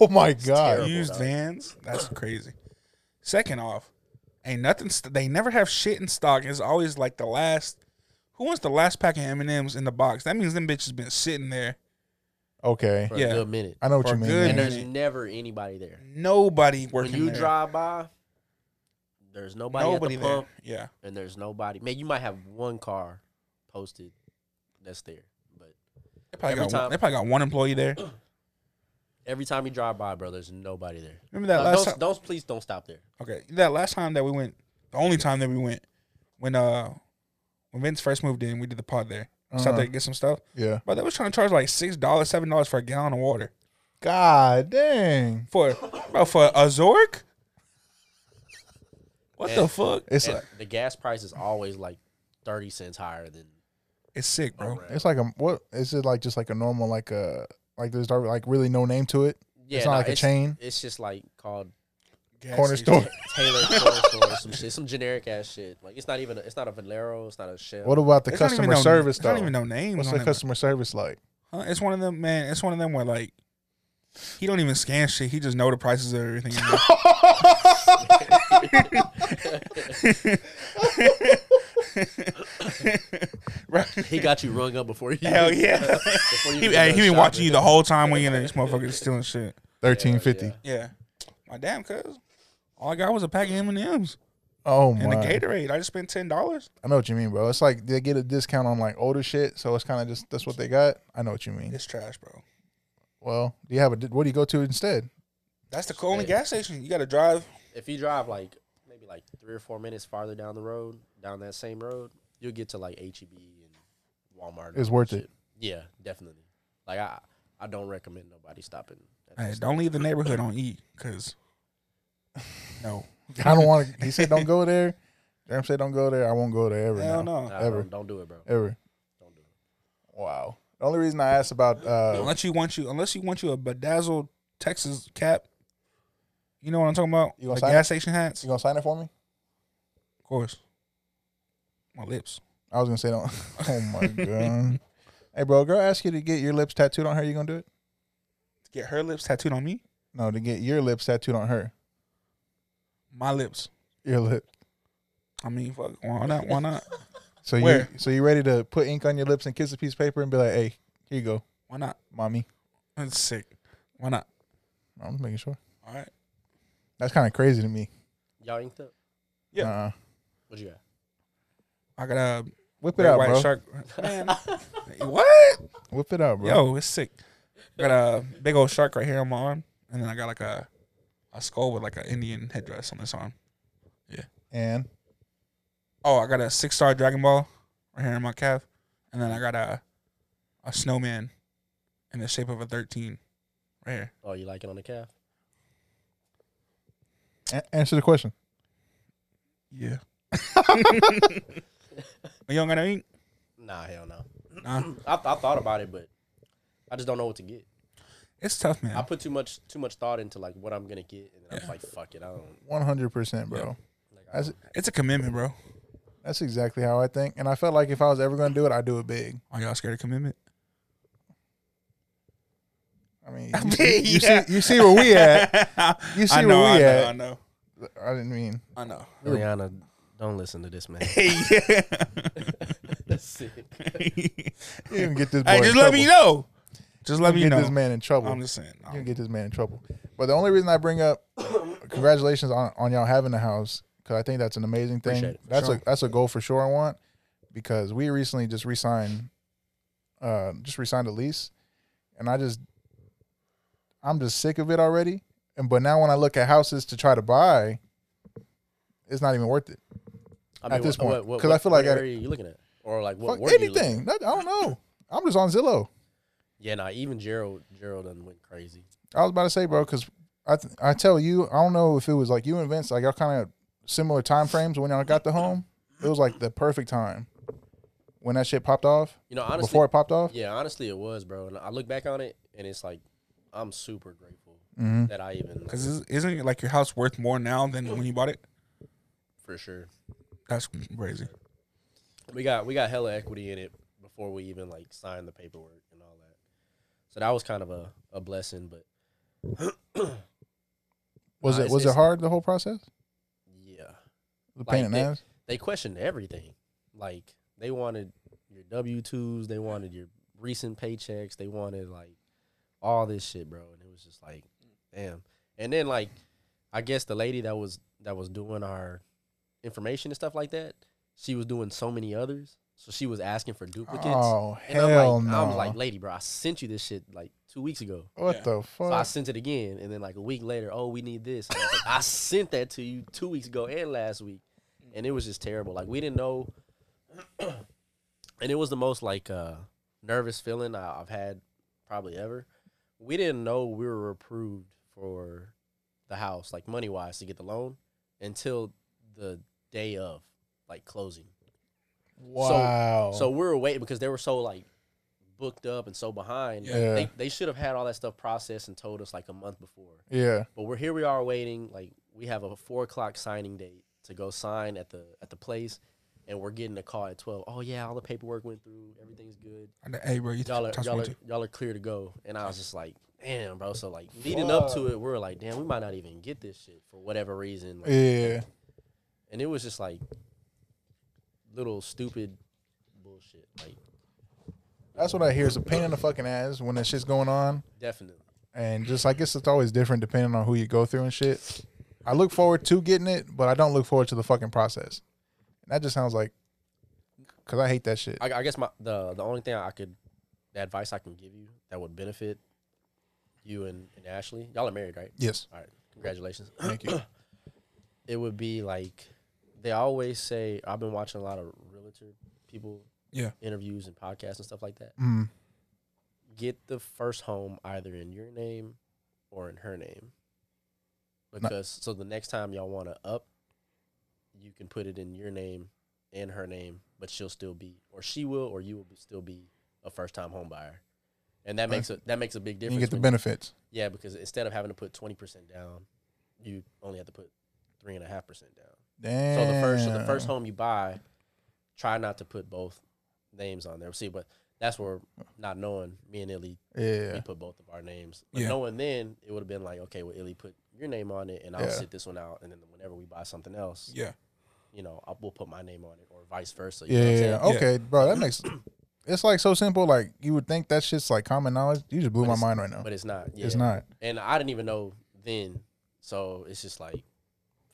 C: Oh my god.
D: Used
E: dog.
D: vans. That's crazy. Second off, ain't nothing. St- they never have shit in stock. It's always like the last. Who wants the last pack of M and M's in the box? That means them bitches been sitting there.
C: Okay.
E: For
D: Yeah.
E: a good minute.
C: I know what
D: For
C: you mean.
D: good
E: And
C: man.
E: there's never anybody there.
D: Nobody
E: When
D: working.
E: you
D: there.
E: drive by, there's nobody,
D: nobody
E: at the
D: there.
E: pump,
D: Yeah,
E: and there's nobody. Man, you might have one car posted that's there, but
D: they probably,
E: Every
D: got one,
E: time-
D: they probably got one employee there.
E: every time you drive by, bro, there's nobody there.
D: Remember that
E: Like,
D: last
E: don't,
D: time?
E: don't please don't stop there.
D: Okay, that last time that we went, the only time that we went, when uh, when Vince first moved in, we did the pod there. Stopped
C: Uh-huh.
D: there to get some stuff.
C: Yeah.
D: But they was trying to charge like six dollars, seven dollars for a gallon of water
C: God dang.
D: for bro, for a Zork. What the
E: And-
D: fuck?
C: It's
E: And
C: like,
E: the gas price is always like thirty cents higher than
D: It's sick, bro.
C: it's like a what? Is it like just like a normal like a like there's not- like really no name to it?
E: yeah.
C: it's not
E: nah,
C: like a chain
E: It's just like called
D: Gas
C: corner
D: station.
C: store.
E: Taylor Corner Store or some shit, some generic ass shit. Like it's not even a, it's not a Valero, it's not a Shell.
C: What about the
D: It's not even
C: customer
D: no-
C: service
D: it's not
C: though?
D: even no names.
C: What's
D: on
C: the
D: it.
C: customer service like?
D: Huh? It's one of them, man. It's one of them where like he don't even scan shit. He just know the prices of everything. right.
E: He got you rung up before you.
D: Hell yeah.
E: before you
D: he,
E: even
D: hey,
E: done
D: he been
E: shopping.
D: watching you the whole time when you're in there. This motherfucker is stealing shit.
C: Thirteen fifty.
E: yeah.
D: Yeah. My damn cuz. All I got was a pack of M and M's
C: Oh my!
D: and a Gatorade. I just spent ten dollars.
C: I know what you mean, bro. It's like they get a discount on like older shit, so it's kind of just that's what they got. I know what you mean.
D: It's trash, bro.
C: Well, do you have a? What do you go to instead?
D: That's the only
E: Shit.
D: gas station. You got to drive.
E: If you drive like maybe like three or four minutes farther down the road, down that same road, you'll get to like H E B and Walmart. and
C: It's
E: all that
C: worth it.
E: shit. Yeah, definitely. Like I, I don't recommend nobody stopping. at
D: Hey,
E: those
D: don't leave the neighborhood on E, cause no,
C: I don't want to. He said, "Don't go there." Jerem said, "Don't go there." I won't go there ever.
D: hell
C: now.
E: stores.
D: no.
E: Nah,
C: ever.
E: Don't, don't do it, bro.
C: Ever.
E: Don't do it.
C: Wow. The only reason I asked about uh,
D: Unless you want you, unless you want you a bedazzled Texas cap. You know what I'm talking about?
C: You gonna
D: the
C: sign
D: gas station hats,
C: you gonna sign it for me?
D: of course. My lips.
C: I was gonna say, "Don't." Oh my god. hey, bro, girl, ask you to get your lips tattooed on her. You gonna do it?
D: Get her lips tattooed on me.
C: No, to get your lips tattooed on her.
D: My lips.
C: Your lip.
D: I mean, fuck. Why not? Why not?
C: So
D: Where?
C: you so you ready to put ink on your lips and kiss a piece of paper and be like, "Hey, here you go,
D: Why not?
C: mommy."
D: That's sick. Why not?
C: I'm just making sure.
D: All right.
C: That's kind of crazy to me.
E: Y'all inked up?
D: Yeah.
C: Uh,
E: What you got?
D: I got a
C: whip it
D: Great
C: out,
D: white
C: bro.
D: shark. Man. what?
C: Whip it out, bro.
D: Yo, it's sick. Got a big old shark right here on my arm, and then I got like a a skull with like an Indian headdress on this arm.
C: And
D: Oh, I got a six star Dragon Ball right here in my calf, and then I got a a snowman in the shape of a thirteen right here.
E: Oh, you like it on the calf?
C: a- answer the question.
D: Yeah. you don't got no ink?
E: Nah, hell no.
D: Nah,
E: I, th- I thought about it, but I just don't know what to get.
D: it's tough,
E: I
D: man.
E: put too much too much thought into like what I'm gonna get, and then I was like, fuck it, I don't.
C: One hundred percent, bro.
E: Like, I
C: That's
D: It's a commitment, bro.
C: that's exactly how I think. And I felt like if I was ever gonna do it, I'd do it big.
D: Are y'all scared of commitment?
C: I mean, you, you- you see, you see where we at. You see
D: I know,
C: where
D: I
C: we
D: know,
C: at.
D: I know,
C: I didn't mean.
D: I know.
E: Rihanna, don't listen to this man.
D: Hey,
E: That's it.
D: yeah.
C: You didn't get this. Boy
D: Hey,
C: in
D: just let
C: trouble.
D: me know. Just let
C: You
D: me
C: get
D: know.
C: this man in trouble.
D: I'm just saying.
C: you can get this man in trouble. But the only reason I bring up congratulations on, on y'all having a house because I think that's an amazing thing.
E: Appreciate it, for
C: That's
D: sure.
C: a that's a goal for sure. I want because we recently just resigned, uh, just resigned a lease, and I just I'm just sick of it already. And but now when I look at houses to try to buy, it's not even worth it.
E: I
C: At this
E: what-
C: point,
E: what-
C: 'cause
E: what-
C: I feel
E: what
C: like I-
E: area are you looking at, or like what
C: Fuck
E: word you looking
C: anything. Not- I don't know. I'm just on Zillow.
E: at? Yeah, nah. Even Gerald, Gerald done went crazy.
C: I was about to say, bro, because I th- I tell you, I don't know if it was like you and Vince, like y'all kind of similar time frames when y'all got the home. It was like the perfect time when that shit popped off,
E: You know, honestly,
C: before it popped off.
E: yeah, honestly, it was, bro. And I look back on it, and it's like I'm super grateful
C: Mhm.
E: that I even
D: Because is- isn't it like your house worth more now than when you bought it?
E: for sure.
D: That's crazy.
E: We got we got hella equity in it before we even like signed the paperwork and all that. So that was kind of a, a blessing, but
C: Was
E: Nah,
C: it
E: it's-
C: was it
E: it's-
C: hard the whole process?
E: yeah.
C: The
E: Like
C: pain in the
E: that.
C: ass.
E: They questioned everything. Like they wanted your W twos, they wanted your recent paychecks, they wanted like all this shit, bro. And it was just like, damn. And then like I guess the lady that was that was doing our information and stuff like that, she was doing so many others. So she was asking for duplicates.
C: Oh
E: And
C: hell
E: I'm like,
C: no!
E: I'm like, lady, bro, I sent you this shit like two weeks ago.
C: what
D: Yeah.
C: the fuck?
E: So I sent it again, and then like a week later, oh, we need this. And I, was like, I sent that to you two weeks ago and last week, and it was just terrible. Like we didn't know, and it was the most like uh, nervous feeling I, I've had probably ever. We didn't know we were approved for the house, like money wise, to get the loan until the day of like closing.
C: wow.
E: So we were waiting because they were so like booked up and so behind.
D: Yeah.
E: They, they should have had all that stuff processed and told us like a month before.
C: yeah,
E: But we're here. We are waiting. Like we have a four o'clock signing date to go sign at the at the place, and we're getting a call at twelve. Oh yeah, all the paperwork went through. Everything's good.
D: And, Hey, bro, you
E: Y'all are,
D: touched
E: y'all
D: me
E: are,
D: too.
E: y'all are clear to go. And I was just like, damn, bro. So like leading up to it, we were like, damn, we might not even get this shit for whatever reason. Like,
C: yeah.
E: and it was just like little stupid bullshit. Like
C: That's what I hear. It's a pain in the fucking ass when that shit's going on,
E: definitely.
C: and just I guess it's always different depending on who you go through and shit. I look forward to getting it, but I don't look forward to the fucking process. And that just sounds like, cause I hate that shit.
E: I, I guess my the the only thing I could the advice I can give you that would benefit you and, and Ashley. Y'all are married, right?
C: yes,
E: All right. Congratulations.
C: thank you.
E: It would be like they always say I've been watching a lot of realtor people
D: Yeah.
E: interviews and podcasts and stuff like that.
C: Mm.
E: Get the first home either in your name or in her name. Because so the next time y'all want to up, you can put it in your name and her name, but she'll still be or she will or you will be, still be a first time home buyer. And that makes a that makes a big difference.
C: You get the
E: when
C: benefits.
E: yeah, because instead of having to put twenty percent down, you only have to put three and a half percent down.
C: Damn.
E: So the first, so the first home you buy, try not to put both names on there. See, but that's where not knowing me and Illy, we
C: Yeah.
E: put both of our names. But
D: Yeah.
E: knowing then, it would have been like, okay, well, Illy put your name on it, and I'll
C: Yeah.
E: sit this one out, and then whenever we buy something else,
D: Yeah.
E: you know, I will put my name on it, or vice versa. You know
C: Yeah,
E: what I'm
C: yeah,
E: saying?
C: yeah. Okay, bro, that makes it's like so simple. Like you would think that shit's like common knowledge. You just blew
E: But
C: my
E: it's-
C: mind right now.
E: But it's not. Yeah.
C: It's not.
E: and I didn't even know then. So it's just like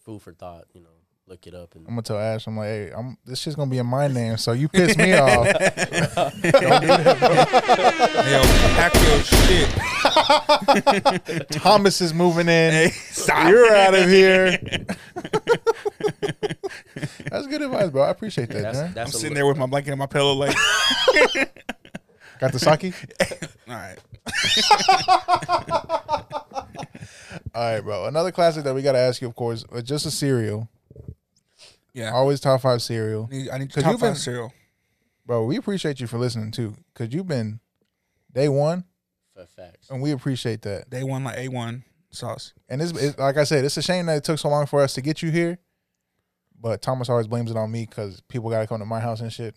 E: food for thought. You know, look it up and
C: I'm gonna tell Ash. I'm like, hey, I'm this shit's gonna be in my name. So you piss me off.
D: Yo, pack your shit.
C: Thomas is moving in. You're out of here. That's good advice, bro. I appreciate that,
E: that's
C: man.
E: that's
D: I'm
E: a
D: sitting
E: look.
D: there with my blanket and my pillow, like,
C: Got the sake?
D: all right.
C: All right, bro. Another classic that we gotta ask you, of course, uh, just a cereal.
D: Yeah.
C: Always top five cereal.
D: I need, I need
C: 'Cause
D: top
C: you've been-
D: five cereal.
C: Bro, we appreciate you for listening too. Cause you've been day one
E: for facts.
C: and we appreciate that.
D: They won like A1 sauce.
C: And it's, it's like I said, it's a shame that it took so long for us to get you here. But Thomas always blames it on me because people gotta come to my house and shit.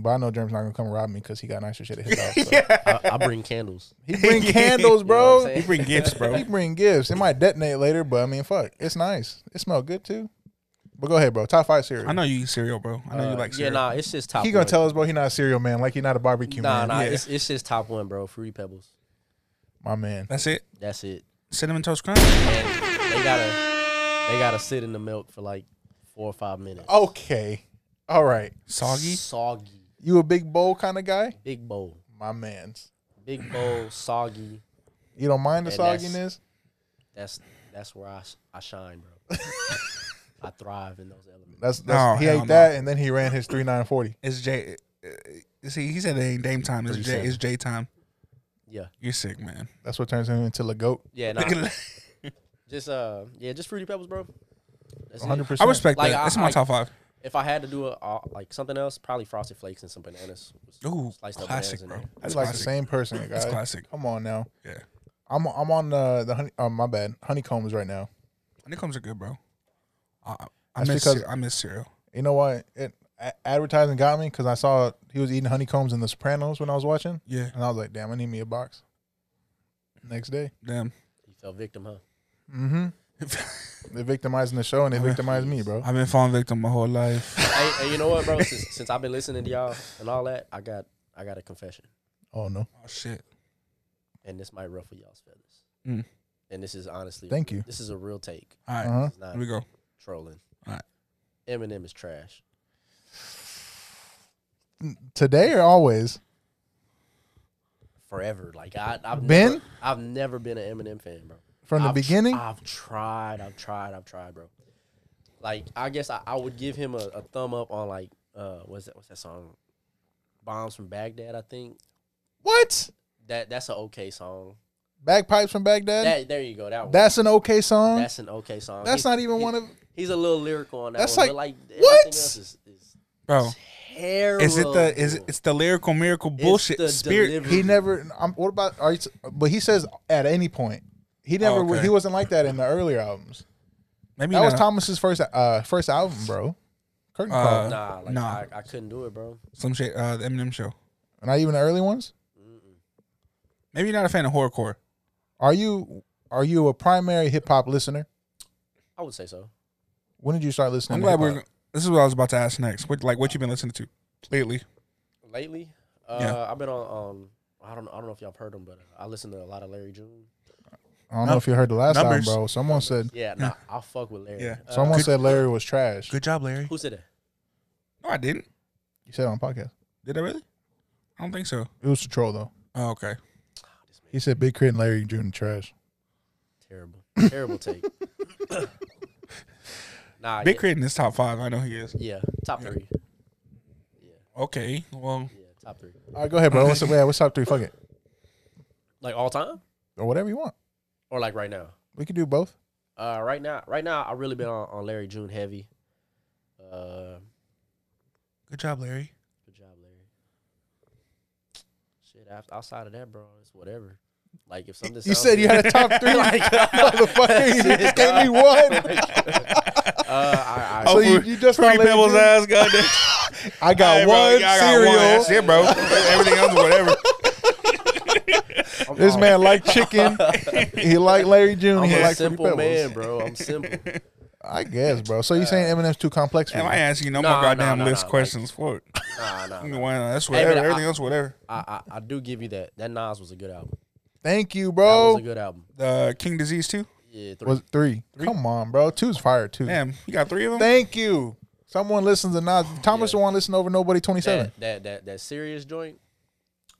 C: But I know Jerem's not gonna come rob me because he got nicer shit at his house. so.
E: I, I bring candles.
C: He bring candles, bro.
E: You know what I'm saying?
D: You bring gifts, bro.
C: he bring gifts. It might detonate later, but I mean, fuck, it's nice. It smell good too. But go ahead, bro. Top five cereal.
D: I know you eat cereal, bro. I know
E: Uh,
D: you like
E: yeah,
D: cereal.
E: nah, it's just top.
C: He gonna
E: one.
C: tell us, bro. He not a cereal man. Like he not a barbecue
E: Nah,
C: man.
E: nah,
D: Yeah.
E: it's it's just top one, bro. Fruity Pebbles.
C: My man.
D: That's it.
E: That's it.
D: Cinnamon toast crunch.
E: And they gotta they gotta sit in the milk for like four or five minutes.
C: Oh, Okay. All right.
D: Soggy.
E: soggy,
C: You a big bowl kind of guy?
E: big bowl,
C: My man's.
E: big bowl, soggy.
C: You don't mind the
E: And that's-
C: sogginess?
E: That's that's where I sh- I shine, bro. I thrive in those elements.
C: That's, that's
D: No,
C: he
D: hell
C: ate
D: no.
C: that and then he ran his three nine forty.
D: It's J. uh, See, he said it ain't Dame time. It's J. It's J time.
E: Yeah,
D: You're sick, man.
C: That's what turns him into a goat.
E: yeah, nah.
D: Look at that.
E: just uh, yeah, just fruity pebbles, bro. That's it.
C: One hundred percent.
D: I respect
E: Like,
D: that.
E: I-
D: That's my
E: I-
D: top five.
E: If I had to do a, uh, like something else, probably frosted flakes and some bananas.
D: Ooh,
E: Sliced up
D: classic,
E: bananas in
D: bro.
E: there.
D: That's
C: like
D: classic.
C: the same person. Guys.
D: That's classic.
C: Come on now.
D: Yeah.
C: I'm I'm on the the honey. Oh, my bad. Honeycombs right now.
D: Honeycombs are good, bro. I, I- I
C: That's
D: miss
C: because-
D: cere- I miss cereal.
C: You know what? It a- advertising got me because I saw he was eating honeycombs in The Sopranos when I was watching,
D: Yeah.
C: and I was like, "Damn, I need me a box." Next day,
D: Damn.
E: You fell victim, huh?
C: mm-hmm. They victimizing the show and they victimized me, bro.
D: I've been falling victim my whole life.
E: hey, hey, you know what, bro? Since, since I've been listening to y'all and all that, I got I got a confession,
C: Oh no!
D: oh shit.
E: and this might ruffle y'all's feathers.
D: Mm.
E: And this is honestly,
C: Thank you.
E: This is a real take.
D: All right.
C: Uh huh.
E: It's not
D: Here we go.
E: trolling.
D: Alright.
E: Eminem is trash.
C: Today or always?
E: Forever, like I, I've
C: Been?
E: never, I've never been an Eminem fan, bro.
C: From the
E: I've tr-
C: beginning?
E: I've tried, I've tried, I've tried, bro. Like I guess I, I would give him a, a thumb up on like uh what's that what's that song? Bombs from Baghdad, I think.
C: What?
E: That that's an okay song.
C: Bagpipes from Baghdad.
E: That there you go. That one.
C: that's an okay song. That's,
E: that's an okay song. He's-
C: not even
E: he's-
C: one of.
E: He's a little lyrical on that
C: That's like-
E: one, but like everything
C: what?
E: else is, is
D: Bro,
E: terrible.
D: Oh. is it the is it, it's the lyrical miracle bullshit
E: the
D: spirit?
E: delivery.
C: He never. I'm, what about? Are you, t- but he says at any point. He never.
D: okay.
C: He wasn't like that in the earlier albums.
D: Maybe
C: That was
D: not.
C: Thomas's first uh first album, bro. Curtain
D: Uh,
C: Call,
E: Nah, like
D: Nah.
E: I, I couldn't do it, bro.
D: some shit. Uh, the Eminem show.
C: not even the early ones.
D: Maybe you're not a fan of horrorcore.
C: Are you are you a primary hip hop listener?
E: I would say so.
C: When did you start listening?
D: I'm
C: to
D: glad
C: hip-hop?
D: we're. This is what I was about to ask next. What like what you been listening to lately?
E: Lately, uh,
D: Yeah.
E: I've been on. Um, I don't. I don't know if y'all have heard him, but uh, I listen to a lot of Larry June.
C: I don't know if you heard the last
D: Numbers.
C: time, bro. Someone said
E: Yeah, nah, I'll fuck with Larry.
D: Yeah.
E: Uh,
C: someone said Larry was trash.
D: Good job, Larry.
E: who said that?
D: No, I didn't.
C: You said it on podcast.
D: Did I really? I don't think so.
C: It was the troll though.
D: Oh, okay.
E: This man
C: He said Big Crit and Larry June trash.
E: terrible, terrible take. nah,
D: Big
E: yeah,
D: Crit in his top five. I know he is.
E: yeah, top three.
D: Okay. Well,
E: Yeah, top three.
C: All right, go ahead, bro. What's up? Yeah, what's up? Three, fuck it,
E: Like all time,
C: or whatever you want.
E: or like right now.
C: We could do both.
E: Uh, right now, right now, I really been on, on Larry June heavy. Uh,
D: good job, Larry.
E: good job, Larry. Shit, af- outside of that, bro, it's whatever. Like if something
C: You
E: sounds
C: said you
E: good-
C: had a top three, motherfucker. You just gave me one.
E: uh, I, I,
C: So you, you just found
D: Three
C: Larry
D: pebbles
C: June?
D: ass, goddamn.
C: I got
D: Hey, bro,
C: one
D: yeah, I got one.
C: cereal.
D: That's it, bro. Everything else, is whatever.
E: I'm-
C: This
E: I'm-
C: man like chicken. he like Larry June.
E: I'm
C: he
E: a
C: like
E: simple man, bro. I'm simple.
C: I guess, bro. So you saying Eminem's too complex for
D: Am I
C: you?
D: asking you no
E: Nah,
D: more goddamn
E: nah, nah,
D: list
E: nah,
D: questions for it?
E: Nah, nah.
D: I
E: nah.
D: mean, why not? That's
E: Hey,
D: whatever.
E: but I-
D: Everything else, whatever.
E: I, I I do give you that. That Nas was a good album.
C: Thank you,
E: That was
C: bro.
E: a good album.
D: The King Disease too.
E: Yeah, three.
C: Was three. Come on, bro. Two's fire. Two.
E: Hmm.
D: Damn, you got three of them.
C: Thank you. Someone listens to Nas. Thomas the one listen over nobody twenty seven.
E: that, that that that serious joint.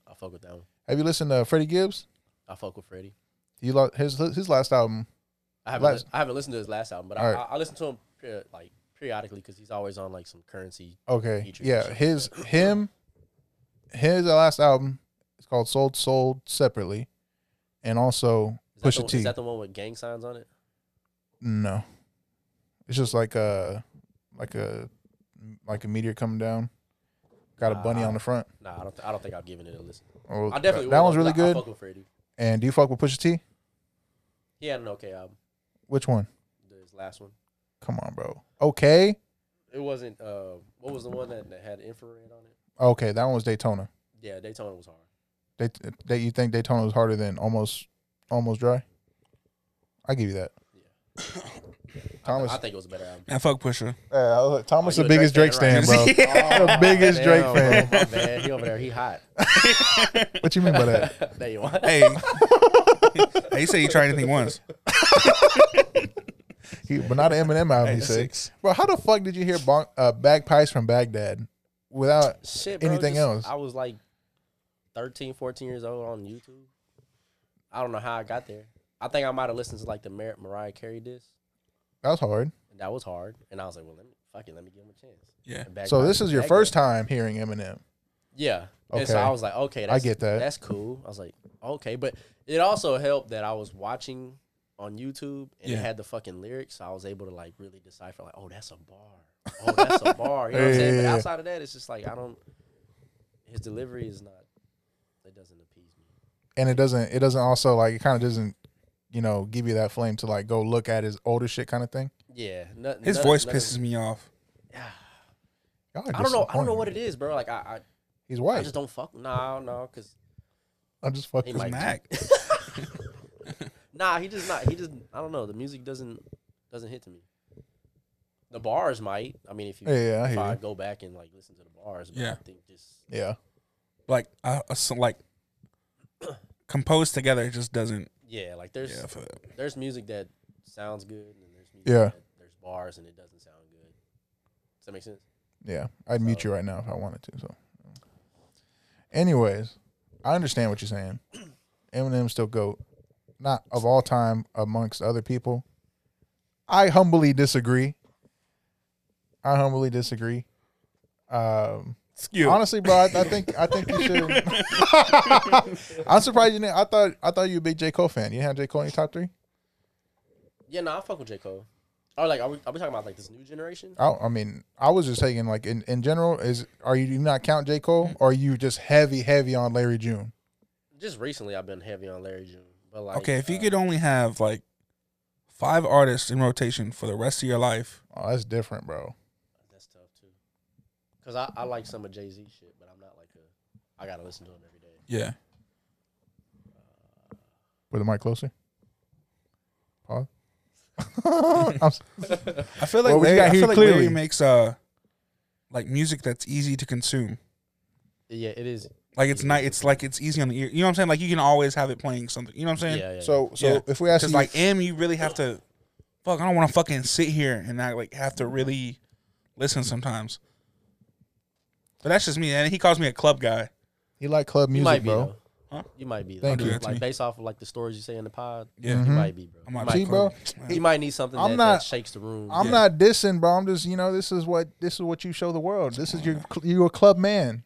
E: I fuck with that one.
C: Have you listened to Freddie Gibbs?
E: I fuck with Freddie.
C: You lo- his his last album.
E: I haven't
C: Last-
E: li- I haven't listened to his last album, but I,
C: Alright.
E: I, I listen to him uh, like periodically because he's always on like some currency.
C: Okay.
E: Features and
C: Yeah.
E: shit.
C: His him his last album. It's called Sold Sold Separately, and also
E: Is that, the,
C: Pusha
E: one-
C: T.
E: is that the one with gang signs on it?
C: No, it's just like a like a like a meteor coming down. Got a bunny on the front.
E: Nah, I don't. Th- I don't think I've given it a listen.
C: Oh,
E: I definitely.
C: that, that
E: will,
C: one's really
E: 'cause I- I
C: good.
E: fuck with Freddie.
C: And do you fuck with Pusha T?
E: He had an okay album.
C: Which one?
E: His last one.
C: Come on, bro. Okay,
E: It wasn't. Uh, what was the one that, that had infrared on it?
C: okay. That one was Daytona.
E: Yeah, Daytona was hard.
C: They, they, you think Daytona was harder than almost almost dry? I give you that. Thomas,
E: I think it was a better album.
D: And fuck Pusher.
C: Yeah, I was like, Thomas,
E: Oh,
C: the
E: you a
C: biggest Drake,
E: Drake fan, Oh,
C: stand, bro.
D: right?
C: the biggest Drake
E: Damn,
C: fan.
E: Bro, my bad. He over there. He hot.
C: What you mean by that?
E: there you are.
D: Hey, hey, you say you try anything once?
C: He, but not an Eminem album. He
D: that's
C: said,
D: six.
C: "Bro, how the fuck did you hear bon- uh, bagpipes from Baghdad without
E: Shit, bro,
C: Anything
E: just-
C: else?
E: I was like 13, 14 years old on YouTube. I don't know how I got there. I think I might have listened to like the Mar- Mariah Carey disc.
C: That was hard.
E: And that was hard. And I was like, well, let me fuck it, let me give him a chance.
D: Yeah.
E: And back
C: So
E: out
C: this
E: and
C: is your
E: back
C: first
E: out.
C: time hearing Eminem.
E: Yeah. And so
C: Okay.
E: I was like, okay, that's,
C: get that.
E: That's cool. I was like, okay, but it also helped that I was watching on YouTube and
D: Yeah.
E: it had the fucking lyrics, so I was able to like really decipher like, oh, that's a bar. oh, that's a bar. You know what I'm saying?
C: Yeah, yeah,
E: But
C: yeah.
E: outside of that, it's just like I don't. His delivery is not. It doesn't appease me.
C: and it doesn't it doesn't also like it kind of doesn't you know give you that flame to like go look at his older shit kind of thing.
E: Yeah, nothing.
D: His voice pisses me off.
C: Y'all are
E: I don't know. I don't know
C: disappointing.
E: what it is, bro. Like I,
C: He's
E: I, I
C: white.
E: just don't fuck. Nah, no, cause
C: I'm just
E: he
C: fucking.
E: might.
D: Mac.
E: Nah, he just not. He just. I don't know. The music doesn't doesn't hit to me. The bars might. I mean, if you
C: Yeah, I
E: if
C: hear
E: I
C: you.
E: go back and like listen to the bars, but I
D: Yeah.
E: think just
C: Yeah,
D: Like, uh, uh, so, like composed together, it just doesn't.
E: yeah, like there's
D: Yeah, for
E: there's music that sounds good and then there's music
C: Yeah.
E: that there's bars and it doesn't sound good. Does that make sense?
C: yeah. I'd mute you right now if I wanted to. So, anyways, I understand what you're saying. Eminem still goat, not of all time amongst other people. I humbly disagree. I humbly disagree. Um,
D: Skew.
C: Honestly, bro, I, I think I think you should. I'm surprised you didn't. I thought I thought you were a big J Cole fan. You had J Cole in your top three?
E: Yeah, no, I fuck with J Cole. Or like, are we, are we talking about like this new generation?
C: I, I mean, I was just taking like in, in general. Is are you do you not count J Cole? Or are you just heavy heavy on Larry June?
E: Just recently, I've been heavy on Larry June. But like,
D: Okay, if you
E: uh,
D: could only have like five artists in rotation for the rest of your life,
C: Oh, that's different, bro.
E: that's tough too. Cause I, I like some of Jay Z shit, but I'm not like a. I gotta listen to him every day.
D: yeah,
C: With the mic closer. Pause. I'm s-
D: I feel like
C: Well, we
D: Larry,
C: got
D: I
C: here
D: feel like
C: clearly.
D: Larry makes uh like music that's easy to consume.
E: Yeah, it is.
D: Like it's not. It's like it's easy on the ear. You know what I'm saying? Like you can always have it playing something. You know what I'm
E: Yeah,
D: saying?
E: yeah. yeah.
C: so so
D: Yeah.
C: if we ask you,
D: Because
C: like
D: like M, you really have to. Fuck, I don't want to fucking sit here and I like have to really listen sometimes. But that's just me, and he calls me a club guy.
C: you like club
E: you
C: music,
E: might be
C: bro.
E: though.
D: Huh?
E: You might be.
C: Thank
E: though.
D: you.
E: Like, Like based off of like the stories you say in the pod.
D: Yeah.
E: You might be, bro.
D: I'm
E: you,
D: not
C: See,
E: might,
C: bro,
E: you might need something
C: I'm
E: that,
C: not-
E: that shakes the room.
C: I'm
D: Yeah.
C: not dissing, bro. I'm just you know this is what this is what you show the world. This is your you're a club man.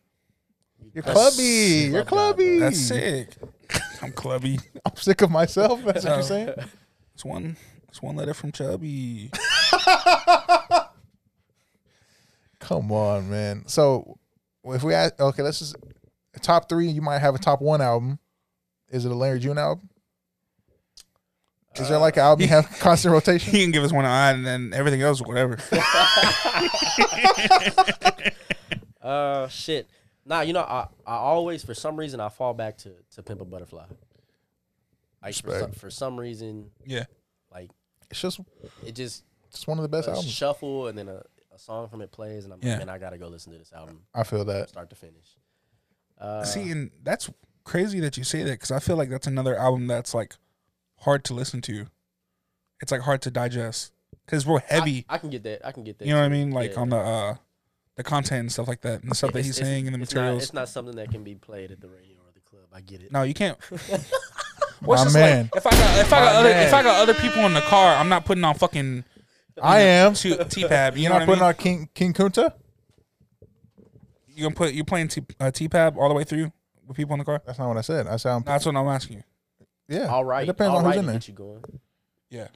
C: You're
E: That's-
C: clubby. You're
E: Club guy,
C: clubby.
E: bro.
D: That's sick. I'm clubby.
C: I'm sick of myself. That's what
D: No.
C: you're saying.
D: It's one. It's one letter from Chubby.
C: Come on, man. So if we ask, okay, let's just top three. You might have a top one album. Is it a Larry June album? Is there
D: Uh,
C: like an album you have constant rotation?
D: he can give us one eye, and then everything else, whatever.
E: Uh, shit. Nah, you know, I, I always, for some reason, I fall back to, to Pimp a Butterfly. Like, for some,
C: Respect.
E: for some reason,
D: yeah.
E: like,
C: It's just
E: it just
C: it's one of the best
E: a
C: albums.
E: shuffle and then a, a song from it plays, and I'm
D: Yeah.
E: like, man, I gotta go listen to this album
C: I feel that.
E: start to finish. Uh,
D: See, and that's crazy that you say that because I feel like that's another album that's like hard to listen to. It's like hard to digest because we're
E: I-
D: heavy.
E: I, can get that. I can get that.
D: you know what I
E: too.
D: mean? Like
E: Yeah.
D: on the uh the content and stuff like that, and the stuff that
E: It's-
D: he's
E: it's-
D: saying and the
E: it's Not,
D: materials.
E: it's not something that can be played at the radio or the club. I get it.
D: no, you can't. Well,
C: My
D: it's just
C: man,
D: Like, if I got if I got
C: My
D: other
C: man.
D: if I got other people in the car, I'm not putting on fucking
C: I am.
D: T Pab. You
C: You're
D: know what
C: not
D: I mean?
C: putting out King King Kunta.
D: you gonna put you playing T uh, Pab all the way through with people in the car.
C: That's not what I said. I sound
D: That's what I'm asking you.
C: yeah.
E: All right.
C: It depends
E: all
C: on
E: right
C: who's in
E: to
C: there.
E: Get you going.
D: Yeah,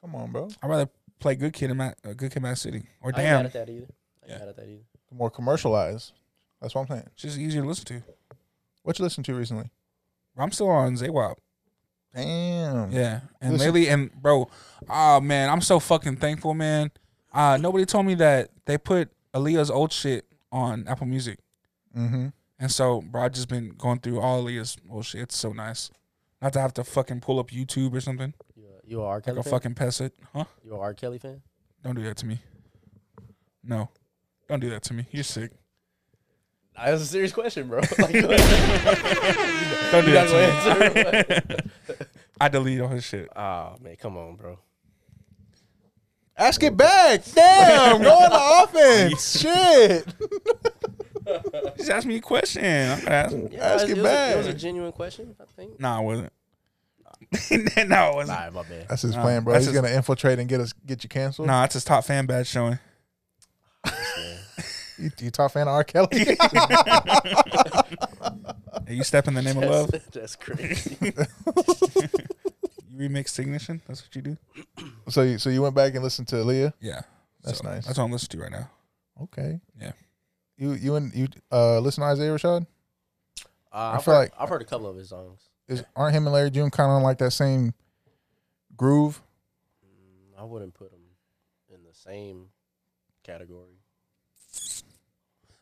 C: Come on, bro.
D: I'd rather play Good Kid in Mad, uh, Good Kid, Mad City, or
E: I ain't mad
D: Damn.
E: at that either. I ain't
D: Yeah.
E: mad at that either.
C: More commercialized. That's what I'm saying.
D: It's just easier to listen to.
C: What you listen to recently?
D: I'm still on Zaywap.
C: Damn.
D: Yeah. And
C: Listen-
D: lately, and bro, ah man, I'm so fucking thankful, man. Uh nobody told me that they put Aaliyah's old shit on Apple Music.
C: Mm-hmm.
D: And so, bro, I've just been going through all Aaliyah's old shit. It's so nice. Not to have to fucking pull up YouTube or something.
E: You a, you a R.
D: Like
E: Kelly
D: a
E: fan?
D: fucking peasant. Huh?
E: You a R. Kelly fan?
D: Don't do that to me. No. Don't do that to me. You're sick.
E: Nah, That's a serious question, bro. Like,
D: Don't do
E: you not gonna
D: that to me.
E: answer.
D: I delete all his shit.
E: oh man, come on, bro.
C: Ask it back. Damn, go on the offense. Shit.
D: Just ask me a question. I'm gonna ask.
E: Yeah,
C: Ask it
E: it was A, it
C: back.
E: was a genuine question, I think.
D: Nah, I wasn't. no, it wasn't.
E: Nah, my bad.
C: That's his
D: Nah,
C: plan, bro.
D: that's
C: He's
D: his-
C: gonna infiltrate and get us get you canceled.
D: Nah, it's his top fan badge showing.
C: You, you top fan of R. Kelly?
D: Hey, you step in the name of love.
E: That's, that's crazy.
D: You remix Ignition. That's what you do.
C: so you so you went back and listened to Leah?
D: Yeah.
C: That's
D: So,
C: nice.
D: That's what I'm listening to right now.
C: okay.
D: Yeah.
C: You you and you uh listen to Isaiah Rashad?
E: Uh,
C: I
E: I've
C: feel
E: heard,
C: like-
E: I've heard a couple of his songs.
C: Is aren't him and Larry June kind of like that same groove?
E: Mm, I wouldn't put him in the same category.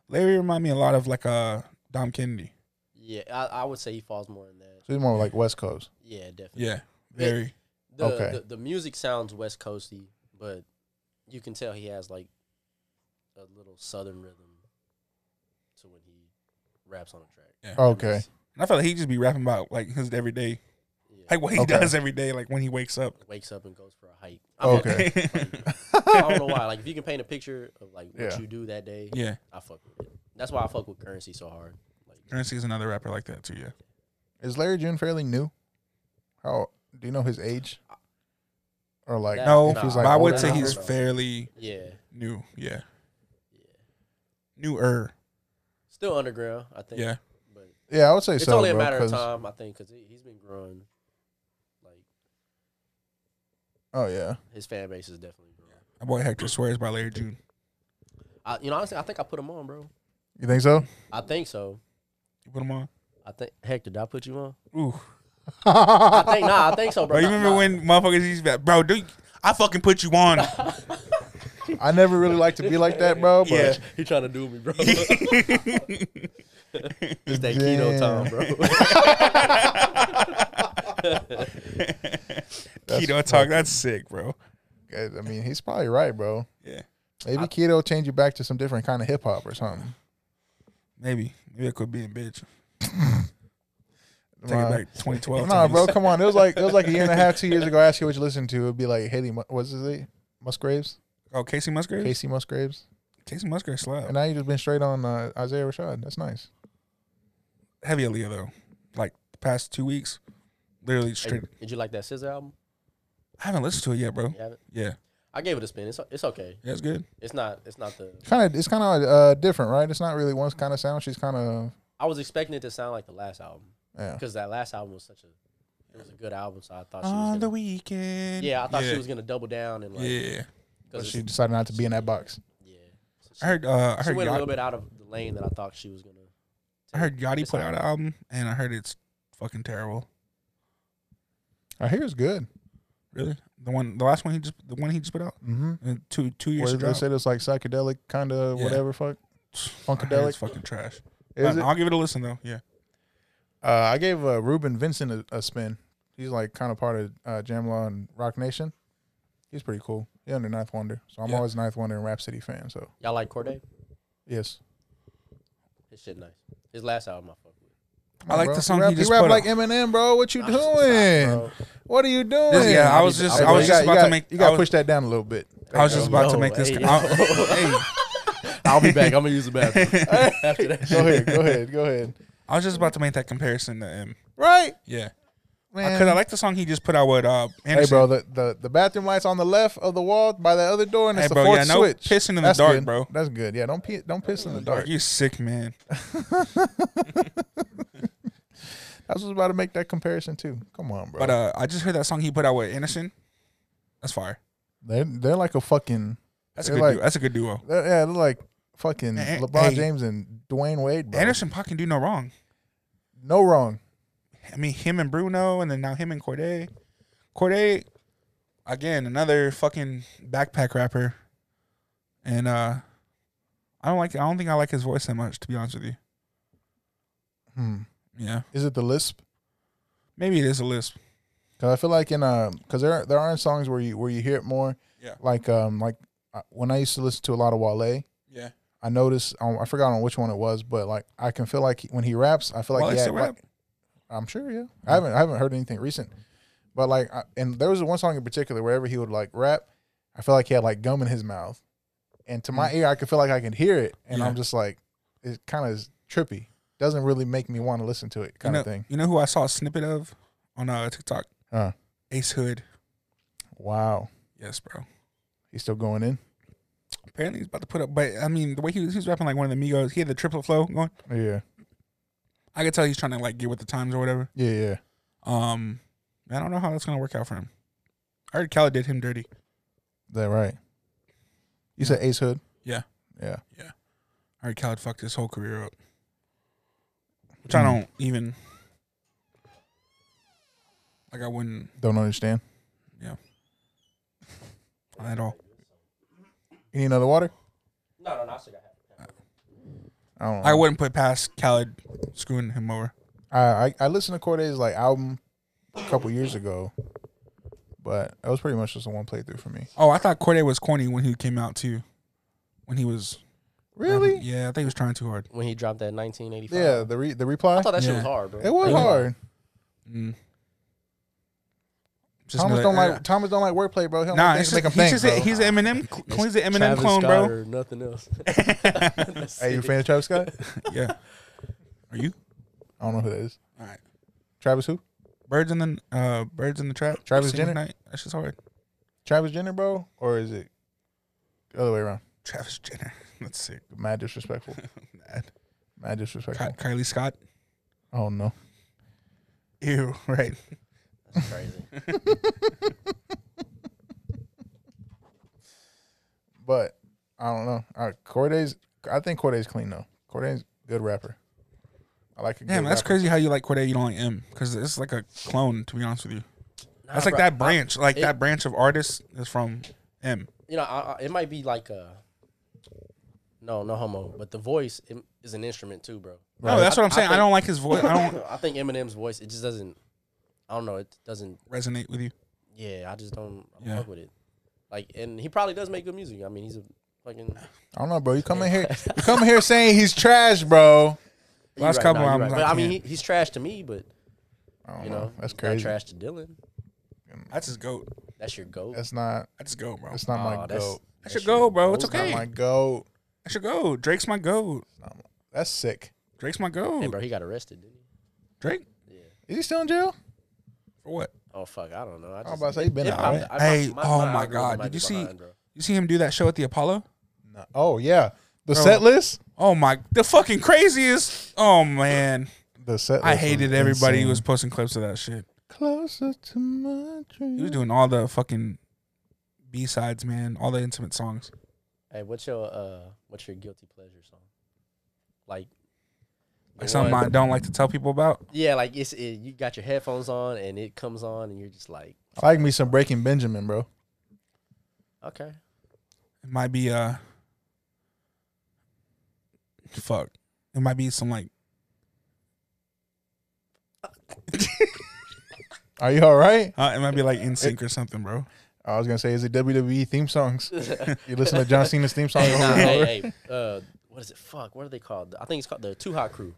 D: Larry remind me a lot of like uh Dom Kennedy.
E: Yeah, I, I would say he falls more in that.
C: So he's more like West Coast.
E: Yeah, definitely.
D: Yeah, very.
E: The,
C: Okay.
E: the the music sounds West Coasty, but you can tell he has like a little southern rhythm to when he raps on a track.
D: Yeah.
E: That
C: Okay.
E: makes-
D: And I feel like he just be rapping about like his everyday,
E: yeah.
D: like what he
C: Okay.
D: does every day, like when he wakes up.
E: wakes up and goes for a hike. I mean,
C: Okay.
E: I don't know why. Like if you can paint a picture of like what
C: Yeah.
E: you do that day,
D: yeah,
E: I fuck with it. That's why I fuck with currency so hard. Like
D: Currency's another rapper like that too. Yeah,
C: Is Larry June fairly new? How do you know his age? Or like
E: That-
D: no,
C: if he's
E: nah,
C: like
D: but I
E: old
D: would
E: as
D: say
E: hell.
D: he's fairly
E: yeah,
D: new. Yeah,
E: yeah.
D: newer.
E: Still underground, I think.
D: Yeah,
E: But
C: Yeah, I would say
E: it's
C: so.
E: only a
C: bro,
E: matter of
C: 'cause-
E: time, I think, because he's been growing. Like
C: Oh yeah.
E: his fan base is definitely growing.
D: my boy Hector swears by Larry June.
E: I, you know, honestly, I think I put him on, bro.
C: You think so?
E: I think so.
D: You put him on.
E: I think Hector, did I put you on?
D: Ooh,
E: I think nah, I think so, bro.
D: bro, you
E: Nah,
D: remember
E: nah.
D: when motherfuckers used to be like, bro, dude, I fucking put you on.
C: I never really like to be like that, bro. But
D: Yeah.
E: he trying to do me, bro? it's that keto
C: Damn.
E: time, bro.
D: Keto talk, that's sick, bro.
C: I I mean, he's probably right, bro.
D: Yeah,
C: Maybe keto will change you back to some different kind of hip hop or something.
D: maybe, maybe I could be a bitch. Take
C: Nah.
D: it back 2012.
C: Nah,
D: times.
C: bro, come on. It was like it was like a year and a half, two years ago. I asked you what you listened to. It'd be like Haley, Mu- what's his name? Musgraves,
D: Oh, Casey Musgrave. Casey,
C: Casey Musgraves,
D: Musgrave slap.
C: and now you just been straight on uh, Isaiah Rashad. That's nice.
D: Heavy Aaliyah though. Like the past two weeks, literally
E: Hey,
D: straight.
E: did you like that Scissor album?
D: I haven't listened to it yet, bro.
E: You haven't?
D: Yeah,
E: I gave it a spin. It's it's okay.
D: that's good.
E: It's not it's not the
C: Kind of, it's kind of uh, different, right? It's not really one kind of sound. She's kind of
E: I was expecting it to sound like the last album
C: yeah.
E: because that last album was such a it was a good album, so I thought she was
D: On the
E: gonna,
D: weekend.
E: yeah I thought
D: yeah.
E: she was gonna double down and like
D: yeah,
C: But
E: 'cause
C: she
E: it's-
C: decided not to be in that box.
E: yeah So she,
D: I heard. Uh, I
E: she
D: heard.
E: went a little
D: Yachty,
E: bit out of the lane that I thought she was gonna.
D: I heard Yachty
E: It's
D: put out
E: alright.
D: an album, and I heard it's fucking terrible.
C: I hear it's good.
D: Really, the one, the last one he just, the one he just put out,
C: Mm-hmm.
D: uh, two two years
C: Where
D: ago.
C: they said it's like psychedelic, kind of
D: Yeah.
C: whatever. Fuck,
D: It's
C: funkadelic.
D: fucking trash.
C: Is
D: But
C: it?
D: I'll give it a listen though. Yeah,
C: Uh, I gave uh, Ruben Vincent a, a spin. He's like kind of part of uh, Jamlaw and Rock Nation. He's pretty cool. He's under Ninth Wonder, so I'm
D: Yeah.
C: always Ninth Wonder and Rap City fan. So
E: Y'all like Corday?
C: yes,
E: His shit nice. His last album I fuck with.
D: I like
C: bro.
D: the song
C: He
D: he,
C: rap,
D: just
C: rap
D: put
C: like
D: out.
C: Eminem, bro. What you
E: Nah,
C: doing?
E: stop, bro.
C: what are you doing?
D: This- yeah, I was just,
E: Hey,
D: I
E: bro,
D: was
C: You
D: just
C: got-
D: about to
C: you got-
D: make,
C: You
D: I
C: got to
D: was-
C: push that down a little bit.
D: I was just
E: Yo,
D: about to make this.
E: hey,
D: co- I- hey,
E: I'll be back. I'm gonna use the bathroom after that.
C: Go ahead, go ahead, go ahead.
D: I was just about to make that comparison to him.
C: Right,
D: Yeah,
C: man.
D: because I like the song he just put out with uh.
C: hey,
D: Anderson.
C: bro, the, the the bathroom lights on the left of the wall by that other door, and
D: Hey,
C: it's
D: bro,
C: the fourth
D: yeah, no
C: switch.
D: pissing in the
C: That's
D: dark,
C: good.
D: bro.
C: That's good. Yeah, don't pee, don't piss in the dark.
D: You sick man.
C: I was about to make that comparison too. Come on, bro.
D: But uh, I just heard that song he put out with Anderson. That's fire.
C: They're they're like a fucking
D: That's a
C: They're
D: good.
C: like-
D: duo. That's a good duo.
C: they're, yeah, they're like fucking
D: Eh,
C: LeBron
D: hey.
C: James and Dwayne Wade, bro.
D: Anderson Pac can do no wrong.
C: No wrong.
D: I mean, him and Bruno, and then now him and Corday. Corday, again, another fucking backpack rapper. And uh, I don't like. I don't think I like his voice that much, to be honest with you.
C: Hmm.
D: Yeah,
C: Is it the lisp?
D: maybe it is a lisp.
C: Because I feel like in um, because there are, there are songs where you where you hear it more.
D: Yeah.
C: Like um, like uh, when I used to listen to a lot of Wale,
D: Yeah,
C: I noticed um, I forgot on which one it was, but like I can feel like he- when he raps, I feel like
D: Wale
C: yeah,
D: still
C: like-
D: rap?
C: I'm sure, yeah. I haven't I haven't heard anything recent, but like, I, and there was one song in particular wherever he would like rap, I feel like he had like gum in his mouth, and to my ear, I could feel like I could hear it, and
D: Mm. Yeah.
C: I'm just like, it kind of is trippy. Doesn't really make me want to listen to it,
D: you
C: kind
D: know,
C: of thing.
D: You know who I saw a snippet of on uh, TikTok?
C: Huh.
D: Ace Hood.
C: Wow,
D: Yes, bro.
C: he's still going in.
D: Apparently he's about to put up, but I mean the way he was, he was rapping like one of the Migos, he had the triplet flow going.
C: Yeah,
D: I could tell he's trying to like get with the times or whatever.
C: yeah, yeah.
D: Um, I don't know how that's gonna work out for him. I heard Khaled did him dirty.
C: That right. You said Ace Hood.
D: Yeah.
C: Yeah.
D: All right, Khaled fucked his whole career up, which
C: Hmm.
D: I don't even like. I wouldn't
C: Don't understand.
D: at all.
C: You need another water?
E: No, no, no. I still got half.
C: I don't.
D: I wouldn't put past Khaled screwing him over.
C: I, I I listened to Corday's like album a couple years ago, but that was pretty much just a one playthrough for me.
D: Oh, I thought Corday was corny when he came out too. When he was
C: Mm-hmm.
D: yeah, I think he was trying too hard.
E: When he dropped that 1985.
C: Yeah. The re, the reply.
E: I thought that shit
D: Yeah.
E: was hard, bro.
C: Uh, It was
D: Yeah.
C: hard.
D: Mm. Just
C: Thomas
D: know
C: don't
D: that-
C: like Thomas don't like wordplay, bro. He don't
D: Nah,
C: like
D: it's
C: things
D: just,
C: that make him
D: he's,
C: think,
D: just
C: bro.
D: a, he's an Eminem. cl- He's an Eminem
E: Travis
D: clone,
E: Scott
D: bro.
E: Or nothing else.
C: Hey, you a fan of Travis Scott?
D: Yeah. Are you?
C: I don't know who that is.
D: All right.
C: Travis who?
D: Birds in the uh, birds in the trap.
C: Travis
D: Singles
C: Jenner?
D: Night. That's just hard.
C: Travis Jenner, bro, or is it the other way around?
D: Travis Jenner. That's sick.
C: Mad disrespectful.
D: Mad.
C: Mad
D: Ki-
C: disrespectful.
D: Kylie Scott.
C: Oh no.
D: Ew. Right.
E: That's crazy.
C: But I don't know. All right, Corday's. I think Corday's clean though. Corday's a good rapper. I like. A
D: Damn,
C: good
D: that's
C: rapper.
D: crazy how you like Corday. You don't like M because it's like a clone. To be honest with you,
E: Nah,
D: that's like
E: bro,
D: that branch. like
E: it-
D: that branch of artists is from M.
E: you know, I, I, it might be like uh no, no homo, but the voice it, is an instrument too, bro.
D: No, Oh, that's what I'm
E: I- I
D: saying. I,
E: think-
D: don't like his voice. I don't
E: I think Eminem's voice, it just doesn't. I don't know. It doesn't.
D: resonate with you.
E: Yeah, I just don't I don't
D: Yeah.
E: fuck with it. Like, and he probably does make good music. I mean, he's a fucking.
C: I don't know, bro. You come in here. You come in here saying he's trash, bro.
E: You're
D: Last couple
E: you're
D: albums,
E: But
D: I
E: I mean, he,
D: can't.
E: he's trash to me, but
C: I don't
E: you
C: know.
E: know,
C: Uh-huh. That's
E: he's not
C: crazy.
E: trash to Dylan.
D: That's his goat.
E: That's your goat.
C: That's not.
D: That's his goat, bro.
C: That's not
E: Aw,
C: my goat.
D: That's your goat, bro. It's
E: goat.
C: Not
D: okay.
C: my goat.
D: That's your goat. Drake's my goat.
C: That's sick.
D: Drake's my goat.
E: Hey, bro, he got arrested, didn't he?
D: Drake
C: Is he still in jail?
D: for what?
E: Oh fuck, I don't know. I just,
C: I was about to say he been
E: it
C: out.
E: popped-
C: right?
E: I-
D: Hey, oh my
E: algorithm
D: God,
E: might
D: did
E: be
D: you see-
E: behind, bro.
D: You see him do that show at the Apollo?
C: No. Oh yeah. The
D: Bro.
C: set list.
D: Oh my, the fucking craziest. Oh man,
C: The set. List
D: I
C: was
D: hated everybody who
C: insane.
D: was posting clips of that shit.
C: closer to my dream.
D: He was doing all the fucking B sides, man. All the intimate songs.
E: Hey, what's your uh, what's your guilty pleasure song? Like, the
D: Like something
E: one-
D: I don't like to tell people about.
E: Yeah, like it's it, you got your headphones on and it comes on and you're just like,
C: I like me some Breaking Benjamin, bro.
E: okay,
D: It might be uh, fuck. It might be some like
C: Are you all right?
D: uh, it might be like in sync or something, bro.
C: I was gonna say, is it WWE theme songs? you listen to John Cena's theme song.
E: hey,
C: over
E: nah,
C: and over?
E: hey, hey, uh, what is it? Fuck, what are they called? I think it's called the Too Hot Crew.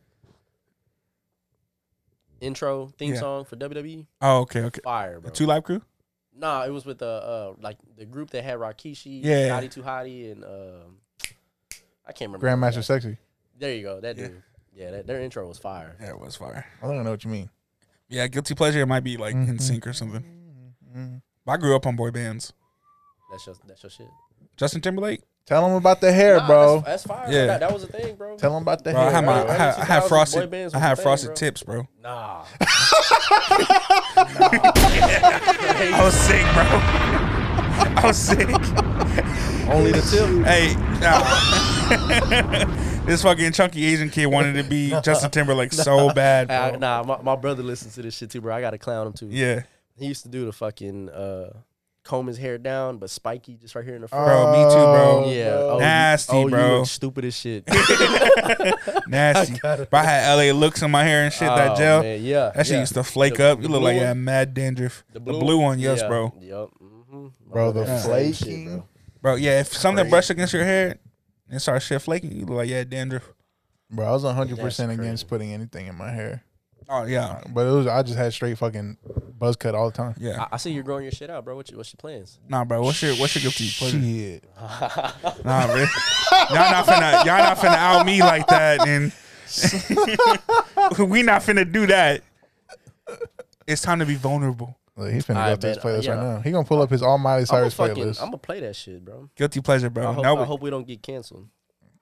E: Intro theme
D: Yeah.
E: song for WWE,
D: Oh, okay, okay.
E: fire, bro.
D: The Two Live Crew.
E: nah, it was with the uh, like the group that had Rakishi,
D: Yeah.
E: Hottie Too Hottie, and um, I can't remember. the other guy.
C: Grandmaster Sexy.
E: There you go, that
D: Yeah.
E: dude. Yeah, that, their intro was fire.
D: Yeah, it was fire.
C: I don't know what you mean.
D: Yeah, guilty pleasure. It might be like in
E: Mm-hmm.
C: Mhm.
D: sync or something. But I grew up on boy bands.
E: That's your that's your shit.
D: Justin Timberlake.
C: Tell them about the hair,
E: Nah,
C: bro.
E: That's, that's fire.
D: Yeah.
E: Yeah, that, that was a thing, bro.
C: Tell them about the
D: Bro, I
C: hair.
D: had my,
E: bro.
D: I had, I had
E: 2000s boy
D: frosted,
E: bands
D: I
E: was a
D: had
E: thing,
D: frosted
E: bro.
D: tips, bro.
E: Nah.
D: I was sick, bro. I was sick.
C: Only the tip.
D: Hey, nah. this fucking chunky Asian kid wanted to be Justin Timberlake so bad,
E: Hey, I-
D: bro.
E: Ah, nah, my, my brother listens to this shit too, bro. I gotta clown him too.
D: Yeah,
E: He used to do the fucking uh, comb his hair down, but spiky just right here in the front.
D: Oh, bro, me too, bro.
E: yeah,
C: bro.
E: oh, you-
D: Nasty,
E: oh, you
D: bro.
E: look stupid as shit.
D: nasty. But I had LA looks on my hair and shit.
E: Oh,
D: that gel,
E: man, yeah,
D: that shit
E: yeah.
D: used to flake
E: The-
D: up. You
E: the
D: look like
E: blue
D: you had
E: one?
D: mad dandruff. The blue, one, yes,
E: yeah.
D: bro.
E: Yep. Mm-hmm.
C: Bro, the
E: flake.
C: flaking.
D: Bro, yeah. If something brushed against your hair and started shit flaking, you look like you had dandruff.
C: Bro, I was 100 percent
E: That's crazy.
C: against putting anything in my hair,
D: Oh yeah,
C: but it was I just had straight fucking buzz cut all the time.
D: yeah.
E: I, I see you're growing your shit out, bro. What's your, what's your plans?
D: Nah, bro. What's your what's your guilty pleasure?
C: Shit.
D: Nah, bro. Y'all not finna y'all not finna out me like that, and we not finna do that. It's time to be vulnerable.
C: Look, he's finna
E: I
C: go through his
E: bet, uh,
C: playlist
E: yeah.
C: right now. He gonna pull up his Almighty
E: I'm gonna
C: Cyrus
E: fucking, I'm
C: playlist.
E: gonna play that shit, bro.
D: Guilty pleasure, bro.
E: I hope,
D: No,
E: I
D: Uh, we-
E: hope we don't get canceled.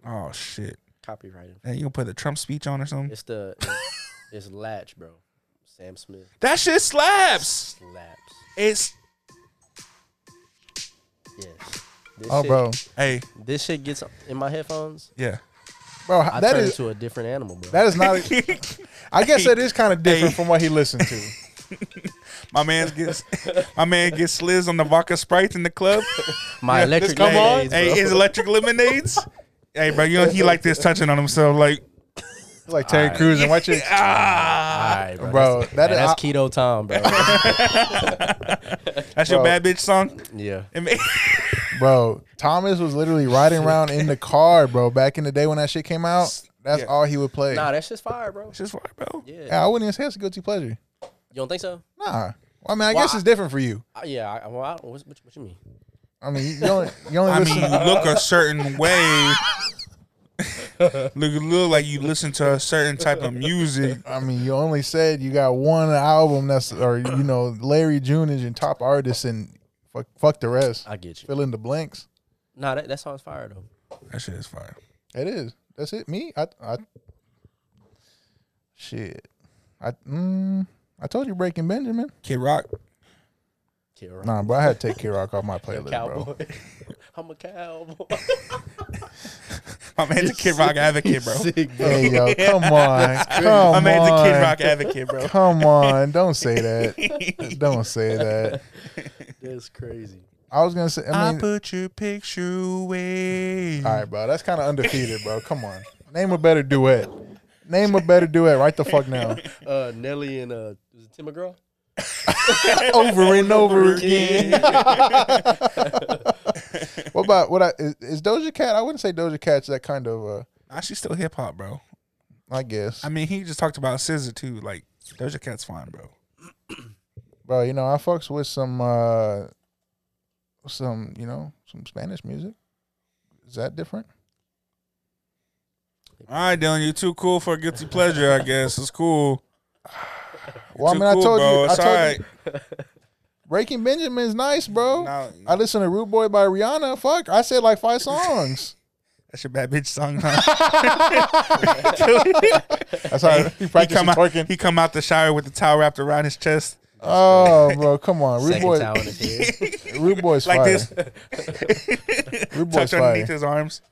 D: oh shit.
E: Copyrighted.
D: Hey, you gonna put the Trump speech on or something?
E: It's the it's, it's Latch, bro. Sam Smith
D: That shit slaps.
E: slaps.
D: It's
E: Yes. This
C: Oh,
E: shit,
C: bro,
D: Hey,
E: This shit gets in my headphones.
D: yeah.
C: bro,
E: I
C: that
E: turn
C: is
E: into a different animal, bro.
C: that is not. a- I guess that is kind of different
D: Hey.
C: from what he listened to.
D: My man gets my man gets sliz on the vodka sprite in the club.
E: my electric
D: Come on,
E: lemonades,
D: hey,
E: bro.
D: his electric lemonades. hey, bro, you know he like this touching on himself, like
C: Like Terry
E: Alright.
C: Crews and watch it.
E: All
D: ah.
E: right, bro.
C: Bro,
E: that's,
C: that
E: man,
C: is-
E: that's keto time, bro.
D: That's your
C: Bro.
D: bad bitch song.
E: yeah.
D: It ma-
C: Bro, Thomas was literally riding around in the car, bro. Back in the day when that shit came out, that's
D: Yeah.
C: all he would play.
E: Nah, that shit's fire, bro.
D: Just why, bro.
E: Yeah.
C: yeah, I wouldn't even say it's a guilty pleasure.
E: You don't think so?
C: Nah. Well, I mean, I
E: Well,
C: guess it's different for you.
E: I, yeah. I, well, I, what, what, what you mean?
C: I mean, you you only, you only
D: I mean,
C: listen.
D: you look a certain way. look, you look like you listen to a certain type of music.
C: I mean, you only said you got one album that's, or you know, Larry June is your top artist, and fuck, fuck the rest.
E: I get you.
C: Fill in the blanks.
E: Nah, that, that song's fire though.
D: That shit is fire.
C: It is. That's it. Me. I. I shit. I. Mm, I told you Breaking Benjamin.
D: Kid Rock.
E: Kid Rock.
C: Nah, bro. I had to take Kid Rock off my playlist, bro.
E: cowboy. I'm a cowboy.
D: My man's a Kid Rock advocate, bro.
E: Sick, bro.
C: Hey yo, come on, come
D: My
C: on,
D: man's a Kid Rock advocate, bro.
C: come on. Don't say that. Don't say that.
E: That's crazy.
C: I was gonna say. I
D: I
C: mean,
D: put your picture away.
C: all right, bro. That's kind of undefeated, bro. Come on. Name a better duet. Name a better duet right the fuck now.
E: Uh, Nelly and uh, was it Tim McGraw?
C: Over and over again. What about what I is, is Doja Cat? I wouldn't say Doja Cat's that kind of uh
D: Nah, she's still hip hop, bro.
C: I guess.
D: I mean, he just talked about Scissor too. Like Doja Cat's fine, bro.
C: Bro, you know, I fucks with some uh some, you know, some Spanish music. Is that different?
D: All right, Dylan, you're too cool for a guilty pleasure. I guess it's cool.
C: Well,
D: Too
C: I
D: cool,
C: mean, I told
D: bro.
C: you, I
D: It's
C: told
D: alright.
C: you, Breaking Benjamin's nice, bro.
D: Nah,
C: I listened to Rude Boy by Rihanna. Fuck, I said like five songs.
D: that's your bad bitch song. Huh?
C: That's how he
D: he
C: practiced
D: come out.
C: twerking.
D: He come out the shower with the towel wrapped around his chest,
C: Oh, bro, come on, Rude
E: Second
C: Boy,
E: towel in his hair.
C: Rude Boy's
D: Like
C: fire.
D: this.
C: Rude Boy's
D: tucked underneath
C: fire.
D: his arms.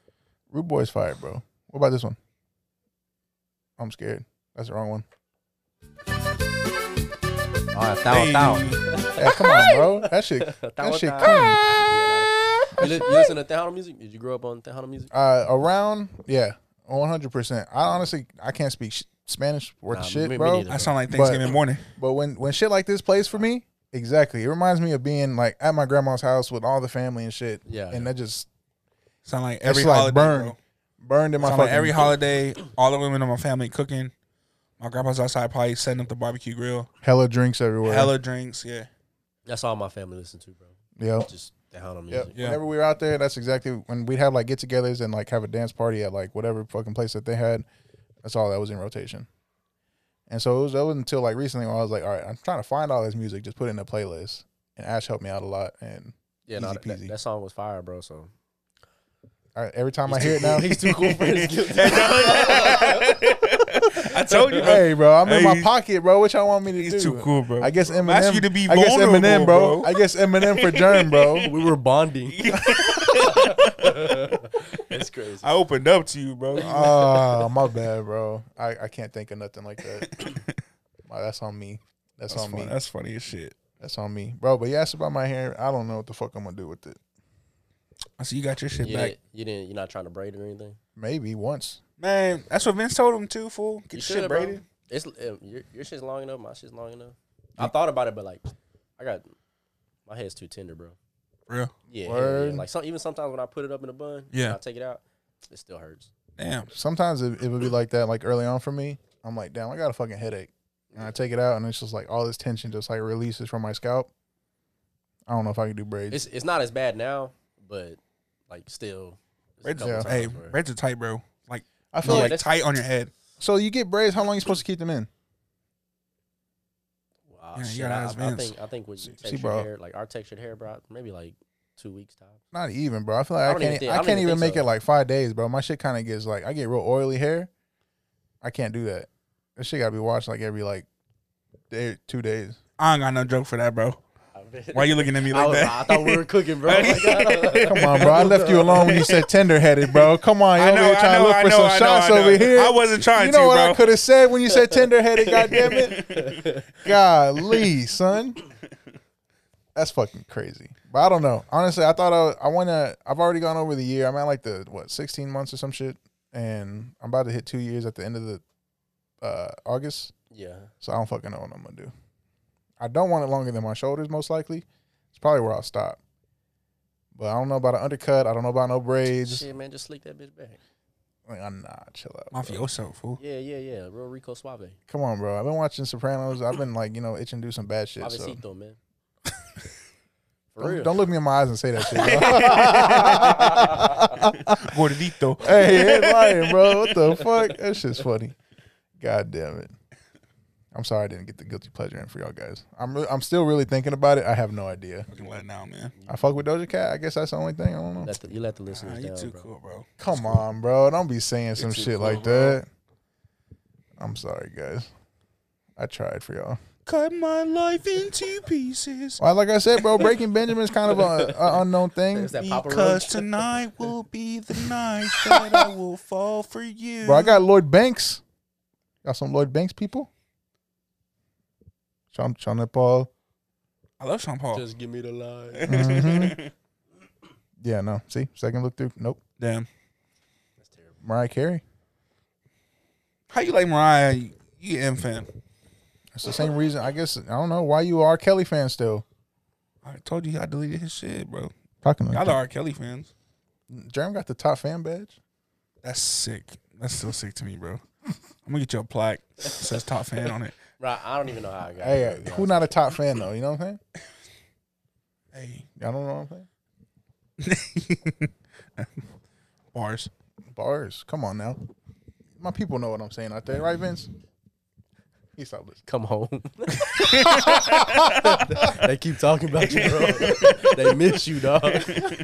C: Rude Boy's fire, bro. What about this one? I'm scared. That's the wrong one.
E: All right, thou, thou.
C: Yeah, come on, bro. That shit, that
E: Thou-
C: shit,
E: thou.
C: come.
E: You, li- you listen to Tejano music? Did you grow up on Tejano music?
C: Uh, around, yeah, 100. percent I honestly, I can't speak sh- Spanish worth
E: Nah,
C: the shit,
E: me- me
C: bro.
E: neither.
D: I sound like Thanksgiving morning.
C: But when when shit like this plays for me, exactly, it reminds me of being like at my grandma's house with all the family and shit.
E: Yeah,
C: and
E: yeah.
C: that just
D: Sound like every
C: like
D: holiday,
C: burn.
D: bro.
C: burned in my
D: Sound
C: fucking.
D: like every holiday, all the women in my family cooking. My grandpa's outside probably setting up the barbecue grill.
C: hella drinks everywhere.
D: Hella drinks, yeah.
E: That's all my family listened to, bro.
C: Yeah.
E: Just Tejano
C: Yep.
E: music.
D: Yeah.
C: Whenever we were out there, that's exactly when we'd have like get togethers and like have a dance party at like whatever fucking place that they had. That's all that was in rotation. And so it was that was until like recently when I was like, all right, I'm trying to find all this music, just put it in a playlist. And Ash helped me out a lot. And
E: Yeah, no,
C: Easy
E: that, that,
C: peasy.
E: that song was fire, bro. So
C: all right, every time I hear it now,
E: he's too cool for his guilt.
D: I told you, bro.
C: hey, bro, I'm in my
D: Hey.
C: pocket, bro. What y'all want me to do?
D: He's too cool, bro.
C: I guess
D: I'm
C: Eminem.
D: asking you to be
C: I guess
D: vulnerable,
C: Eminem,
D: bro.
C: bro. I guess Eminem for Germ, bro.
E: We were bonding. That's crazy.
D: I opened up to you, bro.
C: Oh, my bad, bro. I, I can't think of nothing like that. Wow, that's on me. That's,
D: That's,
C: on
D: fun-
C: me.
D: that's funny as shit.
C: That's on me, bro. But you asked about my hair. I don't know what the fuck I'm gonna do with it.
D: I see you got your shit
E: You
D: back.
E: didn't, you didn't. You're not trying to braid it or anything.
C: Maybe once.
D: Man, that's what Vince told him too, fool. Get
E: You
D: your
E: should,
D: shit
E: bro.
D: braided.
E: It's uh, your, your shit's long enough. My shit's long enough. I thought about it, but like, I got my head's too tender, bro.
D: Real.
E: Yeah, hell yeah.
C: Word.
E: like some, even sometimes when I put it up in a bun,
D: Yeah.
E: and I take it out, it still hurts.
D: Damn.
C: Sometimes it, it would be like that. Like early on for me, I'm like, damn, I got a fucking headache, and I take it out, and it's just like all this tension just like releases from my scalp. I don't know if I can do braids.
E: It's it's not as bad now, but like still, it's a
D: Braids,
E: couple
C: yeah.
E: times
D: Hey,
E: where-
D: braids are tight, bro. Like,
C: I
D: no,
C: feel
E: Yeah,
C: like
E: that-
D: like
E: that's-
D: tight on your head.
C: so. You get braids. How long you supposed to keep them in?
E: wow,
D: Yeah, you
E: shit,
D: gotta
E: I,
D: ask
E: I
D: Vince.
E: think I think with textured
C: bro.
E: hair, like our textured hair, bro, maybe like two weeks time.
C: Not even, bro. I feel like I,
E: don't even
C: can't.
E: think- I
C: I,
E: don't
C: can't
E: even
C: even
E: think
C: make
E: so.
C: it like five days, bro. My shit kind of gets like I get real oily hair. I can't do that. This shit gotta be washed like every like day, two days.
D: I ain't got no joke for that, bro.
E: I man.
D: Why you looking at me
E: I,
D: like
E: was,
D: that?
E: I thought we were cooking, bro. Like, I
C: Come on, bro. I left you alone when you said tender headed, bro. Come on, you
D: I
C: over
D: know,
C: here
D: I
C: trying to
D: know,
C: look
D: I
C: for
D: know,
C: some
D: I know,
C: shots
D: I know.
C: over here.
D: I wasn't trying
C: You know
D: to,
C: what
D: bro.
C: I could have said when you said tender headed, goddamn it. Golly, son. That's fucking crazy. But I don't know. Honestly, I thought I, I wanna I've already gone over the year. I'm at like the what, sixteen months or some shit. And I'm about to hit two years at the end of the uh August.
E: yeah.
C: So I don't fucking know what I'm gonna do. I don't want it longer than my shoulders, most likely. It's probably where I'll stop. But I don't know about an undercut. I don't know about no braids.
E: Shit, man, just slick that bitch back.
C: Like, I'm not chill out. bro.
D: Mafioso, fool.
E: Yeah, yeah, yeah. Real Rico Suave.
C: Come on, bro. I've been watching Sopranos. I've been like, you know, itching to do some bad shit. So.
E: Suavecito, man. For
C: Don't,
E: real.
C: don't look me in my eyes and say that shit. Bro.
D: Gordito.
C: hey, you ain't lying, bro. What the fuck? That shit's funny. God damn it. I'm sorry I didn't get the guilty pleasure in for y'all guys. I'm re- I'm still really thinking about it. I have no idea.
D: Fucking let down, man.
C: I fuck with Doja Cat. I guess that's the only thing. I don't know.
E: Let the, you let the listeners
D: Nah, you
E: down,
D: too
E: bro.
D: cool, bro.
C: Come on, bro. Don't be saying some
D: too
C: shit
D: cool,
C: like
D: bro.
C: that. I'm sorry, guys. I tried for y'all.
D: Cut my life into pieces.
C: Well, like I said, bro, breaking Benjamin's kind of a, a unknown thing.
E: There's that Papa
D: Because
E: Roach.
D: tonight will be the night that I will fall for you.
C: Bro, I got Lloyd Banks. Got some Lloyd Banks people. Sean, Sean Paul.
D: I love Sean Paul.
E: Just give me the line.
C: Mhm. yeah, no. See, second look through. Nope.
D: Damn.
E: That's terrible.
C: Mariah Carey.
D: How you like Mariah? You- You M fan.
C: It's the same reason. I guess I don't know why you are a Kelly fan still.
D: I told you I deleted his shit, bro.
C: Talking
D: Y'all
C: like
D: are
C: that.
D: R. Kelly fans.
C: Jerem got the top fan badge.
D: That's sick. That's still sick to me, bro. I'm gonna get you a plaque. It says top fan on it.
E: Bro, I don't even know how I got
C: Hey, uh,
E: it.
C: who not a top fan though? You know what I'm saying?
D: Hey.
C: Y'all don't know what I'm saying?
D: Bars.
C: Bars. Come on now. My people know what I'm saying out there, right, Vince? He stopped listening.
E: Come home. they keep talking about you, bro. they miss you, dog.
D: Nothing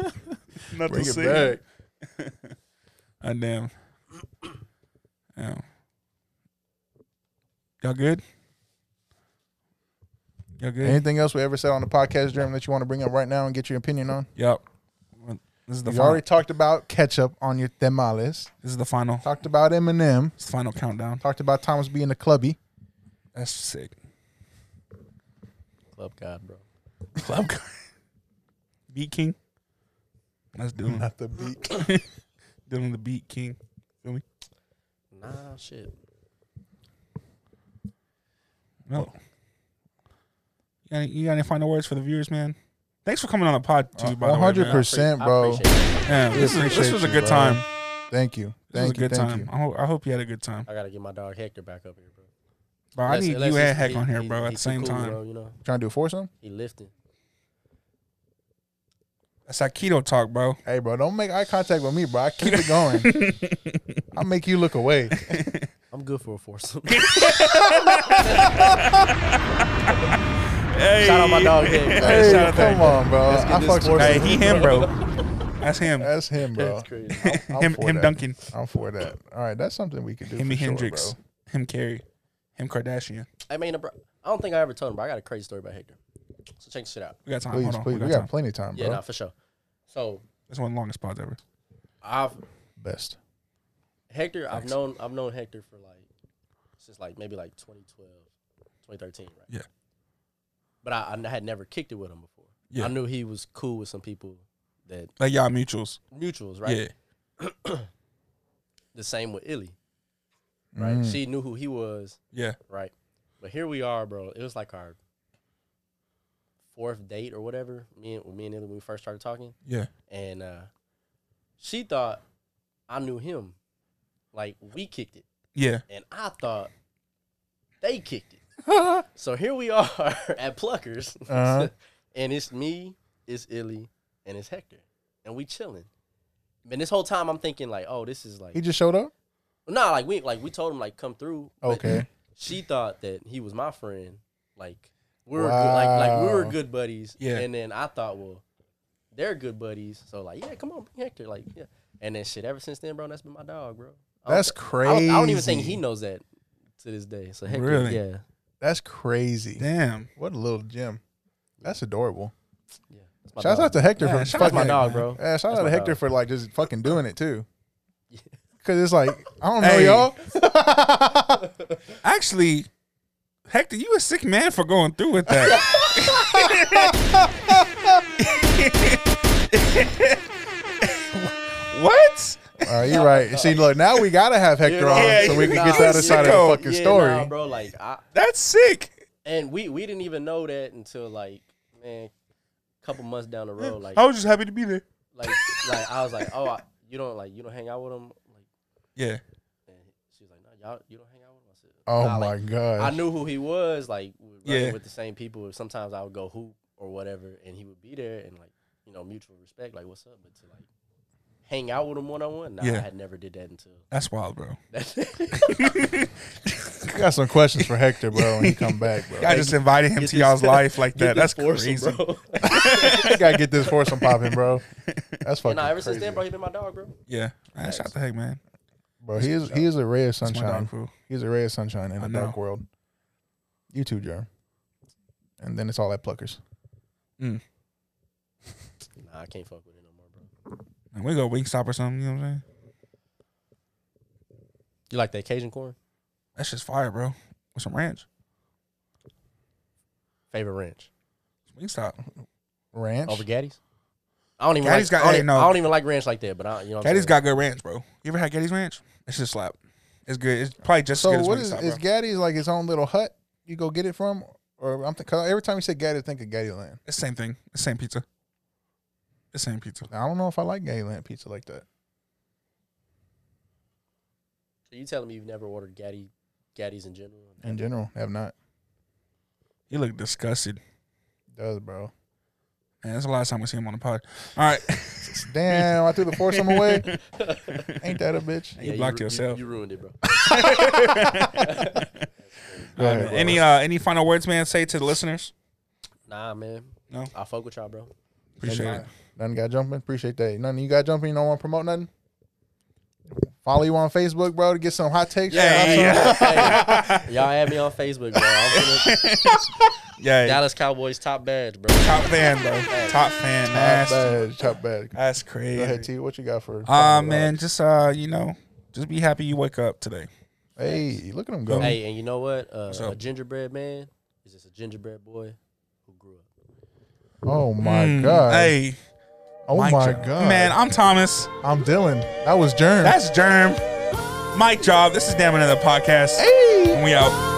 C: Bring it back.
D: I Ah, damn. Yeah. Y'all good? Y'all good?
C: Anything else we ever said on the podcast, Jerem, that you want to bring up right now and get your opinion on?
D: Yep. Well, This is the
C: We've
D: final,
C: already talked about ketchup on your tamales.
D: this is the final
C: Talked about Eminem.
D: this is the final countdown.
C: Talked about Thomas being a clubby.
D: That's sick.
E: Club God, bro.
D: Club Beat King. Mm. That's
E: Mm.
D: Dylan.
C: the beat.
E: Uh,
D: Dylan the Beat King. Feel me?
E: Nah, shit.
D: No. Oh. You got, any, you got any final words for the viewers, man? Thanks for coming on the pod too. by the way, man.
C: 100%. Percent,
E: I
C: bro.
E: appreciate it.
D: Yeah, this, is, this
C: appreciate
D: was a
C: you,
D: good
C: bro.
D: time.
C: Thank you.
D: This was a
C: Thank you.
D: good
C: Thank
D: time.
C: you.
D: I, ho- I hope you had a good time.
E: I gotta get my dog Hector back up here, bro.
D: Bro, I
E: Unless-
D: need
E: unless
D: you
E: he's-
D: and Heck
E: he-
D: on here,
E: he-
D: bro, at
E: he
D: the
E: too
D: same
E: cool,
D: time.
E: bro, you know,
C: Trying to do a foursome?
E: he lifting.
D: That's that keto talk, bro.
C: Hey, bro, don't make eye contact with me, bro. I keep it going. I'll make you look away.
E: I'm good for a foursome.
D: Hey,
E: Shout out my dog Hector.
C: Hey,
D: shout out
C: come
D: that.
C: on, bro.
E: Let's get
C: I
E: this
C: fucks with
D: Hey,
C: that.
D: he him, bro. That's him.
C: That's him, bro.
E: That's crazy.
C: I'm
D: him,
C: for
D: him
C: that.
D: Duncan.
C: I'm for that. All right, that's something we could do.
D: Him
C: for
D: Hendrix.
C: Sure,
D: Him Carey. Him Kardashian.
E: I mean, bro, I don't think I ever told him, bro. I got a crazy story about Hector. So check this shit out.
D: We got time.
C: bro.
D: Hold
C: Please,
D: on.
C: please.
D: We got time.
C: plenty of time, bro.
E: Yeah,
D: Uh-huh.
E: nah, for sure. So
D: That's one of the longest pods ever.
E: I've
C: Best.
E: Hector, I've known I've known Hector for like since like maybe like 2012, 2013, right?
D: Yeah.
E: But I, I had never kicked it with him before.
D: Yeah.
E: I knew he was cool with some people that
D: Like y'all mutuals.
E: mutuals, right?
D: Yeah.
E: The same with Illy, right?
D: Mm.
E: She knew who he was,
D: Yeah.
E: right? But here we are, bro. It was like our fourth date or whatever. Me and me and Illy when we first started talking,
D: Yeah.
E: and uh, she thought I knew him. Like we kicked it.
D: Yeah.
E: and I thought they kicked it. so here we are at Pluckers,
C: Uh-huh.
E: and it's me, it's Illy, and it's Hector, and we chilling. And this whole time I'm thinking like, oh, this is like,
C: He just showed up?
E: nah, like we like we told him like come through. but
C: Okay.
E: She thought that he was my friend, like we were good, like like we were
C: Wow.
E: good buddies.
D: Yeah.
E: And then I thought, well, they're good buddies, so like yeah, come on, bring Hector, like yeah. And then shit, ever since then, bro, that's been my dog, bro. I don't
C: That's
E: I
C: crazy.
E: don't, I don't even think he knows that to this day. So heck,
D: Really?
E: yeah,
C: That's crazy.
D: Damn.
C: What a little gem. That's adorable.
E: That's my
C: Shouts
E: dog.
C: out to Hector
D: Yeah,
C: for
D: shout out to
C: fucking
E: my dog, bro.
C: Yeah, shout
E: That's
C: out to
E: my
C: Hector
E: dog.
C: for like just fucking doing it too. Cause it's like I don't know
D: Hey.
C: y'all.
D: Actually, Hector, you a sick man for going through with that. what?
C: Uh, you're right. See, look, now we gotta have Hector on
D: Yeah,
C: so we
D: you
C: can get
D: know,
C: the other side of
D: sicko.
C: the fucking
E: Yeah,
C: story.
E: nah, bro. Like, I,
D: That's sick.
E: and we we didn't even know that until like man, a couple months down the road. Like,
D: I was just happy to be there.
E: like, like I was like, oh, I, you don't like you don't hang out with him. Like,
D: Yeah.
E: and she was like, no, y'all you don't hang out with him. I said,
C: Oh
E: nah,
C: my
E: like,
C: god!
E: I knew who he was. Like, we were running
D: Yeah.
E: with the same people. Sometimes I would go hoop or whatever, and he would be there, and like you know, mutual respect. Like, what's up? But to like hang out with him one on one, nah,
D: Yeah.
E: I had never did that until.
D: That's wild, bro.
C: I got some questions for Hector, bro. When he come back, bro,
D: I just invited him
E: Get
D: to
E: this-
D: y'all's life like that.
E: Get
D: That's
E: this foursome,
D: crazy.
E: bro.
C: I gotta get this foursome popping, bro. That's fucking.
E: And nah, ever since
C: crazy.
E: then, bro, he been my dog, bro.
D: Yeah. Man, shout out to Heck, man.
C: bro, he is he is a ray of
D: That's my dog,
C: sunshine.
D: bro.
C: He's a ray of sunshine in
D: I
C: a
D: know.
C: dark world. You too, Jerm. And then it's all at Pluckers.
E: Nah, I can't fuck with it no more, bro.
D: Man, we go Wingstop or something. You know what I'm saying?
E: You like that Cajun corn?
D: That's just fire, bro. With some ranch.
E: Favorite ranch
D: It's Wingstop.
C: Ranch.
E: over Gaddy's? I don't even
D: Gaddy's
E: like.
D: got-
E: I, don't,
D: hey,
E: e-
D: no.
E: I don't even like ranch like that, but I, you know, what I'm
D: Gaddy's
E: saying?
D: got good ranch, bro. You ever had Gaddy's ranch? It's just slap. It's good. It's probably just
C: so
D: as good
C: what
D: as
C: is
D: Wingstop,
C: is
D: bro.
C: Gaddy's like his own little hut? You go get it from, or I'm th- cause every time you say Gaddy, I think of Gaddyland.
D: It's same thing. It's same pizza. It's same pizza.
C: I don't know if I like Gaddyland pizza like that.
E: So you telling me you've never ordered Gaddy, Gaddy's in general?
C: In general, have not.
D: He looked disgusted.
C: Does bro?
D: Man, that's the last time we see him on the pod. All right.
C: Damn, I threw the foursome away. Ain't that a bitch?
D: you blocked
E: ru-
D: yourself.
E: You, ruined it, bro.
C: Go ahead,
D: Uh,
C: bro.
D: any uh any final words, man, say to the listeners?
E: Nah, man.
D: No.
E: I fuck with y'all, bro.
D: Appreciate it.
C: Nothing got jumping. Appreciate that. Nothing you got jumping. You don't want to promote nothing. Follow you on Facebook, bro, to get some hot takes.
D: Yeah,
C: Shout out
D: yeah,
E: Hey, y'all add me on Facebook, bro. I'm finna,
D: Yeah.
E: Dallas Cowboys top badge, bro.
D: Top fan, bro. Top fan.
C: to- Hot
D: Nasty.
C: badge, hot badge.
D: That's
C: Go ahead,
D: crazy.
C: T. What you got for?
D: Uh man, just uh, you know, just be happy you wake up today.
C: Hey, look at him go.
E: Hey, and you know what? Uh,
D: up?
E: a gingerbread man is just a gingerbread boy who grew up.
C: Oh my
D: Mm,
C: god.
D: Hey.
C: Oh
D: mic
C: my
D: drop.
C: god.
D: Man, I'm Thomas.
C: I'm Dylan. That was Germ.
D: That's Germ. Mike Job. This is Damn Another Podcast.
C: hey.
D: And we out.